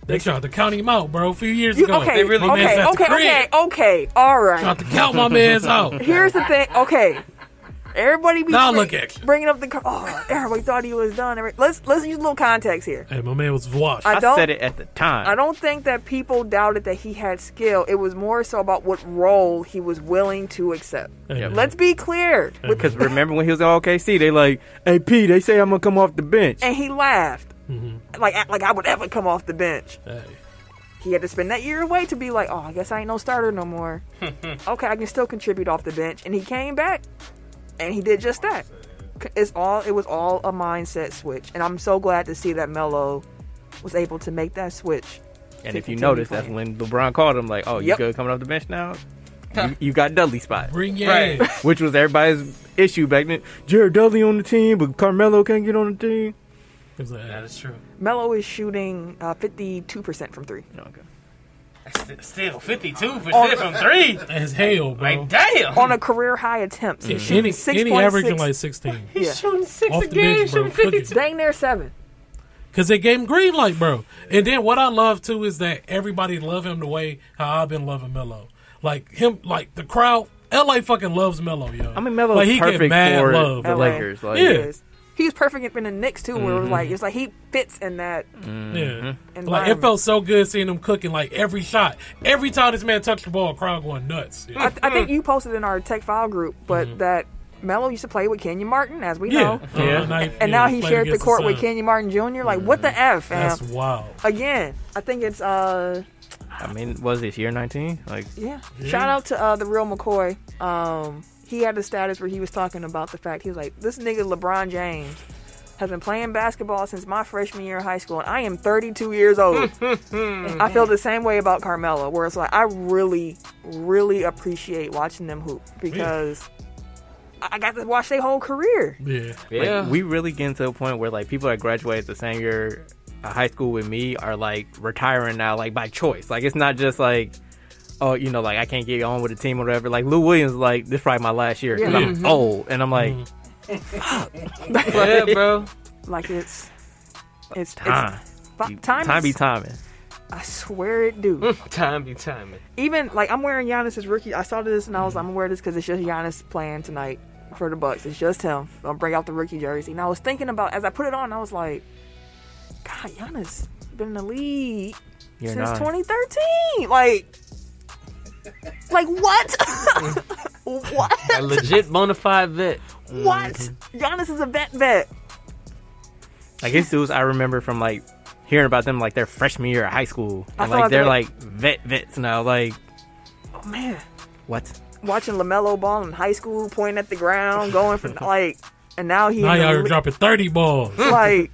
[SPEAKER 4] They tried to count him out, bro. A few years
[SPEAKER 1] you,
[SPEAKER 4] ago,
[SPEAKER 1] okay.
[SPEAKER 4] My
[SPEAKER 2] really-
[SPEAKER 4] man's
[SPEAKER 1] okay.
[SPEAKER 4] at the
[SPEAKER 1] Okay.
[SPEAKER 4] crib.
[SPEAKER 1] Okay. Okay. All right.
[SPEAKER 4] Tried to count my
[SPEAKER 1] [laughs]
[SPEAKER 4] man's out.
[SPEAKER 1] Here's the thing. Okay. Everybody be
[SPEAKER 4] Now
[SPEAKER 1] bring-
[SPEAKER 4] look at you.
[SPEAKER 1] bringing up the car. Oh, everybody thought he was done. Every- Let's let's use a little context here.
[SPEAKER 4] Hey, my man was washed.
[SPEAKER 1] I
[SPEAKER 3] I,
[SPEAKER 1] don't-
[SPEAKER 3] said it at the time.
[SPEAKER 1] I don't think that people doubted that he had skill. It was more so about what role he was willing to accept.
[SPEAKER 4] Hey, man.
[SPEAKER 1] Let's be clear.
[SPEAKER 3] [laughs]
[SPEAKER 1] With- [laughs]
[SPEAKER 3] because remember when he was at OKC, they like, hey P, they say I'm gonna come off the bench.
[SPEAKER 1] and he laughed.
[SPEAKER 4] Mm-hmm.
[SPEAKER 1] Like act like I would ever come off the bench.
[SPEAKER 4] Hey,
[SPEAKER 1] He had to spend that year away to be like, oh, I guess I ain't no starter no
[SPEAKER 2] [laughs]
[SPEAKER 1] more. okay, I can still contribute off the bench. And he came back, and he did just that. C- It's all it was all a mindset switch, and I'm so glad to see that Melo was able to make that switch.
[SPEAKER 3] And if you
[SPEAKER 1] continue
[SPEAKER 3] notice, that's
[SPEAKER 1] playing.
[SPEAKER 3] when LeBron called him like, oh, you
[SPEAKER 1] Yep.
[SPEAKER 3] good coming off the bench now? you, you got Dudley spot,
[SPEAKER 4] bring your
[SPEAKER 2] Right.
[SPEAKER 4] ass.
[SPEAKER 3] which was everybody's issue back then. Jared Dudley on the team, but Carmelo can't get on the team.
[SPEAKER 4] He was like, hey,
[SPEAKER 2] is true.
[SPEAKER 1] Melo is shooting uh, 52% from three.
[SPEAKER 3] Okay.
[SPEAKER 2] Still fifty-two percent from [laughs] three.
[SPEAKER 4] As hell, bro.
[SPEAKER 2] Like damn.
[SPEAKER 1] On a career high attempts, he's shooting
[SPEAKER 4] Any, any
[SPEAKER 1] 6.6.
[SPEAKER 4] averaging like 16.
[SPEAKER 2] He's
[SPEAKER 1] yeah.
[SPEAKER 2] shooting six
[SPEAKER 4] Off
[SPEAKER 2] a
[SPEAKER 4] the
[SPEAKER 2] game.
[SPEAKER 4] bench, bro.
[SPEAKER 2] shooting
[SPEAKER 4] Cooking.
[SPEAKER 2] fifty-two.
[SPEAKER 1] Dang near seven.
[SPEAKER 4] Because they gave him green light, bro. And then what I love, too, is that everybody love him the way how I've been loving Melo. Like, him, like, the crowd, LA fucking loves Melo, yo.
[SPEAKER 3] I mean, Melo's
[SPEAKER 4] like, he get
[SPEAKER 3] perfect
[SPEAKER 4] mad
[SPEAKER 3] for
[SPEAKER 4] love.
[SPEAKER 3] the
[SPEAKER 1] LA.
[SPEAKER 3] Lakers. Like,
[SPEAKER 1] He
[SPEAKER 4] Yeah. Mm-hmm.
[SPEAKER 1] is. He was perfect in the Knicks too, where it was like it's like he fits in that.
[SPEAKER 4] Yeah. Like,
[SPEAKER 1] Environment.
[SPEAKER 4] it felt so good seeing him cooking, like, every shot. Every time this man touched the ball, crowd going nuts.
[SPEAKER 1] I,
[SPEAKER 4] Yeah.
[SPEAKER 1] I think you posted in our tech file group, but that Melo used to play with Kenyon Martin, as we
[SPEAKER 4] Hmm. Yeah.
[SPEAKER 1] know,
[SPEAKER 4] Uh,
[SPEAKER 3] Yeah.
[SPEAKER 4] now he-
[SPEAKER 1] and
[SPEAKER 4] yeah,
[SPEAKER 1] now he
[SPEAKER 4] played
[SPEAKER 1] shared the
[SPEAKER 4] against
[SPEAKER 1] court with
[SPEAKER 4] Suns.
[SPEAKER 1] Kenyon Martin Jr. Like, what the f? fam?
[SPEAKER 4] That's wild.
[SPEAKER 1] Again, I think it's uh
[SPEAKER 3] I mean, was this year 19? Like,
[SPEAKER 1] yeah. Shout out to uh the real McCoy. Um, he had a status where he was talking about the fact he was like, this nigga LeBron James. Has been playing basketball since my freshman year of high school, and I am 32 years
[SPEAKER 3] [laughs]
[SPEAKER 1] old. I feel the same way about Carmelo, where it's like I really, really appreciate watching them hoop because I I got to watch their whole career.
[SPEAKER 4] Yeah.
[SPEAKER 2] Yeah.
[SPEAKER 3] Like, we really getting to a point where like people that graduated the same year of high school with me are like retiring now, like by choice. Like it's not just like, oh, you know, like I can't get on with the team or whatever. Like Lou Williams, is like this probably my last year because
[SPEAKER 1] Yeah.
[SPEAKER 3] I'm old, and I'm like,
[SPEAKER 2] yeah, bro.
[SPEAKER 1] Like it's it's
[SPEAKER 3] time,
[SPEAKER 1] it's fi- time.
[SPEAKER 3] time be
[SPEAKER 1] is-
[SPEAKER 3] timing.
[SPEAKER 1] I swear it do.
[SPEAKER 2] Time be timing.
[SPEAKER 1] Even like I'm wearing Giannis's rookie. I saw this and I was like, I'm gonna wear this because it's just Giannis playing tonight for the Bucks. It's just him. I'll bring out the rookie jersey. And I was thinking about as I put it on, I was like, God, Giannis been in the league
[SPEAKER 3] You're
[SPEAKER 1] since
[SPEAKER 3] not.
[SPEAKER 1] 2013. Like, like what? [laughs]
[SPEAKER 2] A [laughs]
[SPEAKER 1] what?
[SPEAKER 2] legit bona fide vet.
[SPEAKER 4] Mm-hmm.
[SPEAKER 1] What? Giannis is a vet vet.
[SPEAKER 3] Like it's dudes I remember from like hearing about them like their freshman year of high school,
[SPEAKER 1] I
[SPEAKER 3] and
[SPEAKER 1] thought
[SPEAKER 3] like they're
[SPEAKER 1] that-
[SPEAKER 3] like vet vets now. Like
[SPEAKER 1] Oh man.
[SPEAKER 3] what?
[SPEAKER 1] watching LaMelo ball in high school, pointing at the ground, going
[SPEAKER 4] [laughs]
[SPEAKER 1] for like, and now he
[SPEAKER 4] Now
[SPEAKER 1] in the
[SPEAKER 4] y'all are
[SPEAKER 1] li-
[SPEAKER 4] dropping 30 balls.
[SPEAKER 1] like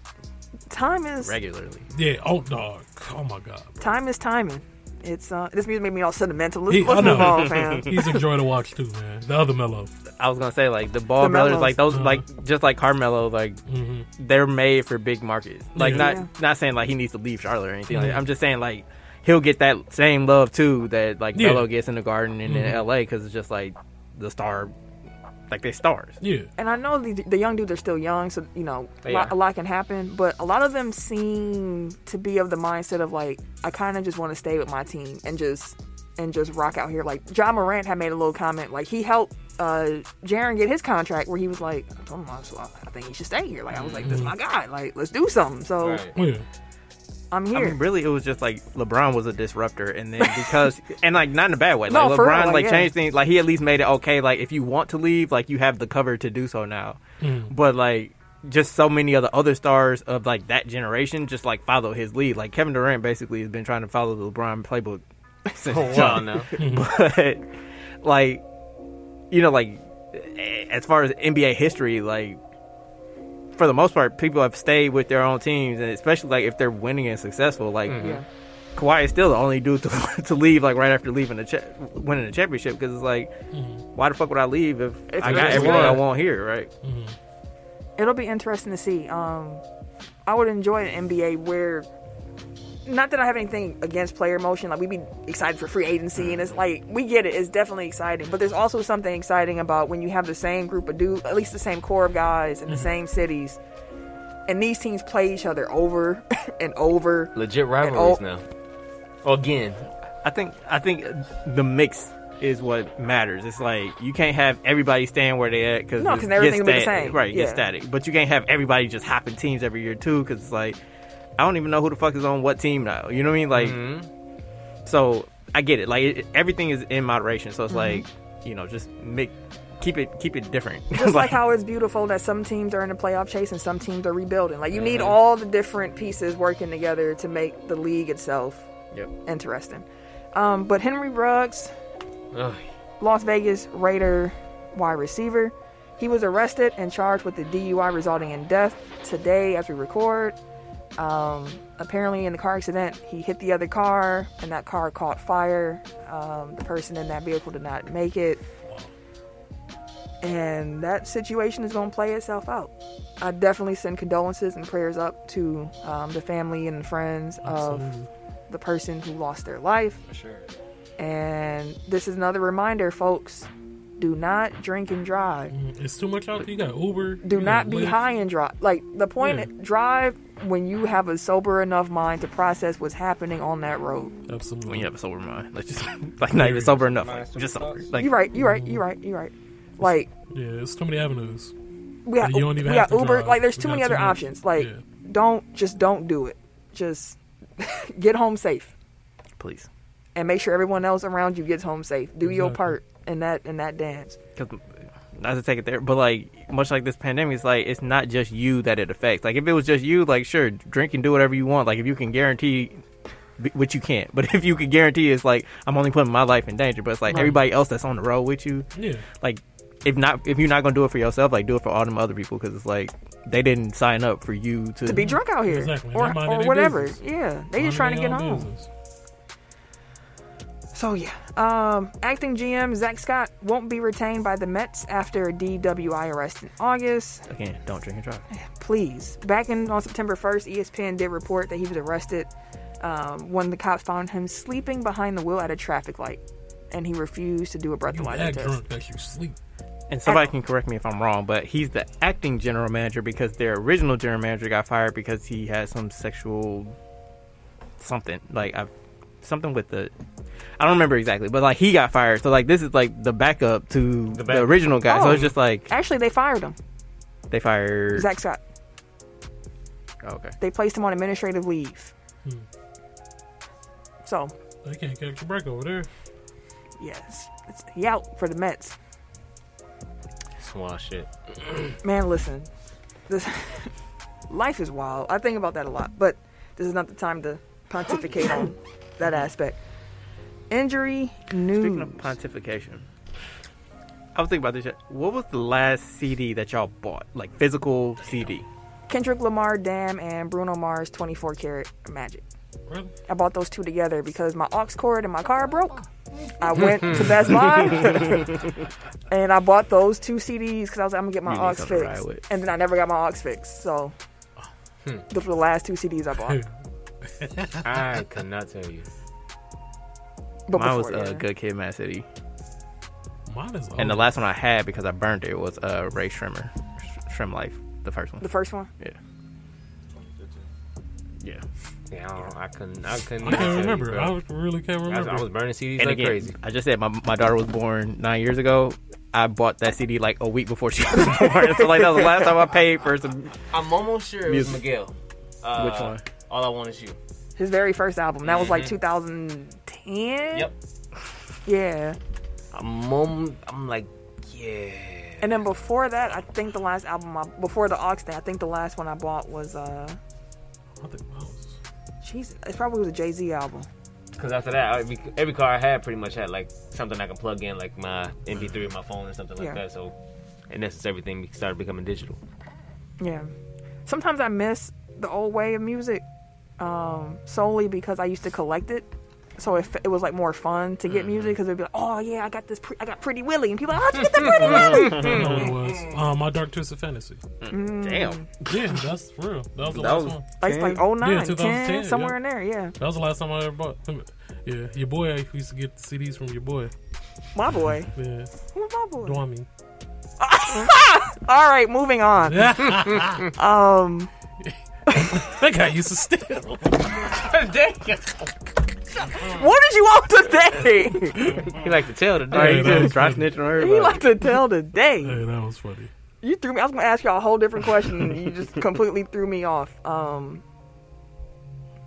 [SPEAKER 1] time is
[SPEAKER 3] Regularly,
[SPEAKER 4] Yeah, old dog. Oh my God.
[SPEAKER 1] Time is timing. It's uh, this music made me all sentimental. Let's,
[SPEAKER 4] He- I
[SPEAKER 1] let's
[SPEAKER 4] know.
[SPEAKER 1] move on, fam.
[SPEAKER 4] [laughs] He's a joy to watch too, man. The other mellow.
[SPEAKER 3] I was gonna say like the Ball
[SPEAKER 1] The
[SPEAKER 3] Brothers,
[SPEAKER 1] Mellos.
[SPEAKER 3] like those,
[SPEAKER 4] Uh-huh.
[SPEAKER 3] like just like Carmelo, like
[SPEAKER 4] hmm
[SPEAKER 3] they're made for big markets. Like
[SPEAKER 4] Yeah.
[SPEAKER 3] not
[SPEAKER 1] Yeah.
[SPEAKER 3] not saying like he needs to leave Charlotte or anything. Like
[SPEAKER 4] Mhm.
[SPEAKER 3] that. I'm just saying like he'll get that same love too that like
[SPEAKER 4] Yeah.
[SPEAKER 3] Melo gets in the Garden and
[SPEAKER 4] Mhm.
[SPEAKER 3] in L.A. because it's just like the star, like they stars.
[SPEAKER 4] Yeah.
[SPEAKER 1] and I know the, the young dudes are still young, so you know a
[SPEAKER 3] They
[SPEAKER 1] lot,
[SPEAKER 3] are.
[SPEAKER 1] a lot can happen. But a lot of them seem to be of the mindset of like, I kind of just want to stay with my team and just and just rock out here. Like John Morant had made a little comment, like he helped uh Jaren get his contract, where he was like, I told him I, was, well, I think he should stay here. Like I was like, this is my guy. Like let's do something. So
[SPEAKER 2] Right.
[SPEAKER 4] Yeah.
[SPEAKER 1] I'm
[SPEAKER 3] I
[SPEAKER 1] here.
[SPEAKER 3] mean, really, it was just like LeBron was a disruptor, and then
[SPEAKER 1] [laughs]
[SPEAKER 3] because and like not in a bad way, like
[SPEAKER 1] No, for
[SPEAKER 3] LeBron
[SPEAKER 1] real,
[SPEAKER 3] like
[SPEAKER 1] yeah.
[SPEAKER 3] changed things. Like he at least made it okay. Like if you want to leave, like you have the cover to do so now.
[SPEAKER 1] Hmm.
[SPEAKER 3] But like just so many other other stars of like that generation just like follow his lead. Like Kevin Durant basically has been trying to follow the LeBron playbook [laughs]
[SPEAKER 1] Oh,
[SPEAKER 3] since
[SPEAKER 2] For a while
[SPEAKER 3] John
[SPEAKER 2] Oh, now.
[SPEAKER 3] but like you know like eh, as far as nba history like for the most part people have stayed with their own teams and especially like if they're winning and successful like
[SPEAKER 1] Yeah.
[SPEAKER 3] Kawhi is still the only dude to, [laughs] to leave like right after leaving the cha- winning the championship because it's like why the fuck would I leave if
[SPEAKER 1] If
[SPEAKER 3] I
[SPEAKER 1] it
[SPEAKER 3] got
[SPEAKER 1] was
[SPEAKER 3] everything
[SPEAKER 1] good.
[SPEAKER 3] I want here right
[SPEAKER 1] it'll be interesting to see. Um, I would enjoy an NBA where, not that I have anything against player motion, like we'd be excited for free agency, and it's like we get it. It's definitely exciting, but there's also something exciting about when you have the same group of dudes, at least the same core of guys in the same cities, and these teams play each other over [laughs] and over.
[SPEAKER 2] Legit rivalries
[SPEAKER 1] oh.
[SPEAKER 2] now. Again,
[SPEAKER 3] I think I think the mix is what matters. It's like you can't have everybody staying where they at because
[SPEAKER 1] No, 'cause everything will be the same.
[SPEAKER 3] right? Get
[SPEAKER 1] Yeah.
[SPEAKER 3] static, but you can't have everybody just hopping teams every year too because it's like I don't even know who the fuck is on what team now. You know what I mean? Like, Mm-hmm. so I get it. Like it, it- everything is in moderation, so it's like you know just make keep it keep it different.
[SPEAKER 1] Mm-hmm.
[SPEAKER 3] [laughs]
[SPEAKER 1] Just like how it's beautiful that some teams are in the playoff chase and some teams are rebuilding. Like you need all the different pieces working together to make the league itself
[SPEAKER 3] Yep.
[SPEAKER 1] interesting. Um, but Henry Ruggs,
[SPEAKER 2] Ugh.
[SPEAKER 1] Las Vegas Raider wide receiver. He was arrested and charged with the DUI resulting in death today as we record. Um, apparently, in the car accident, he hit the other car and that car caught fire. Um, the person in that vehicle did not make it. And that situation is going to play itself out. I definitely send condolences and prayers up to um, the family and friends of
[SPEAKER 4] Absolutely.
[SPEAKER 1] the person who lost their life.
[SPEAKER 2] for sure.
[SPEAKER 1] And this is another reminder, folks. Do not drink and drive.
[SPEAKER 4] Mm, It's too much out there. You got Uber.
[SPEAKER 1] Do
[SPEAKER 4] you
[SPEAKER 1] not
[SPEAKER 4] got
[SPEAKER 1] be
[SPEAKER 4] Lyft.
[SPEAKER 1] high and drive. Like the point,
[SPEAKER 4] Yeah.
[SPEAKER 1] drive when you have a sober enough mind to process what's happening on that road.
[SPEAKER 4] Absolutely.
[SPEAKER 3] When you have a sober mind, [laughs] like just like not even sober enough, like, just sober. Like
[SPEAKER 1] You're right. You're right.
[SPEAKER 4] mm-hmm.
[SPEAKER 1] You're right. You're right. Like
[SPEAKER 4] Yeah, it's too many avenues.
[SPEAKER 1] we have,
[SPEAKER 4] You don't even
[SPEAKER 1] we
[SPEAKER 4] have
[SPEAKER 1] got
[SPEAKER 4] to
[SPEAKER 1] Uber.
[SPEAKER 4] drive.
[SPEAKER 1] Like there's
[SPEAKER 4] We
[SPEAKER 1] too
[SPEAKER 4] got
[SPEAKER 1] many
[SPEAKER 4] too
[SPEAKER 1] other
[SPEAKER 4] much.
[SPEAKER 1] options. Like
[SPEAKER 4] Yeah.
[SPEAKER 1] don't just don't do it. Just [laughs] get home safe
[SPEAKER 3] please,
[SPEAKER 1] and make sure everyone else around you gets home safe. Do your
[SPEAKER 4] Exactly.
[SPEAKER 1] part in that in that dance.
[SPEAKER 3] because not to take it there, but like much like this pandemic, it's like it's not just you that it affects. Like if it was just you, like sure, drink and do whatever you want. Like if you can guarantee, which you can't, but [laughs] if you can guarantee, it's like I'm only putting my life in danger. But it's like
[SPEAKER 4] Right.
[SPEAKER 3] everybody else that's on the road with you,
[SPEAKER 4] Yeah.
[SPEAKER 3] like if not if you're not gonna do it for yourself, like do it for all them other people because it's like they didn't sign up for you to,
[SPEAKER 1] To be drunk out here
[SPEAKER 4] Mm-hmm. Exactly. They're
[SPEAKER 1] or or
[SPEAKER 4] minding their
[SPEAKER 1] whatever.
[SPEAKER 4] business.
[SPEAKER 1] Yeah, they just trying to
[SPEAKER 4] Minding
[SPEAKER 1] get
[SPEAKER 4] their own
[SPEAKER 1] home.
[SPEAKER 4] business.
[SPEAKER 1] So yeah, um, acting GM Zach Scott won't be retained by the Mets after a DWI arrest in August.
[SPEAKER 3] Again, don't drink and drive.
[SPEAKER 1] Please, back in on September E 1st, ESPN did report that he was arrested um, when the cops found him sleeping behind the wheel at a traffic light, and he refused to do a
[SPEAKER 4] You
[SPEAKER 1] breathalyzer
[SPEAKER 4] act
[SPEAKER 1] test.
[SPEAKER 4] drunk that you sleep.
[SPEAKER 3] And somebody can correct me if I'm wrong, but he's the acting general manager because their original general manager got fired because he had some sexual something like I something with the I don't remember exactly, but like he got fired. So like this is like the backup to the,
[SPEAKER 2] backup.
[SPEAKER 3] original guy.
[SPEAKER 1] Oh.
[SPEAKER 3] So it's just like
[SPEAKER 1] Actually, they fired him,
[SPEAKER 3] they fired.
[SPEAKER 1] Zach Scott.
[SPEAKER 3] Oh, okay.
[SPEAKER 1] They placed him on administrative leave.
[SPEAKER 4] Hmm.
[SPEAKER 1] So
[SPEAKER 4] They can't catch a break over there.
[SPEAKER 1] yes, it's, he out for the Mets.
[SPEAKER 2] Swash it.
[SPEAKER 1] man, listen, this [laughs] life is wild. I think about that a lot, but this is not the time to pontificate on that aspect. Injury
[SPEAKER 3] Speaking
[SPEAKER 1] news.
[SPEAKER 3] of pontification, I was thinking about this. Shit. What was the last CD that y'all bought? Like physical CD?
[SPEAKER 1] Kendrick Lamar, Damn, and Bruno Mars, 24 Karat Magic.
[SPEAKER 4] Really?
[SPEAKER 1] I bought those two together because my aux cord in my car broke. I went to
[SPEAKER 3] [laughs]
[SPEAKER 1] Best Buy [laughs] and I bought those two CDs because I was like, I'm gonna get my
[SPEAKER 3] You need
[SPEAKER 1] aux
[SPEAKER 3] something to ride
[SPEAKER 1] fixed,
[SPEAKER 3] with. Hmm.
[SPEAKER 1] and then I never got my aux fixed. So those were the last two CDs I
[SPEAKER 3] [laughs]
[SPEAKER 1] bought.
[SPEAKER 2] I could not tell you.
[SPEAKER 1] But
[SPEAKER 3] Mine was
[SPEAKER 1] before,
[SPEAKER 3] uh,
[SPEAKER 1] yeah.
[SPEAKER 3] Good Kid, Mad City,
[SPEAKER 4] Mine is
[SPEAKER 3] and the
[SPEAKER 4] old.
[SPEAKER 3] last one I had because I burned it was uh, Ray Shrimmer, Shrim Life, the first one.
[SPEAKER 1] The first one.
[SPEAKER 3] yeah, yeah.
[SPEAKER 2] Yeah, I, don't, I couldn't. I couldn't.
[SPEAKER 4] I
[SPEAKER 2] even tell
[SPEAKER 4] can't
[SPEAKER 2] you,
[SPEAKER 4] remember.
[SPEAKER 2] bro.
[SPEAKER 4] I really can't
[SPEAKER 2] I was,
[SPEAKER 4] remember.
[SPEAKER 2] I was burning CDs
[SPEAKER 3] And
[SPEAKER 2] like
[SPEAKER 3] again,
[SPEAKER 2] crazy.
[SPEAKER 3] I just said my, my daughter was born nine years ago. I bought that CD like a week before she [laughs] was born, so like that was the last time I paid for some.
[SPEAKER 2] I'm almost sure it was
[SPEAKER 3] Music.
[SPEAKER 2] Miguel. Uh,
[SPEAKER 3] Which one?
[SPEAKER 2] All I want is you.
[SPEAKER 1] His very first album. That was like 2010.
[SPEAKER 2] Yep.
[SPEAKER 1] Yeah.
[SPEAKER 2] I'm, om- I'm like, yeah.
[SPEAKER 1] And then before that, I think the last album I before the aux thing, I think the last one I bought was uh,
[SPEAKER 4] I think mine was.
[SPEAKER 1] jeez, it probably was a Jay Z album.
[SPEAKER 2] Because after that, I, every, every car I had pretty much had like something I could plug in, like my MP3 or my phone or something like
[SPEAKER 1] Yeah.
[SPEAKER 2] that. So, and that's just everything started becoming [laughs] digital.
[SPEAKER 1] Yeah. Sometimes I miss the old way of music um, solely because I used to collect it. So if it was like more fun to get music because it'd be like, oh yeah, I got this, pre- I got Pretty Willy, and people are like, how'd you get that Pretty Willy?
[SPEAKER 4] I know what it was.
[SPEAKER 1] Mm-hmm.
[SPEAKER 4] Um, my Dark Twisted Fantasy.
[SPEAKER 3] Damn,
[SPEAKER 4] Yeah, that's real. That was the
[SPEAKER 3] That
[SPEAKER 4] last
[SPEAKER 3] was-
[SPEAKER 4] one.
[SPEAKER 1] Like, it's like oh nine,
[SPEAKER 4] 2010,
[SPEAKER 1] ten, somewhere
[SPEAKER 4] yeah.
[SPEAKER 1] in there, yeah.
[SPEAKER 4] That was the last time I ever bought. Yeah, your boy I used to get CDs from your boy.
[SPEAKER 1] My boy,
[SPEAKER 4] Yeah,
[SPEAKER 1] who's my boy?
[SPEAKER 4] [laughs] Dwami.
[SPEAKER 1] All right, moving on. Um,
[SPEAKER 4] That guy used to steal.
[SPEAKER 1] what did you want
[SPEAKER 4] [laughs]
[SPEAKER 1] today?
[SPEAKER 2] He like to tell the
[SPEAKER 3] Alright,
[SPEAKER 4] Yeah,
[SPEAKER 3] you
[SPEAKER 4] that was
[SPEAKER 3] just dry
[SPEAKER 4] funny.
[SPEAKER 3] snitching on
[SPEAKER 1] He
[SPEAKER 3] everybody.
[SPEAKER 1] like to tell today.
[SPEAKER 4] [laughs] Hey, that was funny.
[SPEAKER 1] You threw me. I was gonna ask y'all a whole different question. and you just completely threw me off. Um,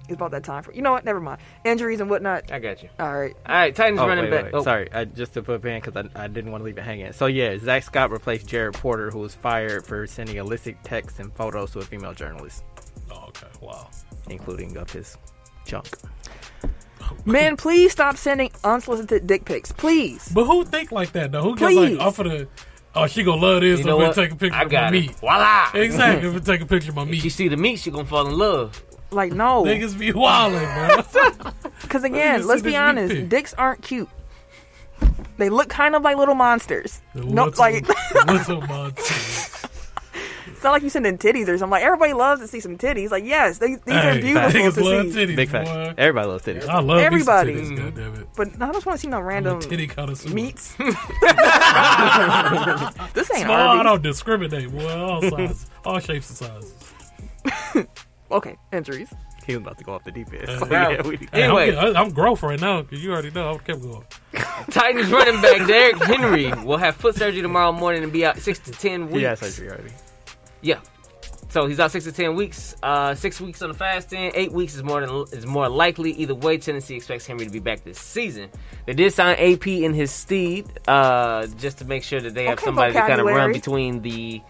[SPEAKER 1] it's about that time for you know what? Never mind. Injuries and whatnot.
[SPEAKER 2] I got you.
[SPEAKER 1] All right.
[SPEAKER 2] All right, Titans
[SPEAKER 3] Oh,
[SPEAKER 2] running
[SPEAKER 3] wait,
[SPEAKER 2] back.
[SPEAKER 3] wait,
[SPEAKER 2] Oh,
[SPEAKER 3] Sorry, I, just to put in because I, I didn't want to leave it hanging. So yeah, Zach Scott replaced Jared Porter, who was fired for sending illicit texts and photos to a female journalist,
[SPEAKER 4] Oh, okay. Wow.
[SPEAKER 3] including of his junk.
[SPEAKER 1] Men, please stop sending unsolicited dick pics. Please.
[SPEAKER 4] But who think like that though? Who gets
[SPEAKER 1] Please.
[SPEAKER 4] like off of the? Oh, she gonna love this.
[SPEAKER 2] You
[SPEAKER 4] I'm
[SPEAKER 2] know
[SPEAKER 4] gonna
[SPEAKER 2] what?
[SPEAKER 4] take a picture
[SPEAKER 2] I
[SPEAKER 4] of my
[SPEAKER 2] got
[SPEAKER 4] meat.
[SPEAKER 2] it. Voila!
[SPEAKER 4] Exactly. If we take a picture of my
[SPEAKER 2] She
[SPEAKER 4] [laughs] meat,
[SPEAKER 2] see the meat, she gonna fall in love.
[SPEAKER 1] Like no.
[SPEAKER 4] niggas be wildin', bro.
[SPEAKER 1] Because again,
[SPEAKER 4] You
[SPEAKER 1] let's
[SPEAKER 4] see
[SPEAKER 1] be
[SPEAKER 4] this dick
[SPEAKER 1] honest.
[SPEAKER 4] pic?
[SPEAKER 1] Dicks aren't cute. They look kind of like little monsters. No,
[SPEAKER 4] What's
[SPEAKER 1] like
[SPEAKER 4] a- what's a monster?
[SPEAKER 1] [laughs] it's not like you sending titties or something. Like everybody loves to see some titties. Like yes, they, these are
[SPEAKER 4] Hey,
[SPEAKER 1] beautiful
[SPEAKER 4] Niggas love
[SPEAKER 1] to see.
[SPEAKER 4] titties,
[SPEAKER 3] Big
[SPEAKER 4] boy.
[SPEAKER 3] fact. Everybody loves titties.
[SPEAKER 4] I love
[SPEAKER 1] Everybody.
[SPEAKER 4] everybody. These titties, goddammit.
[SPEAKER 1] But no, I just want to see no
[SPEAKER 4] I'm a
[SPEAKER 1] random
[SPEAKER 4] titty connoisseur.
[SPEAKER 1] meats. this ain't
[SPEAKER 4] Small, I
[SPEAKER 1] Arby's.
[SPEAKER 4] don't discriminate, boy. All sizes, all shapes and sizes.
[SPEAKER 1] Okay, injuries.
[SPEAKER 3] He was about to go off the deep end.
[SPEAKER 4] Uh,
[SPEAKER 3] So,
[SPEAKER 2] wow.
[SPEAKER 3] [laughs] yeah, we,
[SPEAKER 4] Hey, I'm-
[SPEAKER 2] Anyway.
[SPEAKER 4] I- I'm, growth right now because you already know I kept going.
[SPEAKER 2] Titans running back Derrick Henry will have foot surgery tomorrow morning and be out six to ten weeks.
[SPEAKER 3] he had surgery already.
[SPEAKER 2] Yeah. So he's out six to ten weeks. Uh, six weeks on the fasting. Eight weeks is more than is more likely. Either way, Tennessee expects Henry to be back this season. They did sign AP in his stead uh, just to make sure that they have
[SPEAKER 1] Okay,
[SPEAKER 2] somebody to kind of run
[SPEAKER 1] vocabulary.
[SPEAKER 2] between the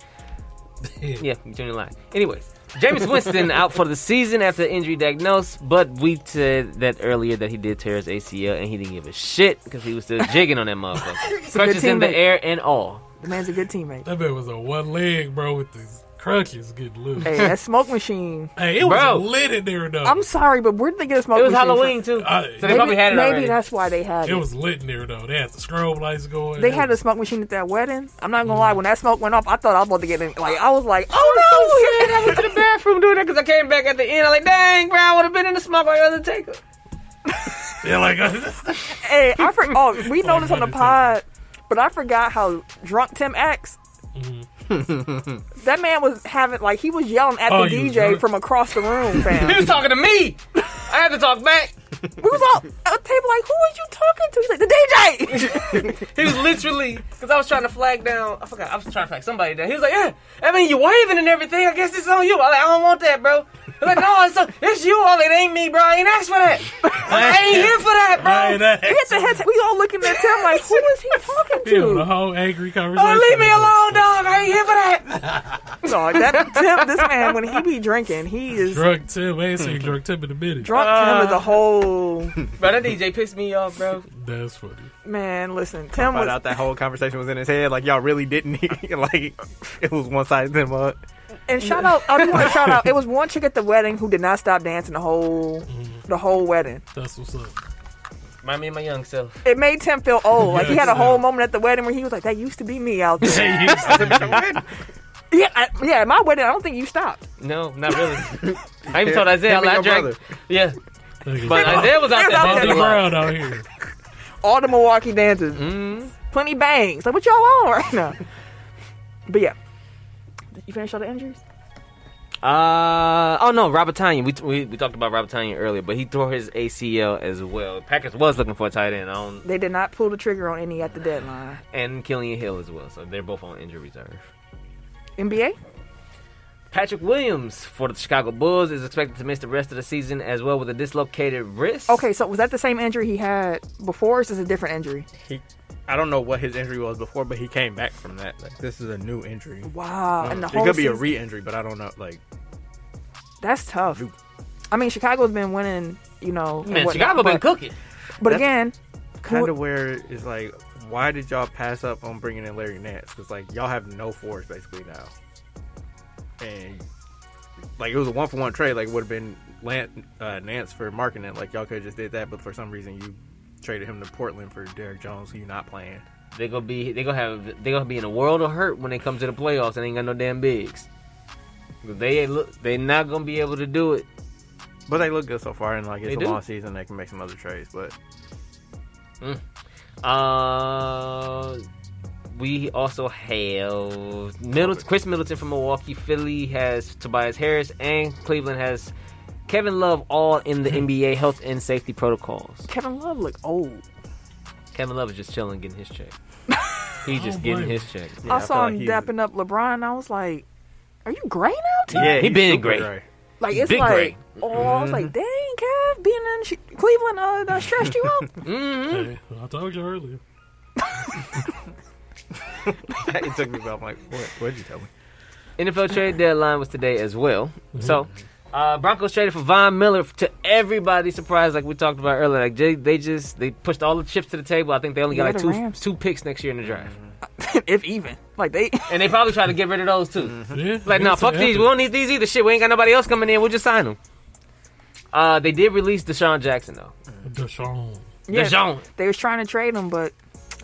[SPEAKER 4] Yeah.
[SPEAKER 2] [laughs] yeah between the lines. Anyways, James [laughs] Winston out for the season after injury diagnosed, but we said that earlier that he did tear his ACL and he didn't give a shit because he was [laughs] still jigging on that motherfucker, crutches in the
[SPEAKER 1] teammate.
[SPEAKER 2] air and all.
[SPEAKER 1] The man's a good teammate.
[SPEAKER 4] [laughs] That man was on one leg, bro, with these crutches getting loose.
[SPEAKER 1] Hey,
[SPEAKER 4] Hey,
[SPEAKER 1] that smoke machine.
[SPEAKER 4] it was
[SPEAKER 2] Bro.
[SPEAKER 4] lit in there though.
[SPEAKER 1] I'm sorry, but where did they get a smoke
[SPEAKER 2] It was
[SPEAKER 1] machine? from?
[SPEAKER 2] Halloween too,
[SPEAKER 4] I-
[SPEAKER 2] so they
[SPEAKER 1] Maybe,
[SPEAKER 2] probably had it
[SPEAKER 1] maybe
[SPEAKER 2] already.
[SPEAKER 1] that's why they had it.
[SPEAKER 4] it was lit in there though. They had the strobe lights going.
[SPEAKER 1] they
[SPEAKER 4] It
[SPEAKER 1] had a
[SPEAKER 4] was-
[SPEAKER 1] smoke machine at that wedding. I'm not gonna lie. When that smoke went off, I thought I was about to get in. Like I was like, oh
[SPEAKER 2] so sad. I went to the bathroom doing that because I came back at the end. I'm like, dang, bro, I would have been in the smoke like Undertaker.
[SPEAKER 4] They're like, [laughs]
[SPEAKER 1] no! hey, I for- oh we
[SPEAKER 4] Like,
[SPEAKER 1] noticed on the
[SPEAKER 4] what is
[SPEAKER 1] pod, but I forgot how drunk Tim acts. [laughs] that man was having like he was yelling at
[SPEAKER 4] Oh,
[SPEAKER 1] the
[SPEAKER 4] he was
[SPEAKER 1] DJ
[SPEAKER 4] drunk?
[SPEAKER 1] from across the room, fam.
[SPEAKER 2] He was talking to me. [laughs] I had to talk back.
[SPEAKER 1] we was all at the table like, who are you talking to? He's like, the DJ. [laughs]
[SPEAKER 2] He was literally because I was trying to flag down. I forgot. I was trying to flag somebody down. He was like, yeah. I mean, you waving and everything. I guess it's on you. I'm like, I don't want that, bro. He's like, no, it's, it's you. I'm like, it ain't me, bro. I ain't asked for that. [laughs] I ain't here for that, bro.
[SPEAKER 4] hey, that
[SPEAKER 1] We hit the head. We all looking at Tim like, who is he talking
[SPEAKER 4] yeah, with a
[SPEAKER 1] to?
[SPEAKER 4] whole angry conversation.
[SPEAKER 2] Oh, leave me alone, dog. I ain't here for that.
[SPEAKER 1] Dog, that Tim, this man, when he be drinking, he is drunk. Uh.
[SPEAKER 4] Drug Tim, I
[SPEAKER 2] [laughs]
[SPEAKER 4] ain't seen drug Tim in a
[SPEAKER 1] Tim
[SPEAKER 4] minute.
[SPEAKER 1] is a whole
[SPEAKER 2] Bro, that DJ pissed me off, bro.
[SPEAKER 4] That's funny.
[SPEAKER 1] man. Listen, Tim
[SPEAKER 3] Found
[SPEAKER 1] was
[SPEAKER 3] [laughs] out that whole conversation was in his head. Like y'all really didn't. like it was one side of them up.
[SPEAKER 1] and shout out. I do want to shout out. It was one chick at the wedding who did not stop dancing the whole the whole wedding.
[SPEAKER 4] That's what's up.
[SPEAKER 2] Remind me of my young self.
[SPEAKER 1] It made Tim feel old. Like he had a
[SPEAKER 4] Yes.
[SPEAKER 1] whole moment at the wedding where he was like, [laughs] "That used to be me out there."
[SPEAKER 4] Hey,
[SPEAKER 1] [laughs]
[SPEAKER 4] you-
[SPEAKER 1] yeah, I, yeah. At my wedding, I don't think you stopped.
[SPEAKER 2] No, not really. [laughs] I even
[SPEAKER 5] Yeah,
[SPEAKER 2] told Isaiah
[SPEAKER 5] him and
[SPEAKER 2] I
[SPEAKER 5] your
[SPEAKER 2] drank.
[SPEAKER 5] brother.
[SPEAKER 2] Yeah,
[SPEAKER 4] Look at [laughs]
[SPEAKER 2] but
[SPEAKER 4] that.
[SPEAKER 2] Isaiah was out
[SPEAKER 1] There's out
[SPEAKER 2] there.
[SPEAKER 4] Bump
[SPEAKER 1] there.
[SPEAKER 4] the
[SPEAKER 2] dancing a lot.
[SPEAKER 4] crowd out here.
[SPEAKER 1] All the Milwaukee dances,
[SPEAKER 2] Mm,
[SPEAKER 1] plenty bangs. Like what y'all on [laughs] right now? But yeah, you finished all the injuries.
[SPEAKER 2] Uh oh no, Robert Tanyan. We, we we talked about Robert Tanyan earlier, but he tore his ACL as well. Packers was looking for a tight end on
[SPEAKER 1] They did not pull the trigger on any at the deadline.
[SPEAKER 2] and Killian Hill as well, so they're both on injury reserve.
[SPEAKER 1] NBA.
[SPEAKER 2] Patrick Williams for the Chicago Bulls is expected to miss the rest of the season as well with a dislocated wrist.
[SPEAKER 1] Okay, so was that the same injury he had before? Or is this a different injury?
[SPEAKER 3] He, I don't know what his injury was before, but he came back from that. Like this is a new injury.
[SPEAKER 1] Wow,
[SPEAKER 3] Um,
[SPEAKER 1] Uh, and the
[SPEAKER 3] it
[SPEAKER 1] whole
[SPEAKER 3] could be a
[SPEAKER 1] season-
[SPEAKER 3] re-injury, but I don't know. Like
[SPEAKER 1] That's tough.
[SPEAKER 3] Dude.
[SPEAKER 1] I mean, Chicago's been winning, you know. and
[SPEAKER 2] man,
[SPEAKER 1] whatnot,
[SPEAKER 2] Chicago been
[SPEAKER 1] but,
[SPEAKER 2] cooking.
[SPEAKER 1] but
[SPEAKER 3] That's-
[SPEAKER 1] again,
[SPEAKER 3] kind
[SPEAKER 1] Who-
[SPEAKER 3] of where it's like, why did y'all pass up on bringing in Larry Nance? Because like y'all have no force basically now, and like it was a one for one trade. Like would have been Lan uh, Nance for marketing. Like y'all could have just did that, but for some reason you traded him to Portland for Derek Jones, who you not playing.
[SPEAKER 2] They gonna be they gonna have they gonna be in a world of hurt when they come to the playoffs and ain't got no damn bigs. They ain't look they not gonna be able to do it.
[SPEAKER 3] But they look good so far, and like it's
[SPEAKER 2] They do.
[SPEAKER 3] a long season. They can make some other trades, but
[SPEAKER 2] Uh, we also have Middleton, Chris Middleton from Milwaukee. Philly has Tobias Harris, and Cleveland has Kevin Love, all
[SPEAKER 1] [laughs]
[SPEAKER 2] in the NBA health and safety protocols.
[SPEAKER 1] Kevin Love look old.
[SPEAKER 2] Kevin Love is just chilling, getting his check.
[SPEAKER 1] [laughs] Oh,
[SPEAKER 2] He's just
[SPEAKER 4] don't
[SPEAKER 2] getting
[SPEAKER 4] blame
[SPEAKER 2] his check.
[SPEAKER 3] yeah,
[SPEAKER 1] I
[SPEAKER 3] feel
[SPEAKER 1] saw
[SPEAKER 3] like
[SPEAKER 1] him
[SPEAKER 3] he's-
[SPEAKER 1] dapping up LeBron. And I was like, "Are you gray now, too?"
[SPEAKER 3] Yeah,
[SPEAKER 2] He
[SPEAKER 3] he's
[SPEAKER 2] been
[SPEAKER 3] super
[SPEAKER 2] great. [laughs]
[SPEAKER 1] like it's
[SPEAKER 2] big
[SPEAKER 1] like,
[SPEAKER 2] gray.
[SPEAKER 1] oh, I was
[SPEAKER 3] Mm-hmm.
[SPEAKER 1] like, "Dang, Kev, being in Chi- Cleveland, uh, that stressed
[SPEAKER 3] [laughs]
[SPEAKER 1] you out."
[SPEAKER 2] [laughs] hmm
[SPEAKER 4] Hey, I told you earlier.
[SPEAKER 3] it took me. But I'm like, what? What'd you tell me?
[SPEAKER 2] NFL trade deadline was today as well.
[SPEAKER 1] Mm-hmm.
[SPEAKER 2] So, uh, Broncos traded for Von Miller to everybody's surprise, like we talked about earlier. Like they, they just they pushed all the chips to the table. I think they only
[SPEAKER 1] Yeah,
[SPEAKER 2] got like
[SPEAKER 1] the
[SPEAKER 2] two
[SPEAKER 1] Rams. Mm-hmm.
[SPEAKER 2] two picks next year in the draft,
[SPEAKER 1] [laughs] if even like
[SPEAKER 2] [laughs]
[SPEAKER 1] they,
[SPEAKER 2] and they probably try to get rid of those
[SPEAKER 1] Mm-hmm.
[SPEAKER 2] too.
[SPEAKER 4] Yeah,
[SPEAKER 2] Mm-hmm. Like, no,
[SPEAKER 4] it's
[SPEAKER 2] fuck these. We
[SPEAKER 4] happening.
[SPEAKER 2] don't need these either. Shit, we ain't got nobody else coming in. We'll just sign them. Uh, they did release Deshaun Jackson though.
[SPEAKER 4] Deshaun.
[SPEAKER 1] yeah,
[SPEAKER 2] Deshaun,
[SPEAKER 1] they was trying to trade him, but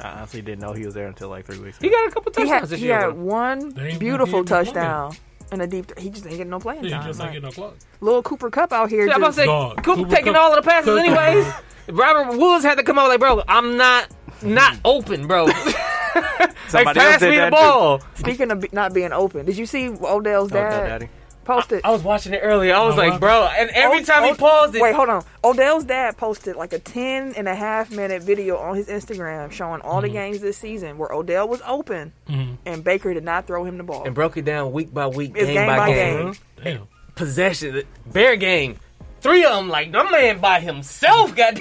[SPEAKER 3] I honestly didn't know he was there until like three weeks.
[SPEAKER 2] he
[SPEAKER 3] ago.
[SPEAKER 2] got a couple
[SPEAKER 1] he
[SPEAKER 2] touchdowns
[SPEAKER 1] had
[SPEAKER 2] this
[SPEAKER 1] he
[SPEAKER 2] year.
[SPEAKER 1] had
[SPEAKER 2] though.
[SPEAKER 1] one
[SPEAKER 4] They ain't
[SPEAKER 1] beautiful
[SPEAKER 4] gonna get no
[SPEAKER 1] touchdown and a deep. He just ain't getting no playing
[SPEAKER 4] He
[SPEAKER 1] time.
[SPEAKER 4] just ain't
[SPEAKER 1] Like,
[SPEAKER 4] getting no clock.
[SPEAKER 1] Little Cooper Cup out here.
[SPEAKER 2] Yeah, I'm about
[SPEAKER 1] just-
[SPEAKER 2] to say
[SPEAKER 4] Dog.
[SPEAKER 2] Cooper,
[SPEAKER 4] Cooper
[SPEAKER 2] taking
[SPEAKER 4] Cup-
[SPEAKER 2] all of the passes
[SPEAKER 4] Cooper.
[SPEAKER 2] anyways. Robert Woods had to come out like, bro, I'm not
[SPEAKER 4] [laughs]
[SPEAKER 2] not open, bro. like,
[SPEAKER 3] Somebody else
[SPEAKER 2] pass
[SPEAKER 3] did
[SPEAKER 2] me the
[SPEAKER 3] that,
[SPEAKER 2] ball.
[SPEAKER 1] Speaking of be- not being open, did you see Odell's
[SPEAKER 3] Oh, no,
[SPEAKER 1] dad
[SPEAKER 3] daddy.
[SPEAKER 1] posted?
[SPEAKER 2] I was watching it earlier. I was
[SPEAKER 4] Uh-huh.
[SPEAKER 2] like, bro, and every
[SPEAKER 1] Od-
[SPEAKER 2] time he
[SPEAKER 1] Od-
[SPEAKER 2] paused it,
[SPEAKER 1] Wait, hold on. Odell's dad posted like a 10 and a half minute video on his Instagram showing all
[SPEAKER 2] Mm-hmm.
[SPEAKER 1] the games this season where Odell was open and Baker did not throw him the ball.
[SPEAKER 2] and broke it down week by week,
[SPEAKER 1] It's
[SPEAKER 2] game, by, game.
[SPEAKER 1] game.
[SPEAKER 4] Damn.
[SPEAKER 2] possession, bear game. Three of them, like the man by himself, [laughs] got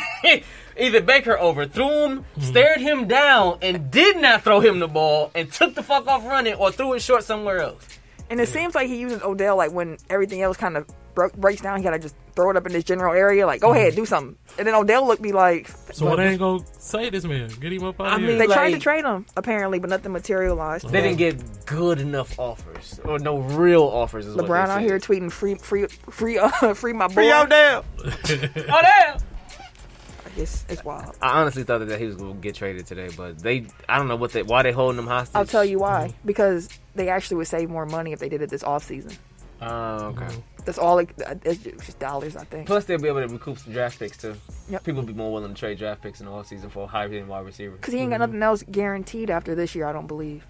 [SPEAKER 2] either Baker overthrew him, stared him down, and did not throw him the ball, and took the fuck off running or threw it short somewhere else.
[SPEAKER 1] and it seems like he uses Odell like when everything else kind of bro- breaks down, he got to just throw it up in this general area, like, go
[SPEAKER 2] Mm-hmm.
[SPEAKER 1] ahead, do something. And then Odell looked be like,
[SPEAKER 4] So what they ain't gonna say this man? Get him up out
[SPEAKER 2] I
[SPEAKER 4] of
[SPEAKER 2] mean,
[SPEAKER 1] they
[SPEAKER 4] here.
[SPEAKER 1] tried to
[SPEAKER 2] Like-
[SPEAKER 1] trade him apparently, but nothing materialized.
[SPEAKER 2] They didn't get good enough offers or no real offers. Is
[SPEAKER 1] [laughs] LeBron
[SPEAKER 2] what
[SPEAKER 1] out here tweeting free, free, free, uh, [laughs] free my boy.
[SPEAKER 3] Odell.
[SPEAKER 2] Oh damn!
[SPEAKER 1] It's, it's wild.
[SPEAKER 2] [laughs] I honestly thought that he was gonna get traded today, but they, I don't know what they, why they holding him hostage.
[SPEAKER 1] I'll tell you why.
[SPEAKER 2] Mm-hmm.
[SPEAKER 1] Because they actually would save more money if they did it this offseason.
[SPEAKER 2] Oh, okay.
[SPEAKER 1] That's all. It, uh, it's just dollars, I think.
[SPEAKER 2] Plus, they'll be able to recoup some draft picks too.
[SPEAKER 1] Yep.
[SPEAKER 2] People will be more willing to trade draft picks in the offseason for a high-end wide receiver.
[SPEAKER 1] Because he ain't got
[SPEAKER 2] Mm-hmm.
[SPEAKER 1] nothing else guaranteed after this year, I don't believe,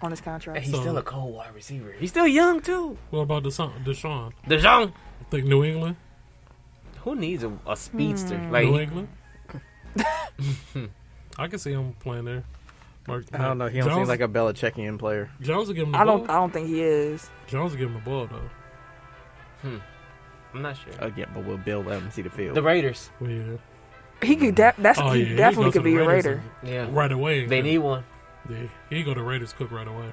[SPEAKER 1] on his
[SPEAKER 2] And
[SPEAKER 1] contract.
[SPEAKER 2] Mm-hmm. he's
[SPEAKER 4] So-
[SPEAKER 2] still a cold wide receiver. He's still young too.
[SPEAKER 4] What about Deshaun? Deshaun?
[SPEAKER 2] DeJong.
[SPEAKER 4] Think New England?
[SPEAKER 2] Who needs a, a speedster?
[SPEAKER 1] Hmm.
[SPEAKER 2] Like [laughs]
[SPEAKER 4] New England? I can see him playing there. Mark,
[SPEAKER 3] I don't know. He don't
[SPEAKER 4] Jones,
[SPEAKER 3] seem like a Belichickian player.
[SPEAKER 4] Jones will give him the
[SPEAKER 1] I
[SPEAKER 4] ball.
[SPEAKER 1] don't. I don't think he is.
[SPEAKER 4] Jones will give him the ball though.
[SPEAKER 2] I'm not sure.
[SPEAKER 4] Uh,
[SPEAKER 3] Oh yeah, but we'll build them see the field.
[SPEAKER 2] The Raiders.
[SPEAKER 4] Well, yeah.
[SPEAKER 1] He could. De- that's
[SPEAKER 4] Oh,
[SPEAKER 1] he
[SPEAKER 4] yeah, he
[SPEAKER 1] definitely
[SPEAKER 4] goes to
[SPEAKER 1] could
[SPEAKER 4] the
[SPEAKER 1] be a
[SPEAKER 4] Raiders
[SPEAKER 1] Raider.
[SPEAKER 2] Yeah.
[SPEAKER 4] and- Right away.
[SPEAKER 2] They need one.
[SPEAKER 4] Yeah, he go to Raiders cook right away.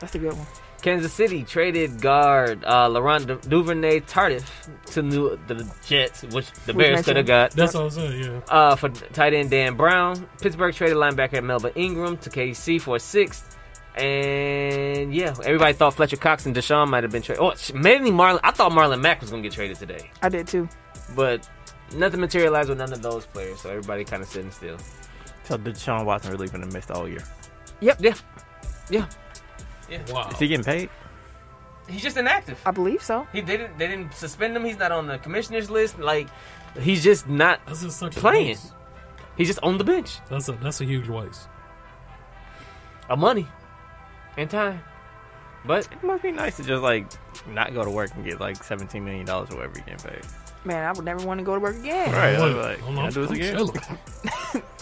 [SPEAKER 1] That's a good one.
[SPEAKER 2] Kansas City traded guard uh, Laurent Du- Duvernay Tardif to New- the Jets, which the
[SPEAKER 1] We
[SPEAKER 2] Bears could
[SPEAKER 1] mentioned.
[SPEAKER 2] have got.
[SPEAKER 4] That's what I was saying. Yeah,
[SPEAKER 2] Uh, for tight end Dan Brown, Pittsburgh traded linebacker Melba Ingram to KC for a sixth. And yeah, everybody thought Fletcher Cox and Deshaun might have been traded. Oh, sh- mainly Marlon. I thought Marlon Mack was going to get traded today,
[SPEAKER 1] I did too.
[SPEAKER 2] but nothing materialized with none of those players. So everybody kind of sitting still.
[SPEAKER 3] So Deshaun Watson really been missed all year.
[SPEAKER 2] Yeah, yeah.
[SPEAKER 4] Wow.
[SPEAKER 3] Is he getting paid?
[SPEAKER 2] He's just inactive.
[SPEAKER 1] I believe so.
[SPEAKER 2] He they didn't they didn't suspend him. He's not on the commissioner's list. Like he's just not.
[SPEAKER 4] That's just such a
[SPEAKER 2] Playing.
[SPEAKER 4] waste.
[SPEAKER 2] He's just on the bench.
[SPEAKER 4] That's a that's a huge waste.
[SPEAKER 2] Of money and time. But
[SPEAKER 3] It must be nice to just like not go to work and get like seventeen million dollars or whatever you get paid.
[SPEAKER 1] Man, I would never want to go to work again.
[SPEAKER 3] Right.
[SPEAKER 4] Look,
[SPEAKER 3] like,
[SPEAKER 4] I'm-
[SPEAKER 3] can I do this
[SPEAKER 4] I'm
[SPEAKER 3] again?
[SPEAKER 4] chilling. [laughs]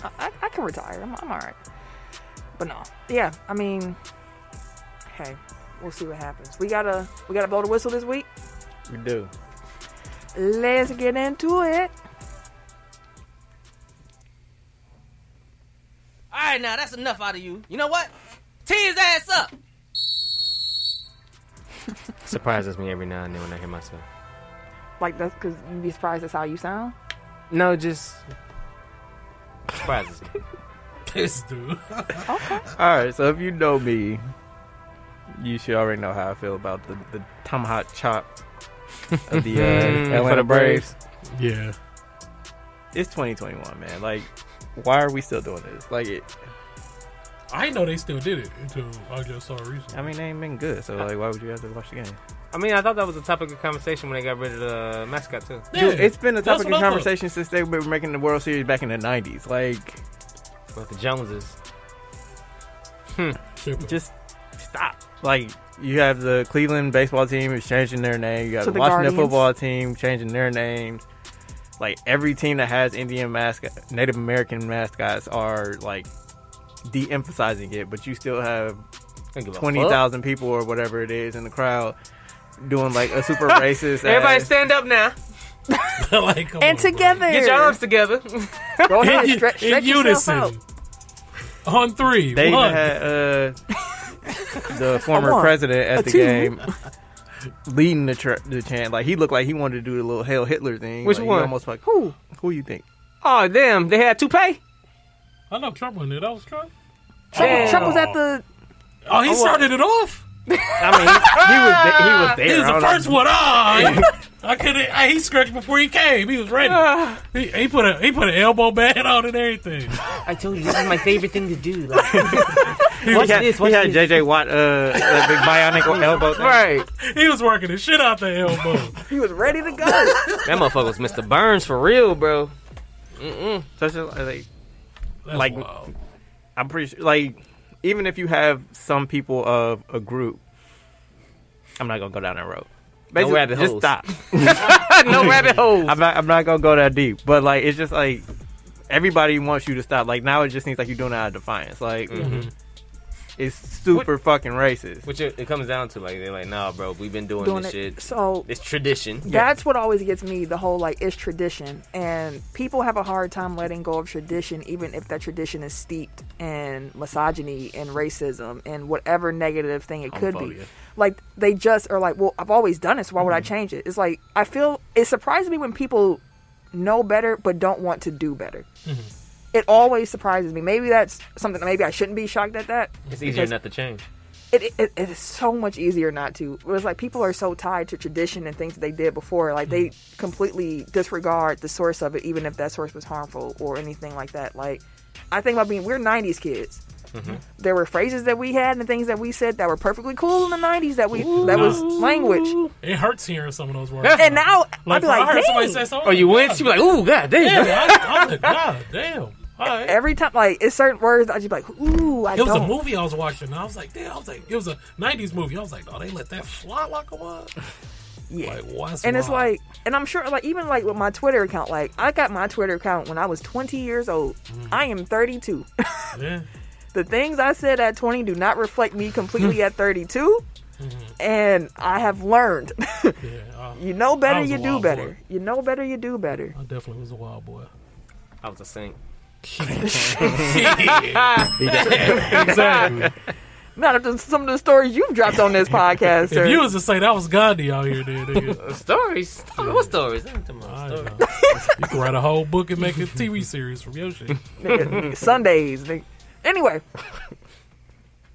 [SPEAKER 1] I, I, I can retire. I'm, I'm all right. But no, yeah. I mean, hey, we'll see what happens. We gotta we gotta blow the whistle this week.
[SPEAKER 3] We do.
[SPEAKER 1] Let's get into it.
[SPEAKER 2] all right, now that's enough out of you. You know what? Tee his ass up. [laughs] Surprises me every now and then when I hear myself.
[SPEAKER 1] Like that's because you'd be surprised that's how you sound.
[SPEAKER 4] Oh,
[SPEAKER 2] No, just surprises [laughs] me.
[SPEAKER 4] This dude.
[SPEAKER 1] Okay.
[SPEAKER 3] All right. So if you know me, you should already know how I feel about the the tomahawk chop of
[SPEAKER 2] [laughs]
[SPEAKER 3] the uh,
[SPEAKER 2] Mm, for
[SPEAKER 3] Atlanta
[SPEAKER 2] the Braves.
[SPEAKER 3] Braves.
[SPEAKER 4] yeah.
[SPEAKER 3] It's 2021, man. Like, why are we still doing this? Like, it,
[SPEAKER 4] I didn't know they still did it until I just saw it recently.
[SPEAKER 3] I mean, they ain't been good. So like, why would you have to watch the game?
[SPEAKER 2] I mean, I thought that was a topic of conversation when they got rid of the mascot too.
[SPEAKER 4] Yeah,
[SPEAKER 3] Dude, it's been a
[SPEAKER 4] that's
[SPEAKER 3] topic
[SPEAKER 4] what
[SPEAKER 3] of
[SPEAKER 4] I thought.
[SPEAKER 3] conversation since they were making the World Series back in the 90s. Like,
[SPEAKER 2] With the Joneses.
[SPEAKER 4] Shipping.
[SPEAKER 3] just stop. Like you have the Cleveland baseball team is changing their name. You got
[SPEAKER 1] To
[SPEAKER 3] the
[SPEAKER 1] the
[SPEAKER 3] Washington
[SPEAKER 1] Guardians.
[SPEAKER 3] football team changing their names. Like every team that has Indian mascot, Native American mascots are like de-emphasizing it, but you still have
[SPEAKER 2] I don't give a
[SPEAKER 3] twenty
[SPEAKER 2] fuck.
[SPEAKER 3] thousand people or whatever it is in the crowd doing like a
[SPEAKER 4] [laughs]
[SPEAKER 3] super racist.
[SPEAKER 2] Everybody
[SPEAKER 3] ass-
[SPEAKER 2] stand up now.
[SPEAKER 4] [laughs] like, come
[SPEAKER 1] And
[SPEAKER 4] on,
[SPEAKER 1] together.
[SPEAKER 2] Get your arms together.
[SPEAKER 1] Go
[SPEAKER 4] bro.
[SPEAKER 1] ahead.
[SPEAKER 4] in,
[SPEAKER 1] Stretch,
[SPEAKER 4] in
[SPEAKER 1] stretch yourself
[SPEAKER 4] unison.
[SPEAKER 1] out.
[SPEAKER 4] On three.
[SPEAKER 3] They
[SPEAKER 4] one.
[SPEAKER 3] even [laughs] had uh, the former
[SPEAKER 1] one,
[SPEAKER 3] president
[SPEAKER 1] a
[SPEAKER 3] at the
[SPEAKER 1] two.
[SPEAKER 3] game leading the, tr the chant. Like he looked like he wanted to do the little Hail Hitler thing.
[SPEAKER 2] Which
[SPEAKER 3] Like, he
[SPEAKER 2] one?
[SPEAKER 3] almost like who? Who you think?
[SPEAKER 2] [laughs] oh damn, they had toupee.
[SPEAKER 4] I know Trump wasn't there. That was Trump.
[SPEAKER 1] Trump,
[SPEAKER 2] Damn.
[SPEAKER 1] Trump was at the.
[SPEAKER 4] Oh, he started it off.
[SPEAKER 3] I mean,
[SPEAKER 2] [laughs]
[SPEAKER 3] he,
[SPEAKER 4] He
[SPEAKER 3] he
[SPEAKER 4] was
[SPEAKER 3] was there. I
[SPEAKER 4] the
[SPEAKER 3] don't know.
[SPEAKER 4] first one.
[SPEAKER 3] [laughs]
[SPEAKER 4] Ah, I, I couldn't. I, he scratched before he came. He was ready.
[SPEAKER 3] Ah.
[SPEAKER 4] he, he put a he put an elbow band on and everything.
[SPEAKER 2] I told you this is my favorite thing to do. Like,
[SPEAKER 3] He had, he had JJ Watt, uh, that big bionic [laughs] elbow. Thing.
[SPEAKER 2] right.
[SPEAKER 4] He was working the shit out the elbow.
[SPEAKER 1] He was ready to go.
[SPEAKER 2] That motherfucker was Mr. Burns for real, bro.
[SPEAKER 3] So it's just like,
[SPEAKER 4] That's
[SPEAKER 3] Like-
[SPEAKER 4] wild.
[SPEAKER 3] I'm pretty sure, like, even if you have some people of a group, I'm not gonna go down that road. Basically,
[SPEAKER 2] rabbit
[SPEAKER 3] just
[SPEAKER 2] holes.
[SPEAKER 3] [laughs] stop.
[SPEAKER 2] no rabbit holes.
[SPEAKER 3] [laughs] I'm not. I'm not gonna go that deep. But like, it's just like everybody wants you to stop. Like now, it just seems like you're doing it out of defiance. Like it's super fucking racist.
[SPEAKER 2] Which it, it comes down to, like, they're like, nah, bro, we've been doing,
[SPEAKER 1] doing
[SPEAKER 2] this
[SPEAKER 1] it.
[SPEAKER 2] shit.
[SPEAKER 1] So
[SPEAKER 2] It's tradition.
[SPEAKER 1] that's what always gets me the whole like it's tradition and people have a hard time letting go of tradition even if that tradition is steeped in misogyny and racism and whatever negative thing it could be
[SPEAKER 3] Homophobia.
[SPEAKER 1] like they just are like well i've always done it so why would i change it it's like i feel it surprises me when people know better but don't want to do better it always surprises me maybe that's something that maybe i shouldn't be shocked at that
[SPEAKER 2] It's easier
[SPEAKER 1] because-
[SPEAKER 2] not to change.
[SPEAKER 1] it, it, it is so much easier not to. It was like people are so tied to tradition and things that they did before. Like they
[SPEAKER 4] Mm-hmm.
[SPEAKER 1] completely disregard the source of it, even if that source was harmful or anything like that. Like I think about being, we're 90s kids.
[SPEAKER 4] Mm-hmm.
[SPEAKER 1] There were phrases that we had and things that we said that were perfectly cool in the 90s that we that was language.
[SPEAKER 4] It hurts hearing some of those words.
[SPEAKER 1] And now I'd
[SPEAKER 4] like,
[SPEAKER 1] be
[SPEAKER 4] when I heard
[SPEAKER 1] like,
[SPEAKER 4] somebody
[SPEAKER 1] dang.
[SPEAKER 4] say something.
[SPEAKER 2] Oh, you win?
[SPEAKER 4] God,
[SPEAKER 2] She be like, ooh, god damn.
[SPEAKER 4] damn, I, I'm like, God damn. All right.
[SPEAKER 1] Every time, like it's certain words, I just be like, ooh, I
[SPEAKER 4] It was
[SPEAKER 1] don't.
[SPEAKER 4] a movie I was watching. And I was like, damn. I was like, it was a '90s movie. I was like, oh, they let that fly like
[SPEAKER 1] [laughs]
[SPEAKER 4] a what?
[SPEAKER 1] Yeah.
[SPEAKER 4] Like, what's
[SPEAKER 1] and it's
[SPEAKER 4] wrong?
[SPEAKER 1] like and i'm sure like even like with my twitter account like i got my twitter account when i was 20 years old
[SPEAKER 4] Mm.
[SPEAKER 1] i am 32
[SPEAKER 4] yeah.
[SPEAKER 1] [laughs] the things i said at 20 do not reflect me
[SPEAKER 4] Hmm.
[SPEAKER 1] completely at 32
[SPEAKER 4] Mm-hmm.
[SPEAKER 1] and i have learned [laughs]
[SPEAKER 4] yeah I,
[SPEAKER 1] you know
[SPEAKER 4] I
[SPEAKER 1] better
[SPEAKER 4] was
[SPEAKER 1] you
[SPEAKER 4] a
[SPEAKER 1] do
[SPEAKER 4] wild
[SPEAKER 1] better
[SPEAKER 4] boy.
[SPEAKER 1] you know better you do better
[SPEAKER 4] I definitely was a wild boy.
[SPEAKER 2] I was a [laughs] saint.
[SPEAKER 4] exactly.
[SPEAKER 1] not just some of the stories you've dropped on this podcast sir.
[SPEAKER 4] [laughs]
[SPEAKER 1] [laughs]
[SPEAKER 4] If you was to say that was Gandhi out here, then
[SPEAKER 2] [laughs]
[SPEAKER 4] nigga,
[SPEAKER 2] Stories? Story- What stories? I ain't talking
[SPEAKER 4] I
[SPEAKER 2] about
[SPEAKER 4] know.
[SPEAKER 2] stories.
[SPEAKER 4] you can write a whole book and make a TV series from your shit. [laughs]
[SPEAKER 1] Nigga, sundays nigga. anyway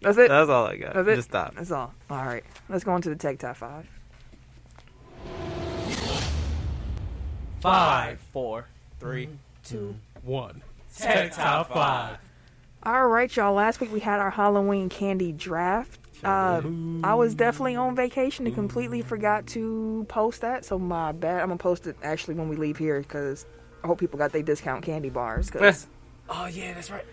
[SPEAKER 1] That's it.
[SPEAKER 3] That's all I got.
[SPEAKER 1] That's it.
[SPEAKER 3] Just stop.
[SPEAKER 1] That's all. All right. Let's go on to the tech top five.
[SPEAKER 5] Five, four, three.
[SPEAKER 4] One.
[SPEAKER 5] Tech top five.
[SPEAKER 1] All right, y'all. Last week we had our Halloween candy draft. Uh, I was definitely on vacation and completely forgot to post that, so my bad. I'm gonna post it actually when we leave here because I hope people got their discount candy bars. Because
[SPEAKER 2] Oh yeah, that's right.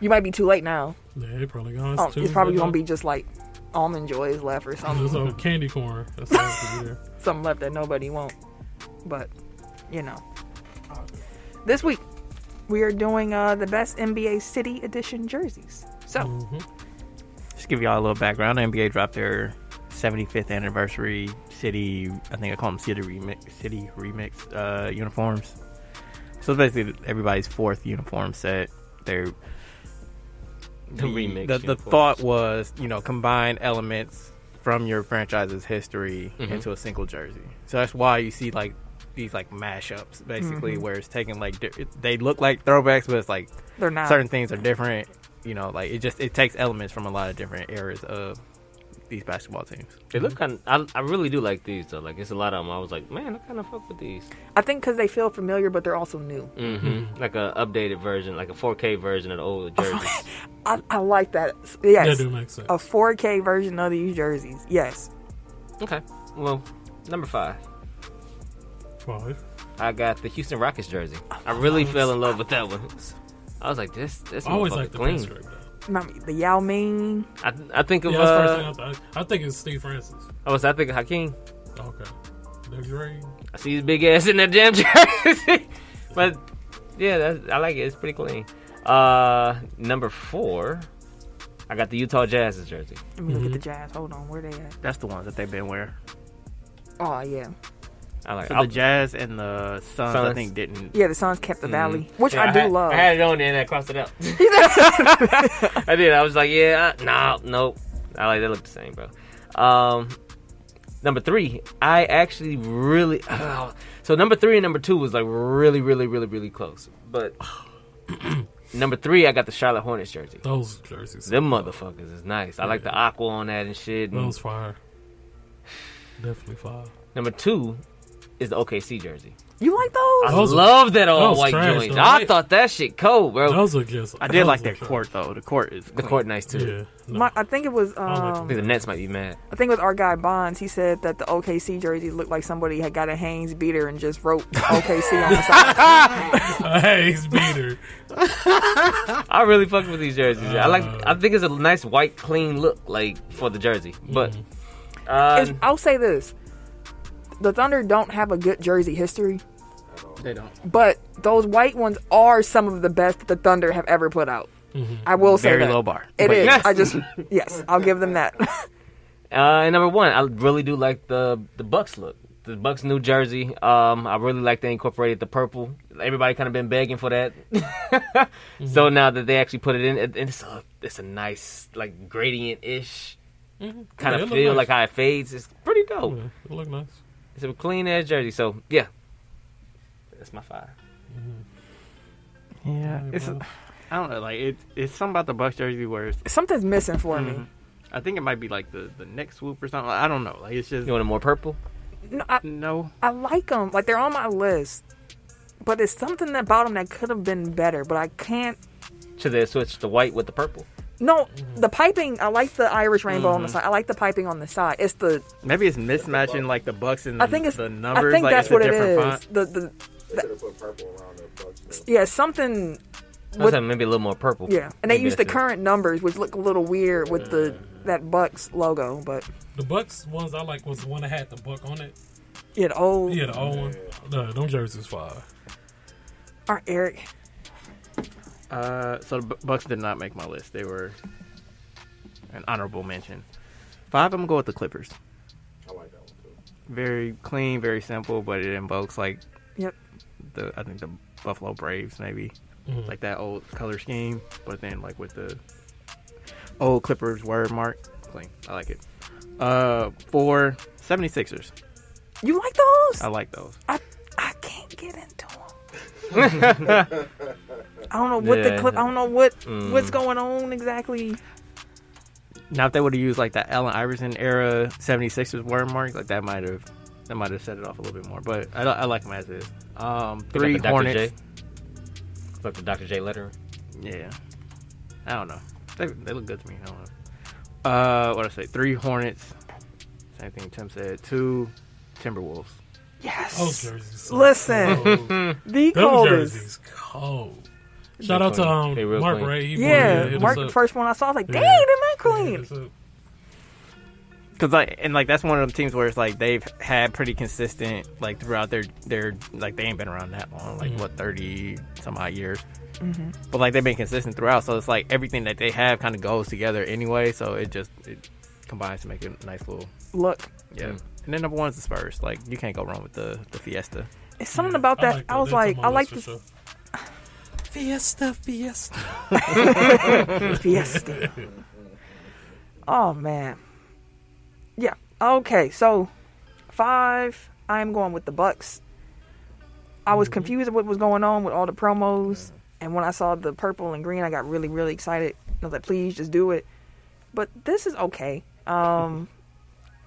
[SPEAKER 1] you might be too late now.
[SPEAKER 4] Yeah, they probably gone.
[SPEAKER 1] Oh,
[SPEAKER 4] Tuesday
[SPEAKER 1] it's probably
[SPEAKER 4] now.
[SPEAKER 1] gonna be just like almond joys left or
[SPEAKER 4] There's
[SPEAKER 1] something,
[SPEAKER 4] no candy corn. That's all I can hear.
[SPEAKER 1] something left that nobody won't. But you know, this week we are doing uh, the best NBA City Edition jerseys. So.
[SPEAKER 4] Mm. Mm-hmm.
[SPEAKER 3] Just give y'all a little background. NBA dropped their 75th anniversary city. I think I call them city remix. City remix uh, uniforms. So it's basically everybody's fourth uniform set. They're
[SPEAKER 2] The remix
[SPEAKER 3] The, the
[SPEAKER 2] uniforms.
[SPEAKER 3] thought was, you know, combine elements from your franchise's history
[SPEAKER 2] Mhm.
[SPEAKER 3] into a single jersey. So that's why you see like these like mashups, basically, where it's taking like di- they look like throwbacks, but it's like
[SPEAKER 1] They're not.
[SPEAKER 3] certain things are different. You know, like it just it takes elements from a lot of different eras of these basketball teams.
[SPEAKER 2] They look kind of. I, I really do like these though. Like it's a lot of them. I was like, man, I kind of fuck with these.
[SPEAKER 1] I think because they feel familiar, but they're also new.
[SPEAKER 2] Mm-hmm. [laughs] Oh, Like a updated version, like a 4K version of the old jerseys.
[SPEAKER 1] I, I like that. Yes, Oh.
[SPEAKER 4] That do make sense.
[SPEAKER 1] a 4K version of these jerseys. Yes,
[SPEAKER 2] okay. Well, number five,
[SPEAKER 4] Five.
[SPEAKER 2] I got the Houston Rockets jersey. I really fell in love with that one. Oh, I was like, this, this
[SPEAKER 4] I always
[SPEAKER 2] motherfucker
[SPEAKER 4] like the
[SPEAKER 2] clean.
[SPEAKER 4] pinstripe. though.
[SPEAKER 1] not me, the Yao Ming.
[SPEAKER 2] I, th- I think of
[SPEAKER 4] Yeah, that's the first thing I
[SPEAKER 2] uh,
[SPEAKER 4] thought. I think it's Steve Francis.
[SPEAKER 2] I was I think of Hakeem.
[SPEAKER 4] Okay. That's great.
[SPEAKER 2] I see his big ass in that damn jersey. [laughs] but yeah, that's, I like it. It's pretty clean. Uh, number four, I got the Utah Jazz's jersey.
[SPEAKER 1] Let me look
[SPEAKER 2] Mm-hmm.
[SPEAKER 1] at the Jazz. Hold on, where they at?
[SPEAKER 3] That's the ones that they've been wearing.
[SPEAKER 1] Oh yeah,
[SPEAKER 2] I like
[SPEAKER 3] So
[SPEAKER 2] I-
[SPEAKER 3] the Jazz and the Suns, I
[SPEAKER 2] Suns.
[SPEAKER 3] think, didn't.
[SPEAKER 1] yeah. The Suns kept the Valley, which
[SPEAKER 2] Mm-hmm. Yeah,
[SPEAKER 1] I do
[SPEAKER 2] had-
[SPEAKER 1] love.
[SPEAKER 2] I had it on there and I crossed it out. [laughs] I did. I was like, yeah, I, nah, nope. I like they look the same, bro. Um, number three, I actually really. uh, so number three and number two was like really, really, really, really close. But [clears throat] number three, I got the Charlotte Hornets jersey.
[SPEAKER 4] Those jerseys.
[SPEAKER 2] Them motherfuckers is nice. I like the aqua on that and shit. And
[SPEAKER 1] Mm.
[SPEAKER 4] Those fire. Definitely fire.
[SPEAKER 2] number two is the OKC jersey.
[SPEAKER 1] [laughs] you like those?
[SPEAKER 2] I
[SPEAKER 4] Those are-
[SPEAKER 2] love that all
[SPEAKER 4] those
[SPEAKER 2] white
[SPEAKER 4] trash,
[SPEAKER 2] joint.
[SPEAKER 4] though,
[SPEAKER 2] I
[SPEAKER 4] right?
[SPEAKER 2] thought that shit cold, bro.
[SPEAKER 4] Those are just.
[SPEAKER 3] I did
[SPEAKER 4] those
[SPEAKER 3] like
[SPEAKER 4] are
[SPEAKER 3] that
[SPEAKER 4] trash.
[SPEAKER 3] court though. The court is
[SPEAKER 2] the
[SPEAKER 3] clean.
[SPEAKER 2] court nice too.
[SPEAKER 4] Yeah. No. [laughs]
[SPEAKER 1] My, I think it was. Um,
[SPEAKER 4] like
[SPEAKER 2] I
[SPEAKER 1] I,
[SPEAKER 2] think the Nets might be mad.
[SPEAKER 1] think it was our guy Bonds. He said that the OKC jersey looked like somebody had got a Hanes beater and just wrote OKC on the side. [laughs]
[SPEAKER 4] Hayes beater.
[SPEAKER 2] I really fuck with these jerseys. I like.
[SPEAKER 4] Uh.
[SPEAKER 2] I think it's a nice white, clean look, like for the jersey. But
[SPEAKER 4] Mm-hmm.
[SPEAKER 2] uh,
[SPEAKER 1] It's- I'll say this: the Thunder don't have a good jersey history.
[SPEAKER 3] They don't.
[SPEAKER 1] but those white ones are some of the best that the Thunder have ever put out. I will say
[SPEAKER 3] Very
[SPEAKER 1] that.
[SPEAKER 3] low bar.
[SPEAKER 1] It
[SPEAKER 3] Mm-hmm. But
[SPEAKER 1] is.
[SPEAKER 2] yes.
[SPEAKER 1] I just yes, I'll give them
[SPEAKER 3] [laughs]
[SPEAKER 1] that.
[SPEAKER 2] uh, and number one, I really do like the the Bucks look. The Bucks new jersey. Um, I really like they incorporated the purple. Everybody kind of been begging for that. [laughs]
[SPEAKER 4] Mm-hmm.
[SPEAKER 2] So now that they actually put it in, it, it's a it's a nice like gradient ish kind
[SPEAKER 4] Yeah, it
[SPEAKER 2] of
[SPEAKER 4] look
[SPEAKER 2] feel,
[SPEAKER 4] nice.
[SPEAKER 2] like how it fades. It's pretty dope.
[SPEAKER 4] Yeah, it look nice.
[SPEAKER 2] It's a clean ass jersey. So yeah, that's my five.
[SPEAKER 3] Yeah, it's. I don't know. Like it, it's something about the Bucks jersey where it's,
[SPEAKER 1] Something's missing for me.
[SPEAKER 3] I think it might be like the the next swoop or something. I don't know. Like it's just
[SPEAKER 2] You want a more purple?
[SPEAKER 1] No, I,
[SPEAKER 3] no.
[SPEAKER 1] I like them. Like they're on my list, but it's something about them that could have been better. But I can't.
[SPEAKER 2] Should they switch the white with the purple?
[SPEAKER 1] No,
[SPEAKER 3] Mm-hmm.
[SPEAKER 1] the piping. I like the Irish rainbow on the side. I like the piping on the side. It's the.
[SPEAKER 3] Maybe it's mismatching like the Bucks and the,
[SPEAKER 1] I think it's.
[SPEAKER 3] the numbers.
[SPEAKER 1] I think
[SPEAKER 3] like
[SPEAKER 1] that's
[SPEAKER 3] it's a
[SPEAKER 1] what it is.
[SPEAKER 3] different Font.
[SPEAKER 1] The the
[SPEAKER 6] They could have put purple around their bucks. though.
[SPEAKER 1] yeah something.
[SPEAKER 2] I was having maybe a little more purple.
[SPEAKER 1] Yeah, and they
[SPEAKER 2] Maybe
[SPEAKER 1] use the
[SPEAKER 2] that's it.
[SPEAKER 1] current numbers, which look a little weird with the that Bucks logo, but
[SPEAKER 4] The Bucks ones I like was the one that had the buck on it.
[SPEAKER 1] it old.
[SPEAKER 4] Yeah, the old one. No, them jerseys fire.
[SPEAKER 1] All right, Eric.
[SPEAKER 3] Uh, so the Bu- Bucks did not make my list. They were an honorable mention. Five, I'm gonna go with the Clippers.
[SPEAKER 6] I like that one too.
[SPEAKER 3] Very clean, very simple, but it invokes like
[SPEAKER 1] Yep.
[SPEAKER 3] the I think the Buffalo Braves maybe
[SPEAKER 4] Mhm.
[SPEAKER 3] like that old color scheme, but then like with the old Clippers word mark. Clean, I like it. Uh, four. 76ers.
[SPEAKER 1] You like those?
[SPEAKER 3] I like those.
[SPEAKER 1] I I can't get into them. [laughs] I don't know what the
[SPEAKER 2] Yeah.
[SPEAKER 3] Mm.
[SPEAKER 1] clip. I don't know what what's going on exactly.
[SPEAKER 3] Now, if they would have used like that Allen Iverson era 76ers watermark, like that might have that might have set it off a little bit more. But I, I like them as is. Um, three
[SPEAKER 7] Like the Dr.
[SPEAKER 3] Hornets.
[SPEAKER 7] J. Like the Dr. J letter.
[SPEAKER 3] Yeah. I don't know. They, they look good to me. I don't know. Uh, what I say? Three Hornets. Same thing Tim said. Two Timberwolves.
[SPEAKER 4] Those
[SPEAKER 1] Yes.
[SPEAKER 4] jerseys. are
[SPEAKER 1] Listen. [laughs]
[SPEAKER 4] cold.
[SPEAKER 1] The
[SPEAKER 4] Them
[SPEAKER 1] coldest.
[SPEAKER 4] jerseys cold. Shout out to um,
[SPEAKER 7] They real
[SPEAKER 4] Mark
[SPEAKER 7] clean.
[SPEAKER 4] Ray. He wanted to
[SPEAKER 1] Yeah.
[SPEAKER 4] hit
[SPEAKER 1] Mark,
[SPEAKER 4] us
[SPEAKER 1] the
[SPEAKER 4] up.
[SPEAKER 1] first one I saw, I was like,
[SPEAKER 4] Yeah.
[SPEAKER 1] dang, they might
[SPEAKER 4] Yeah,
[SPEAKER 1] clean.
[SPEAKER 4] it's a-
[SPEAKER 3] Cause like and like that's one of them teams where it's like they've had pretty consistent like throughout their their like they ain't been around that long like
[SPEAKER 1] Mm-hmm.
[SPEAKER 4] Mhm.
[SPEAKER 3] what thirty some odd years, but like they've been consistent throughout. So it's like everything that they have kind of goes together anyway. So it just it combines to make a nice little
[SPEAKER 1] Look,
[SPEAKER 3] yeah.
[SPEAKER 7] Mm.
[SPEAKER 3] And then number one's the Spurs. Like you can't go wrong with the
[SPEAKER 1] [laughs]
[SPEAKER 3] the Fiesta.
[SPEAKER 1] it's something about
[SPEAKER 4] I
[SPEAKER 1] that.
[SPEAKER 4] like
[SPEAKER 1] I was
[SPEAKER 4] That's
[SPEAKER 1] like,
[SPEAKER 4] on my
[SPEAKER 1] I
[SPEAKER 4] list
[SPEAKER 1] like
[SPEAKER 4] for
[SPEAKER 1] this
[SPEAKER 4] sure.
[SPEAKER 5] Fiesta, fiesta.
[SPEAKER 1] Fiesta. oh man. Yeah. Okay. So five. I am going with the Bucks. I was confused at what was going on with all the promos, and when I saw the purple and green, I got really, really excited. I was like, "Please, just do it." But this is okay. Um,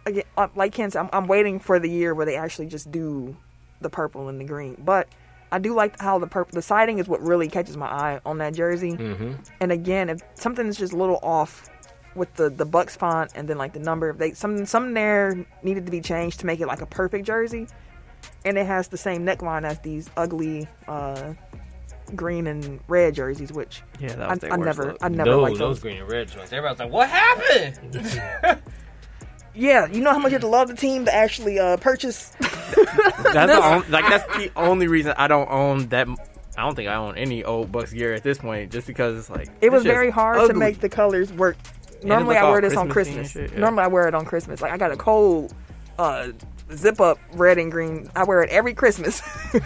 [SPEAKER 1] again, uh, like Ken said, I'm, I'm waiting for the year where they actually just do the purple and the green. But I do like how the purple, the siding is what really catches my eye on that jersey. And again, if something's just a little off with the the Bucks font and then like the number, if they something something there needed to be changed to make it like a perfect jersey. And it has the same neckline as these ugly uh, green and red jerseys, which
[SPEAKER 3] Yeah, that
[SPEAKER 1] I,
[SPEAKER 3] was their
[SPEAKER 1] I
[SPEAKER 3] worst
[SPEAKER 1] never,
[SPEAKER 3] look.
[SPEAKER 1] I never
[SPEAKER 7] no,
[SPEAKER 1] liked
[SPEAKER 7] those
[SPEAKER 1] those.
[SPEAKER 7] green and red joints. Everybody's like, what [laughs] happened?
[SPEAKER 1] Yeah, you know how much you have to love the team to actually uh, purchase.
[SPEAKER 3] That's the on, like
[SPEAKER 1] [laughs]
[SPEAKER 3] that's the only reason I don't own that. I don't think I own any old Bucks gear at this point, just because it's like
[SPEAKER 1] It was
[SPEAKER 3] it's just
[SPEAKER 1] very hard to
[SPEAKER 3] ugly.
[SPEAKER 1] make the colors work. Normally,
[SPEAKER 3] look
[SPEAKER 1] I
[SPEAKER 3] all
[SPEAKER 1] wear this on
[SPEAKER 3] Christmassy and
[SPEAKER 1] Christmas.
[SPEAKER 3] shit, yeah.
[SPEAKER 1] Normally, I wear it on Christmas. Like I got a cold uh, zip up red and green. I wear it every Christmas. [laughs]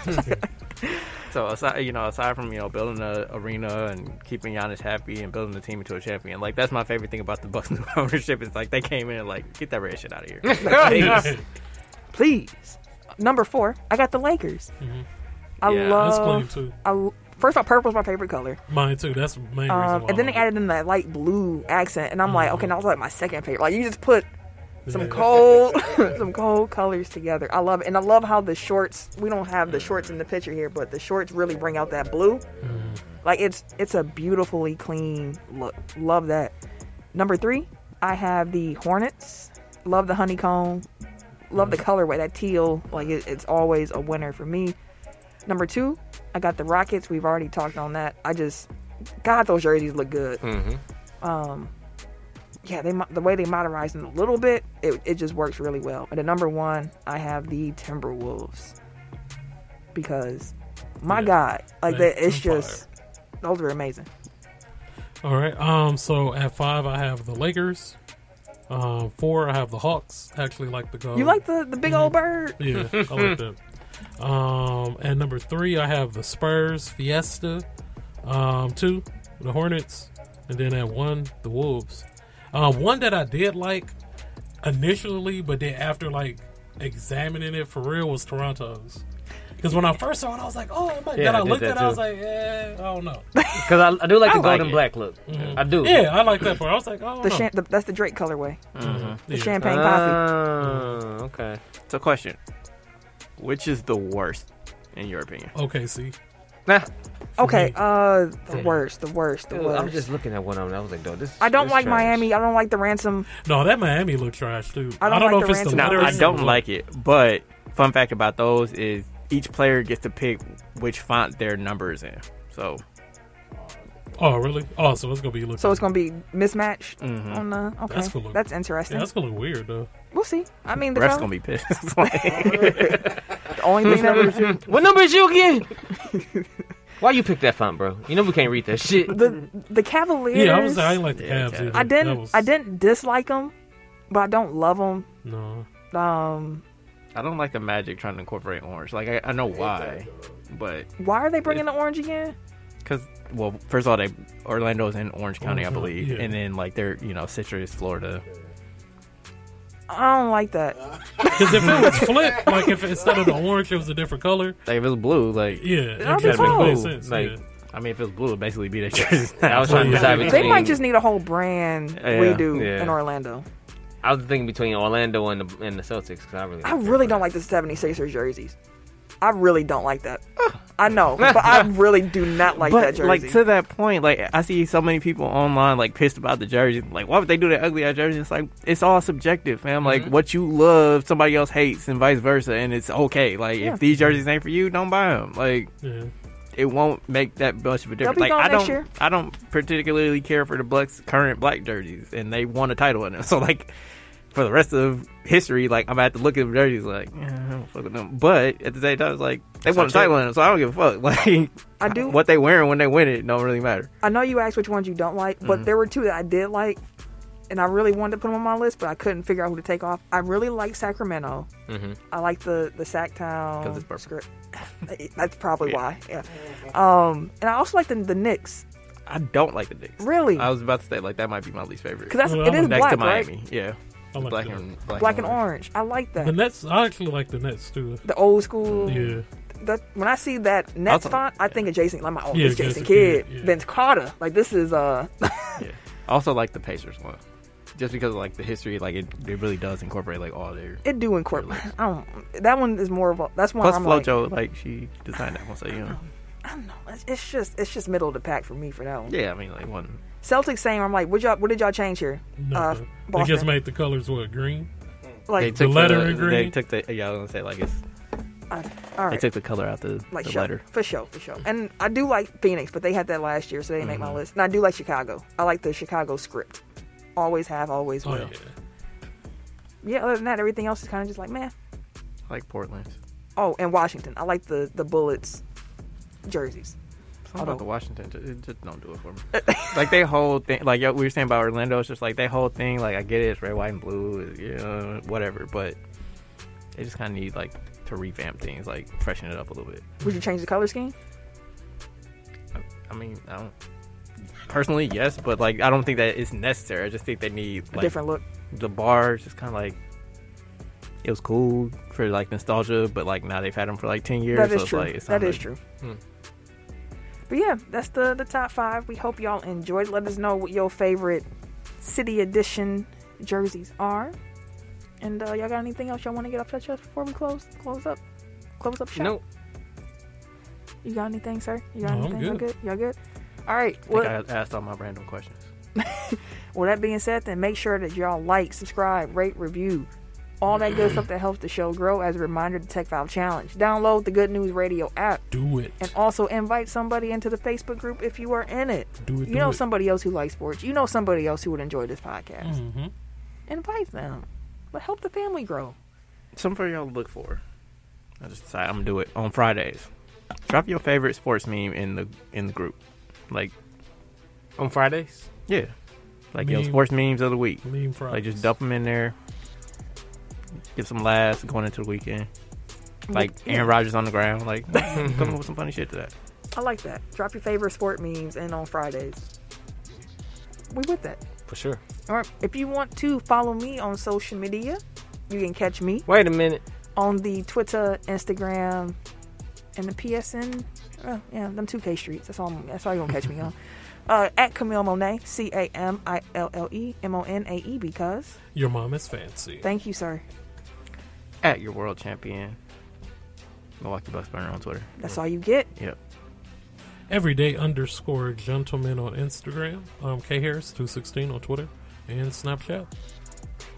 [SPEAKER 3] So aside, you know, aside from you know building the arena and keeping Giannis happy and building the team into a champion, like that's my favorite thing about the Bucks [laughs] new ownership is like they came in and like get that red shit out of here.
[SPEAKER 1] [laughs]
[SPEAKER 3] Like, please.
[SPEAKER 1] please. Number four, I got the Lakers. I
[SPEAKER 3] Mm-hmm.
[SPEAKER 4] [laughs]
[SPEAKER 3] Yeah.
[SPEAKER 4] That's
[SPEAKER 1] love.
[SPEAKER 4] clean too.
[SPEAKER 1] I l first of all, purple is my favorite color,
[SPEAKER 4] Mine too. That's the main reason.
[SPEAKER 1] um,
[SPEAKER 4] why
[SPEAKER 1] and then they
[SPEAKER 4] I like
[SPEAKER 1] added in that light blue accent, and I'm like, okay, now it's like my second favorite. Like you just put
[SPEAKER 4] it.
[SPEAKER 1] some
[SPEAKER 4] Yeah.
[SPEAKER 1] cold, [laughs] some cold colors together. I love it, and I love how the shorts. We don't have the shorts in the picture here, but the shorts really bring out that blue.
[SPEAKER 4] Mm-hmm.
[SPEAKER 1] Like it's it's a beautifully clean look. Love that. Number three, I have the Hornets. Love the honeycomb. Love the
[SPEAKER 4] Mm-hmm.
[SPEAKER 1] colorway. That teal, like it, it's always a winner for me. Number two, I got the Rockets. We've already talked on that. I just, God, those jerseys look good. Um,
[SPEAKER 7] Mm-hmm.
[SPEAKER 1] Yeah, they mo- the way they modernize them a little bit, it, it just works really well. And the number one, I have the Timberwolves because, my
[SPEAKER 4] Yeah.
[SPEAKER 1] God, like
[SPEAKER 4] They-
[SPEAKER 1] that, it's
[SPEAKER 4] they're
[SPEAKER 1] just those are amazing.
[SPEAKER 4] All right. Um. So at five, I have the Lakers. Um. Four, I have the Hawks. Actually, like the goal.
[SPEAKER 7] Oh.
[SPEAKER 1] You like the the big old
[SPEAKER 7] Mm-hmm.
[SPEAKER 1] bird?
[SPEAKER 4] Yeah, I like
[SPEAKER 7] [laughs]
[SPEAKER 4] that. Um, and number three, I have the Spurs, Fiesta. Um, two, the Hornets, and then at one, the Wolves. Um, one that I did like initially, but then after like examining it for real, was Toronto's. Because when I first saw it, I was like, "Oh, it might.
[SPEAKER 7] Yeah,
[SPEAKER 4] then
[SPEAKER 7] I
[SPEAKER 4] I,
[SPEAKER 7] did
[SPEAKER 4] looked
[SPEAKER 7] that
[SPEAKER 4] at it, I was
[SPEAKER 7] too.
[SPEAKER 4] like, "Yeah, I don't know."
[SPEAKER 7] Because I, I do like the
[SPEAKER 3] like
[SPEAKER 7] golden
[SPEAKER 3] it.
[SPEAKER 7] black look. I do.
[SPEAKER 4] yeah, I like that part. I was like, "Oh,
[SPEAKER 1] The, cham- the that's the Drake colorway, the champagne
[SPEAKER 7] Uh,
[SPEAKER 1] poppy.
[SPEAKER 7] Ah,
[SPEAKER 1] Mm-hmm.
[SPEAKER 7] okay.
[SPEAKER 3] So question, which is the worst in your opinion?
[SPEAKER 4] Okay, see,
[SPEAKER 3] Nah,
[SPEAKER 1] Okay,
[SPEAKER 7] mm-hmm.
[SPEAKER 1] uh, the worst, the worst, the
[SPEAKER 7] Dude, I was
[SPEAKER 1] worst.
[SPEAKER 7] just looking at one of them. I was like, "Dude, this."
[SPEAKER 1] I don't
[SPEAKER 7] this
[SPEAKER 1] like
[SPEAKER 7] trash.
[SPEAKER 1] Miami. I don't like the ransom.
[SPEAKER 4] no, that Miami looked trash too.
[SPEAKER 1] I don't like
[SPEAKER 4] know
[SPEAKER 1] the
[SPEAKER 4] if it's the
[SPEAKER 1] ransom
[SPEAKER 3] no,
[SPEAKER 1] Letters.
[SPEAKER 3] I
[SPEAKER 4] letters.
[SPEAKER 3] don't like it. But fun fact about those is each player gets to pick which font their number is in. So
[SPEAKER 4] Oh, really? Oh, so it's gonna be looking.
[SPEAKER 1] So it's gonna be mismatched
[SPEAKER 3] Mm-hmm.
[SPEAKER 1] on the. Okay,
[SPEAKER 4] That's
[SPEAKER 1] that's,
[SPEAKER 4] cool.
[SPEAKER 1] interesting.
[SPEAKER 4] Yeah, that's gonna look weird though.
[SPEAKER 1] we'll see. I mean, the,
[SPEAKER 3] refs
[SPEAKER 1] color-
[SPEAKER 3] gonna be pissed. [laughs] Like,
[SPEAKER 1] the only
[SPEAKER 3] [laughs]
[SPEAKER 1] thing that was,
[SPEAKER 7] What number is you
[SPEAKER 1] [laughs]
[SPEAKER 7] again? Why you pick that font, bro? You know we can't read that shit.
[SPEAKER 1] [laughs] the the Cavaliers.
[SPEAKER 4] Yeah, I was. I ain't like the Cavs. either.
[SPEAKER 3] okay.
[SPEAKER 1] I
[SPEAKER 4] That
[SPEAKER 1] didn't.
[SPEAKER 4] was-
[SPEAKER 1] I didn't dislike them, but I don't love them.
[SPEAKER 4] No.
[SPEAKER 1] Um,
[SPEAKER 3] I don't like the Magic trying to incorporate orange. Like I, I know why, but
[SPEAKER 1] why are they bringing the orange again?
[SPEAKER 3] Because well, first of all, they Orlando's in Orange County, I
[SPEAKER 4] Orange County,
[SPEAKER 3] believe,
[SPEAKER 4] yeah.
[SPEAKER 3] and then like they're you know Citrus, Florida.
[SPEAKER 1] I don't like that.
[SPEAKER 4] Because if it was flipped, like if instead of the orange, it was a different color.
[SPEAKER 3] Like if it's blue, like
[SPEAKER 4] Yeah, it
[SPEAKER 1] That'd be
[SPEAKER 4] doesn't make
[SPEAKER 1] cool.
[SPEAKER 4] sense.
[SPEAKER 7] Like,
[SPEAKER 4] yeah.
[SPEAKER 3] I mean, if it was blue, it'd basically be their [laughs] jerseys.
[SPEAKER 7] [laughs] I was trying to
[SPEAKER 4] Yeah.
[SPEAKER 7] decide
[SPEAKER 1] They
[SPEAKER 7] between.
[SPEAKER 1] might just need a whole brand
[SPEAKER 3] Yeah,
[SPEAKER 1] redo
[SPEAKER 7] yeah.
[SPEAKER 1] in Orlando.
[SPEAKER 7] I was thinking between Orlando and the and the Celtics because I really.
[SPEAKER 1] I really don't like the 76ers jerseys. I really don't like that. I know, but
[SPEAKER 3] [laughs]
[SPEAKER 1] I really do not like that
[SPEAKER 3] but
[SPEAKER 1] jersey.
[SPEAKER 3] like to that point, like I see so many people online like pissed about the jerseys. Like, why would they do that ugly ass jersey? It's like it's all subjective, fam. Like
[SPEAKER 4] Mm-hmm.
[SPEAKER 3] what you love, somebody else hates, and vice versa, and it's okay. Like
[SPEAKER 1] Yeah.
[SPEAKER 3] if these jerseys ain't for you, don't buy them. Like
[SPEAKER 4] Yeah.
[SPEAKER 3] it won't make that much of a difference.
[SPEAKER 1] be
[SPEAKER 3] Like
[SPEAKER 1] gone
[SPEAKER 3] I
[SPEAKER 1] next
[SPEAKER 3] don't,
[SPEAKER 1] year.
[SPEAKER 3] I don't particularly care for the Bucks' current black jerseys, and they won a title in them. [laughs] So like, for the rest of history, like I'm gonna have to look at the jerseys like, yeah, I don't fuck with them. But at the same time, it's like they won a title in them, so I don't give a fuck. [laughs] Like
[SPEAKER 1] I do-
[SPEAKER 3] what they wearing when they win it don't really matter.
[SPEAKER 1] I know you asked which ones you don't like,
[SPEAKER 3] Mm-hmm.
[SPEAKER 1] but there were two that I did like, and I really wanted to put them on my list, but I couldn't figure out who to take off. I really like Sacramento. Mm-hmm. I like the the Sac Town
[SPEAKER 3] 'Cause it's purple.
[SPEAKER 1] script. [laughs] That's probably
[SPEAKER 3] Yeah.
[SPEAKER 1] why. Yeah. Um, and I also like the the Knicks.
[SPEAKER 3] I don't like the Knicks.
[SPEAKER 1] Really?
[SPEAKER 3] I was about to say like that might be my least favorite.
[SPEAKER 1] Because that's
[SPEAKER 4] Well,
[SPEAKER 1] it is
[SPEAKER 4] I'm
[SPEAKER 3] next
[SPEAKER 1] black,
[SPEAKER 3] to
[SPEAKER 1] right?
[SPEAKER 3] Miami, yeah,
[SPEAKER 4] I like
[SPEAKER 3] black
[SPEAKER 4] the-
[SPEAKER 3] and black,
[SPEAKER 1] Black and orange. I like that.
[SPEAKER 4] The Nets, I actually like the Nets too.
[SPEAKER 1] the old school.
[SPEAKER 4] Yeah,
[SPEAKER 1] That when I see that Nets
[SPEAKER 3] Also-
[SPEAKER 1] font, I think of Jason. Like my own,
[SPEAKER 4] Yeah,
[SPEAKER 1] it's Jason
[SPEAKER 4] Jason
[SPEAKER 1] Kidd,
[SPEAKER 4] Kidd, yeah.
[SPEAKER 1] Vince Carter. Like this is uh,
[SPEAKER 3] Yeah. I also like the Pacers one, just because like the history, like it, it really does incorporate like all their
[SPEAKER 1] it do incorporate. I don't. That one is more of a. That's one
[SPEAKER 3] Plus,
[SPEAKER 1] I'm like.
[SPEAKER 3] FloJo, like, she designed that one, so you know.
[SPEAKER 1] I don't know. It's, it's just it's just middle of the pack for me for that one.
[SPEAKER 3] Yeah, I mean, like one.
[SPEAKER 1] Celtics same. I'm like, what y'all? What did y'all change here?
[SPEAKER 4] no,
[SPEAKER 1] Uh,
[SPEAKER 4] they just
[SPEAKER 1] Boston.
[SPEAKER 4] made the colors what green.
[SPEAKER 3] They
[SPEAKER 1] Like,
[SPEAKER 3] took
[SPEAKER 4] letter
[SPEAKER 3] the,
[SPEAKER 4] in green?
[SPEAKER 3] They took the. Yeah, I was gonna say like it's.
[SPEAKER 1] I, all
[SPEAKER 3] They
[SPEAKER 1] right,
[SPEAKER 3] took the color out the,
[SPEAKER 1] like
[SPEAKER 3] the
[SPEAKER 1] sure,
[SPEAKER 3] letter.
[SPEAKER 1] for sure, for sure. And I do like Phoenix, but they had that last year, so they didn't
[SPEAKER 3] Mm-hmm.
[SPEAKER 1] make my list. And I do like Chicago. I like the Chicago script. Always have, always
[SPEAKER 4] Oh
[SPEAKER 1] will.
[SPEAKER 4] yeah,
[SPEAKER 1] yeah. Other than that, everything else is kind of just like, man.
[SPEAKER 3] I like Portland's.
[SPEAKER 1] Oh, and Washington. I like the the Bullets jerseys.
[SPEAKER 3] Something
[SPEAKER 1] Although-
[SPEAKER 3] about the Washington, ju- it just don't do it for me. [laughs] like they whole thing, like yo, we were saying about Orlando, it's just like they whole thing. Like I get it, it's red, white, and blue, you know, whatever. But they just kind of need like to revamp things, like freshen it up a little bit.
[SPEAKER 1] Would you change the color scheme?
[SPEAKER 3] I mean, I don't personally, yes, but like I don't think that it's necessary. I just think they need
[SPEAKER 1] A
[SPEAKER 3] like,
[SPEAKER 1] different look.
[SPEAKER 3] the bar is just kind of like it was cool for like nostalgia, but like now they've had them for like ten years.
[SPEAKER 1] That
[SPEAKER 3] so
[SPEAKER 1] is
[SPEAKER 3] it's
[SPEAKER 1] true.
[SPEAKER 3] Like, it's
[SPEAKER 1] that
[SPEAKER 3] not
[SPEAKER 1] is
[SPEAKER 3] like- Hmm.
[SPEAKER 1] true. But yeah, that's the the top five. We hope y'all enjoyed. Let us know what your favorite city edition jerseys are. And uh, y'all got anything else y'all want to get off your chest before we close close up close up shop?
[SPEAKER 7] Nope.
[SPEAKER 1] You got anything, sir? You got
[SPEAKER 4] No, I'm
[SPEAKER 1] anything? Y'all
[SPEAKER 4] good.
[SPEAKER 1] good? Y'all good? All right.
[SPEAKER 3] I
[SPEAKER 1] Well,
[SPEAKER 3] think I asked all my random questions.
[SPEAKER 1] Well, that being said, then make sure that y'all like, subscribe, rate, review. All that good stuff that helps the show grow. As a reminder, the Tech Five Challenge. Download the Good News Radio app
[SPEAKER 4] do it.
[SPEAKER 1] and also invite somebody into the Facebook group if you are in it.
[SPEAKER 4] Do it,
[SPEAKER 1] You
[SPEAKER 4] do
[SPEAKER 1] know
[SPEAKER 4] it.
[SPEAKER 1] somebody else who likes sports. You know somebody else who would enjoy this podcast.
[SPEAKER 4] hmm
[SPEAKER 1] Invite them. But help the family grow.
[SPEAKER 3] Something for y'all to look for. I just decided I'm gonna do it on Fridays. Drop your favorite sports meme in the in the group. Like
[SPEAKER 7] on Fridays.
[SPEAKER 3] yeah, like your
[SPEAKER 4] Meme.
[SPEAKER 3] sports memes of the week.
[SPEAKER 4] Meme Fridays.
[SPEAKER 3] Like just dump them in there. Give some laughs going into the weekend. Like Aaron Rodgers on the ground. [laughs] Like come up with some funny shit to that.
[SPEAKER 1] I like that. Drop your favorite sport memes and on Fridays. We with that.
[SPEAKER 7] For sure.
[SPEAKER 1] All right. If you want to follow me on social media, you can catch me
[SPEAKER 7] Wait a minute.
[SPEAKER 1] on the Twitter, Instagram, and the PSN. Oh, yeah, them two K streets. That's all. That's all you gonna catch me
[SPEAKER 4] [laughs]
[SPEAKER 1] on. Uh, at Camille Monet, C A M I L L E M O N A E. Because
[SPEAKER 4] Your mom is fancy.
[SPEAKER 1] thank you, sir.
[SPEAKER 3] at your world champion Milwaukee Bucks burner on Twitter.
[SPEAKER 1] That's all you get.
[SPEAKER 3] Yep.
[SPEAKER 4] Everyday underscore gentleman on Instagram. Um, K Harris two sixteen on Twitter and Snapchat.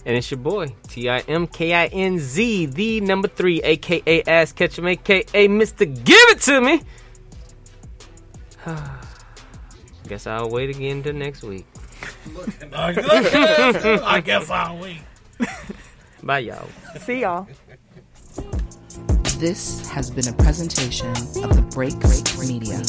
[SPEAKER 7] And it's your boy, T I M K I N Z, the number three, aka Ass Ketchum, aka Mr. Give It To Me. [sighs] Guess I'll wait again till next week.
[SPEAKER 4] [laughs] I guess I'll wait.
[SPEAKER 7] Bye, y'all.
[SPEAKER 1] See y'all.
[SPEAKER 8] This has been a presentation of the Break Break Media.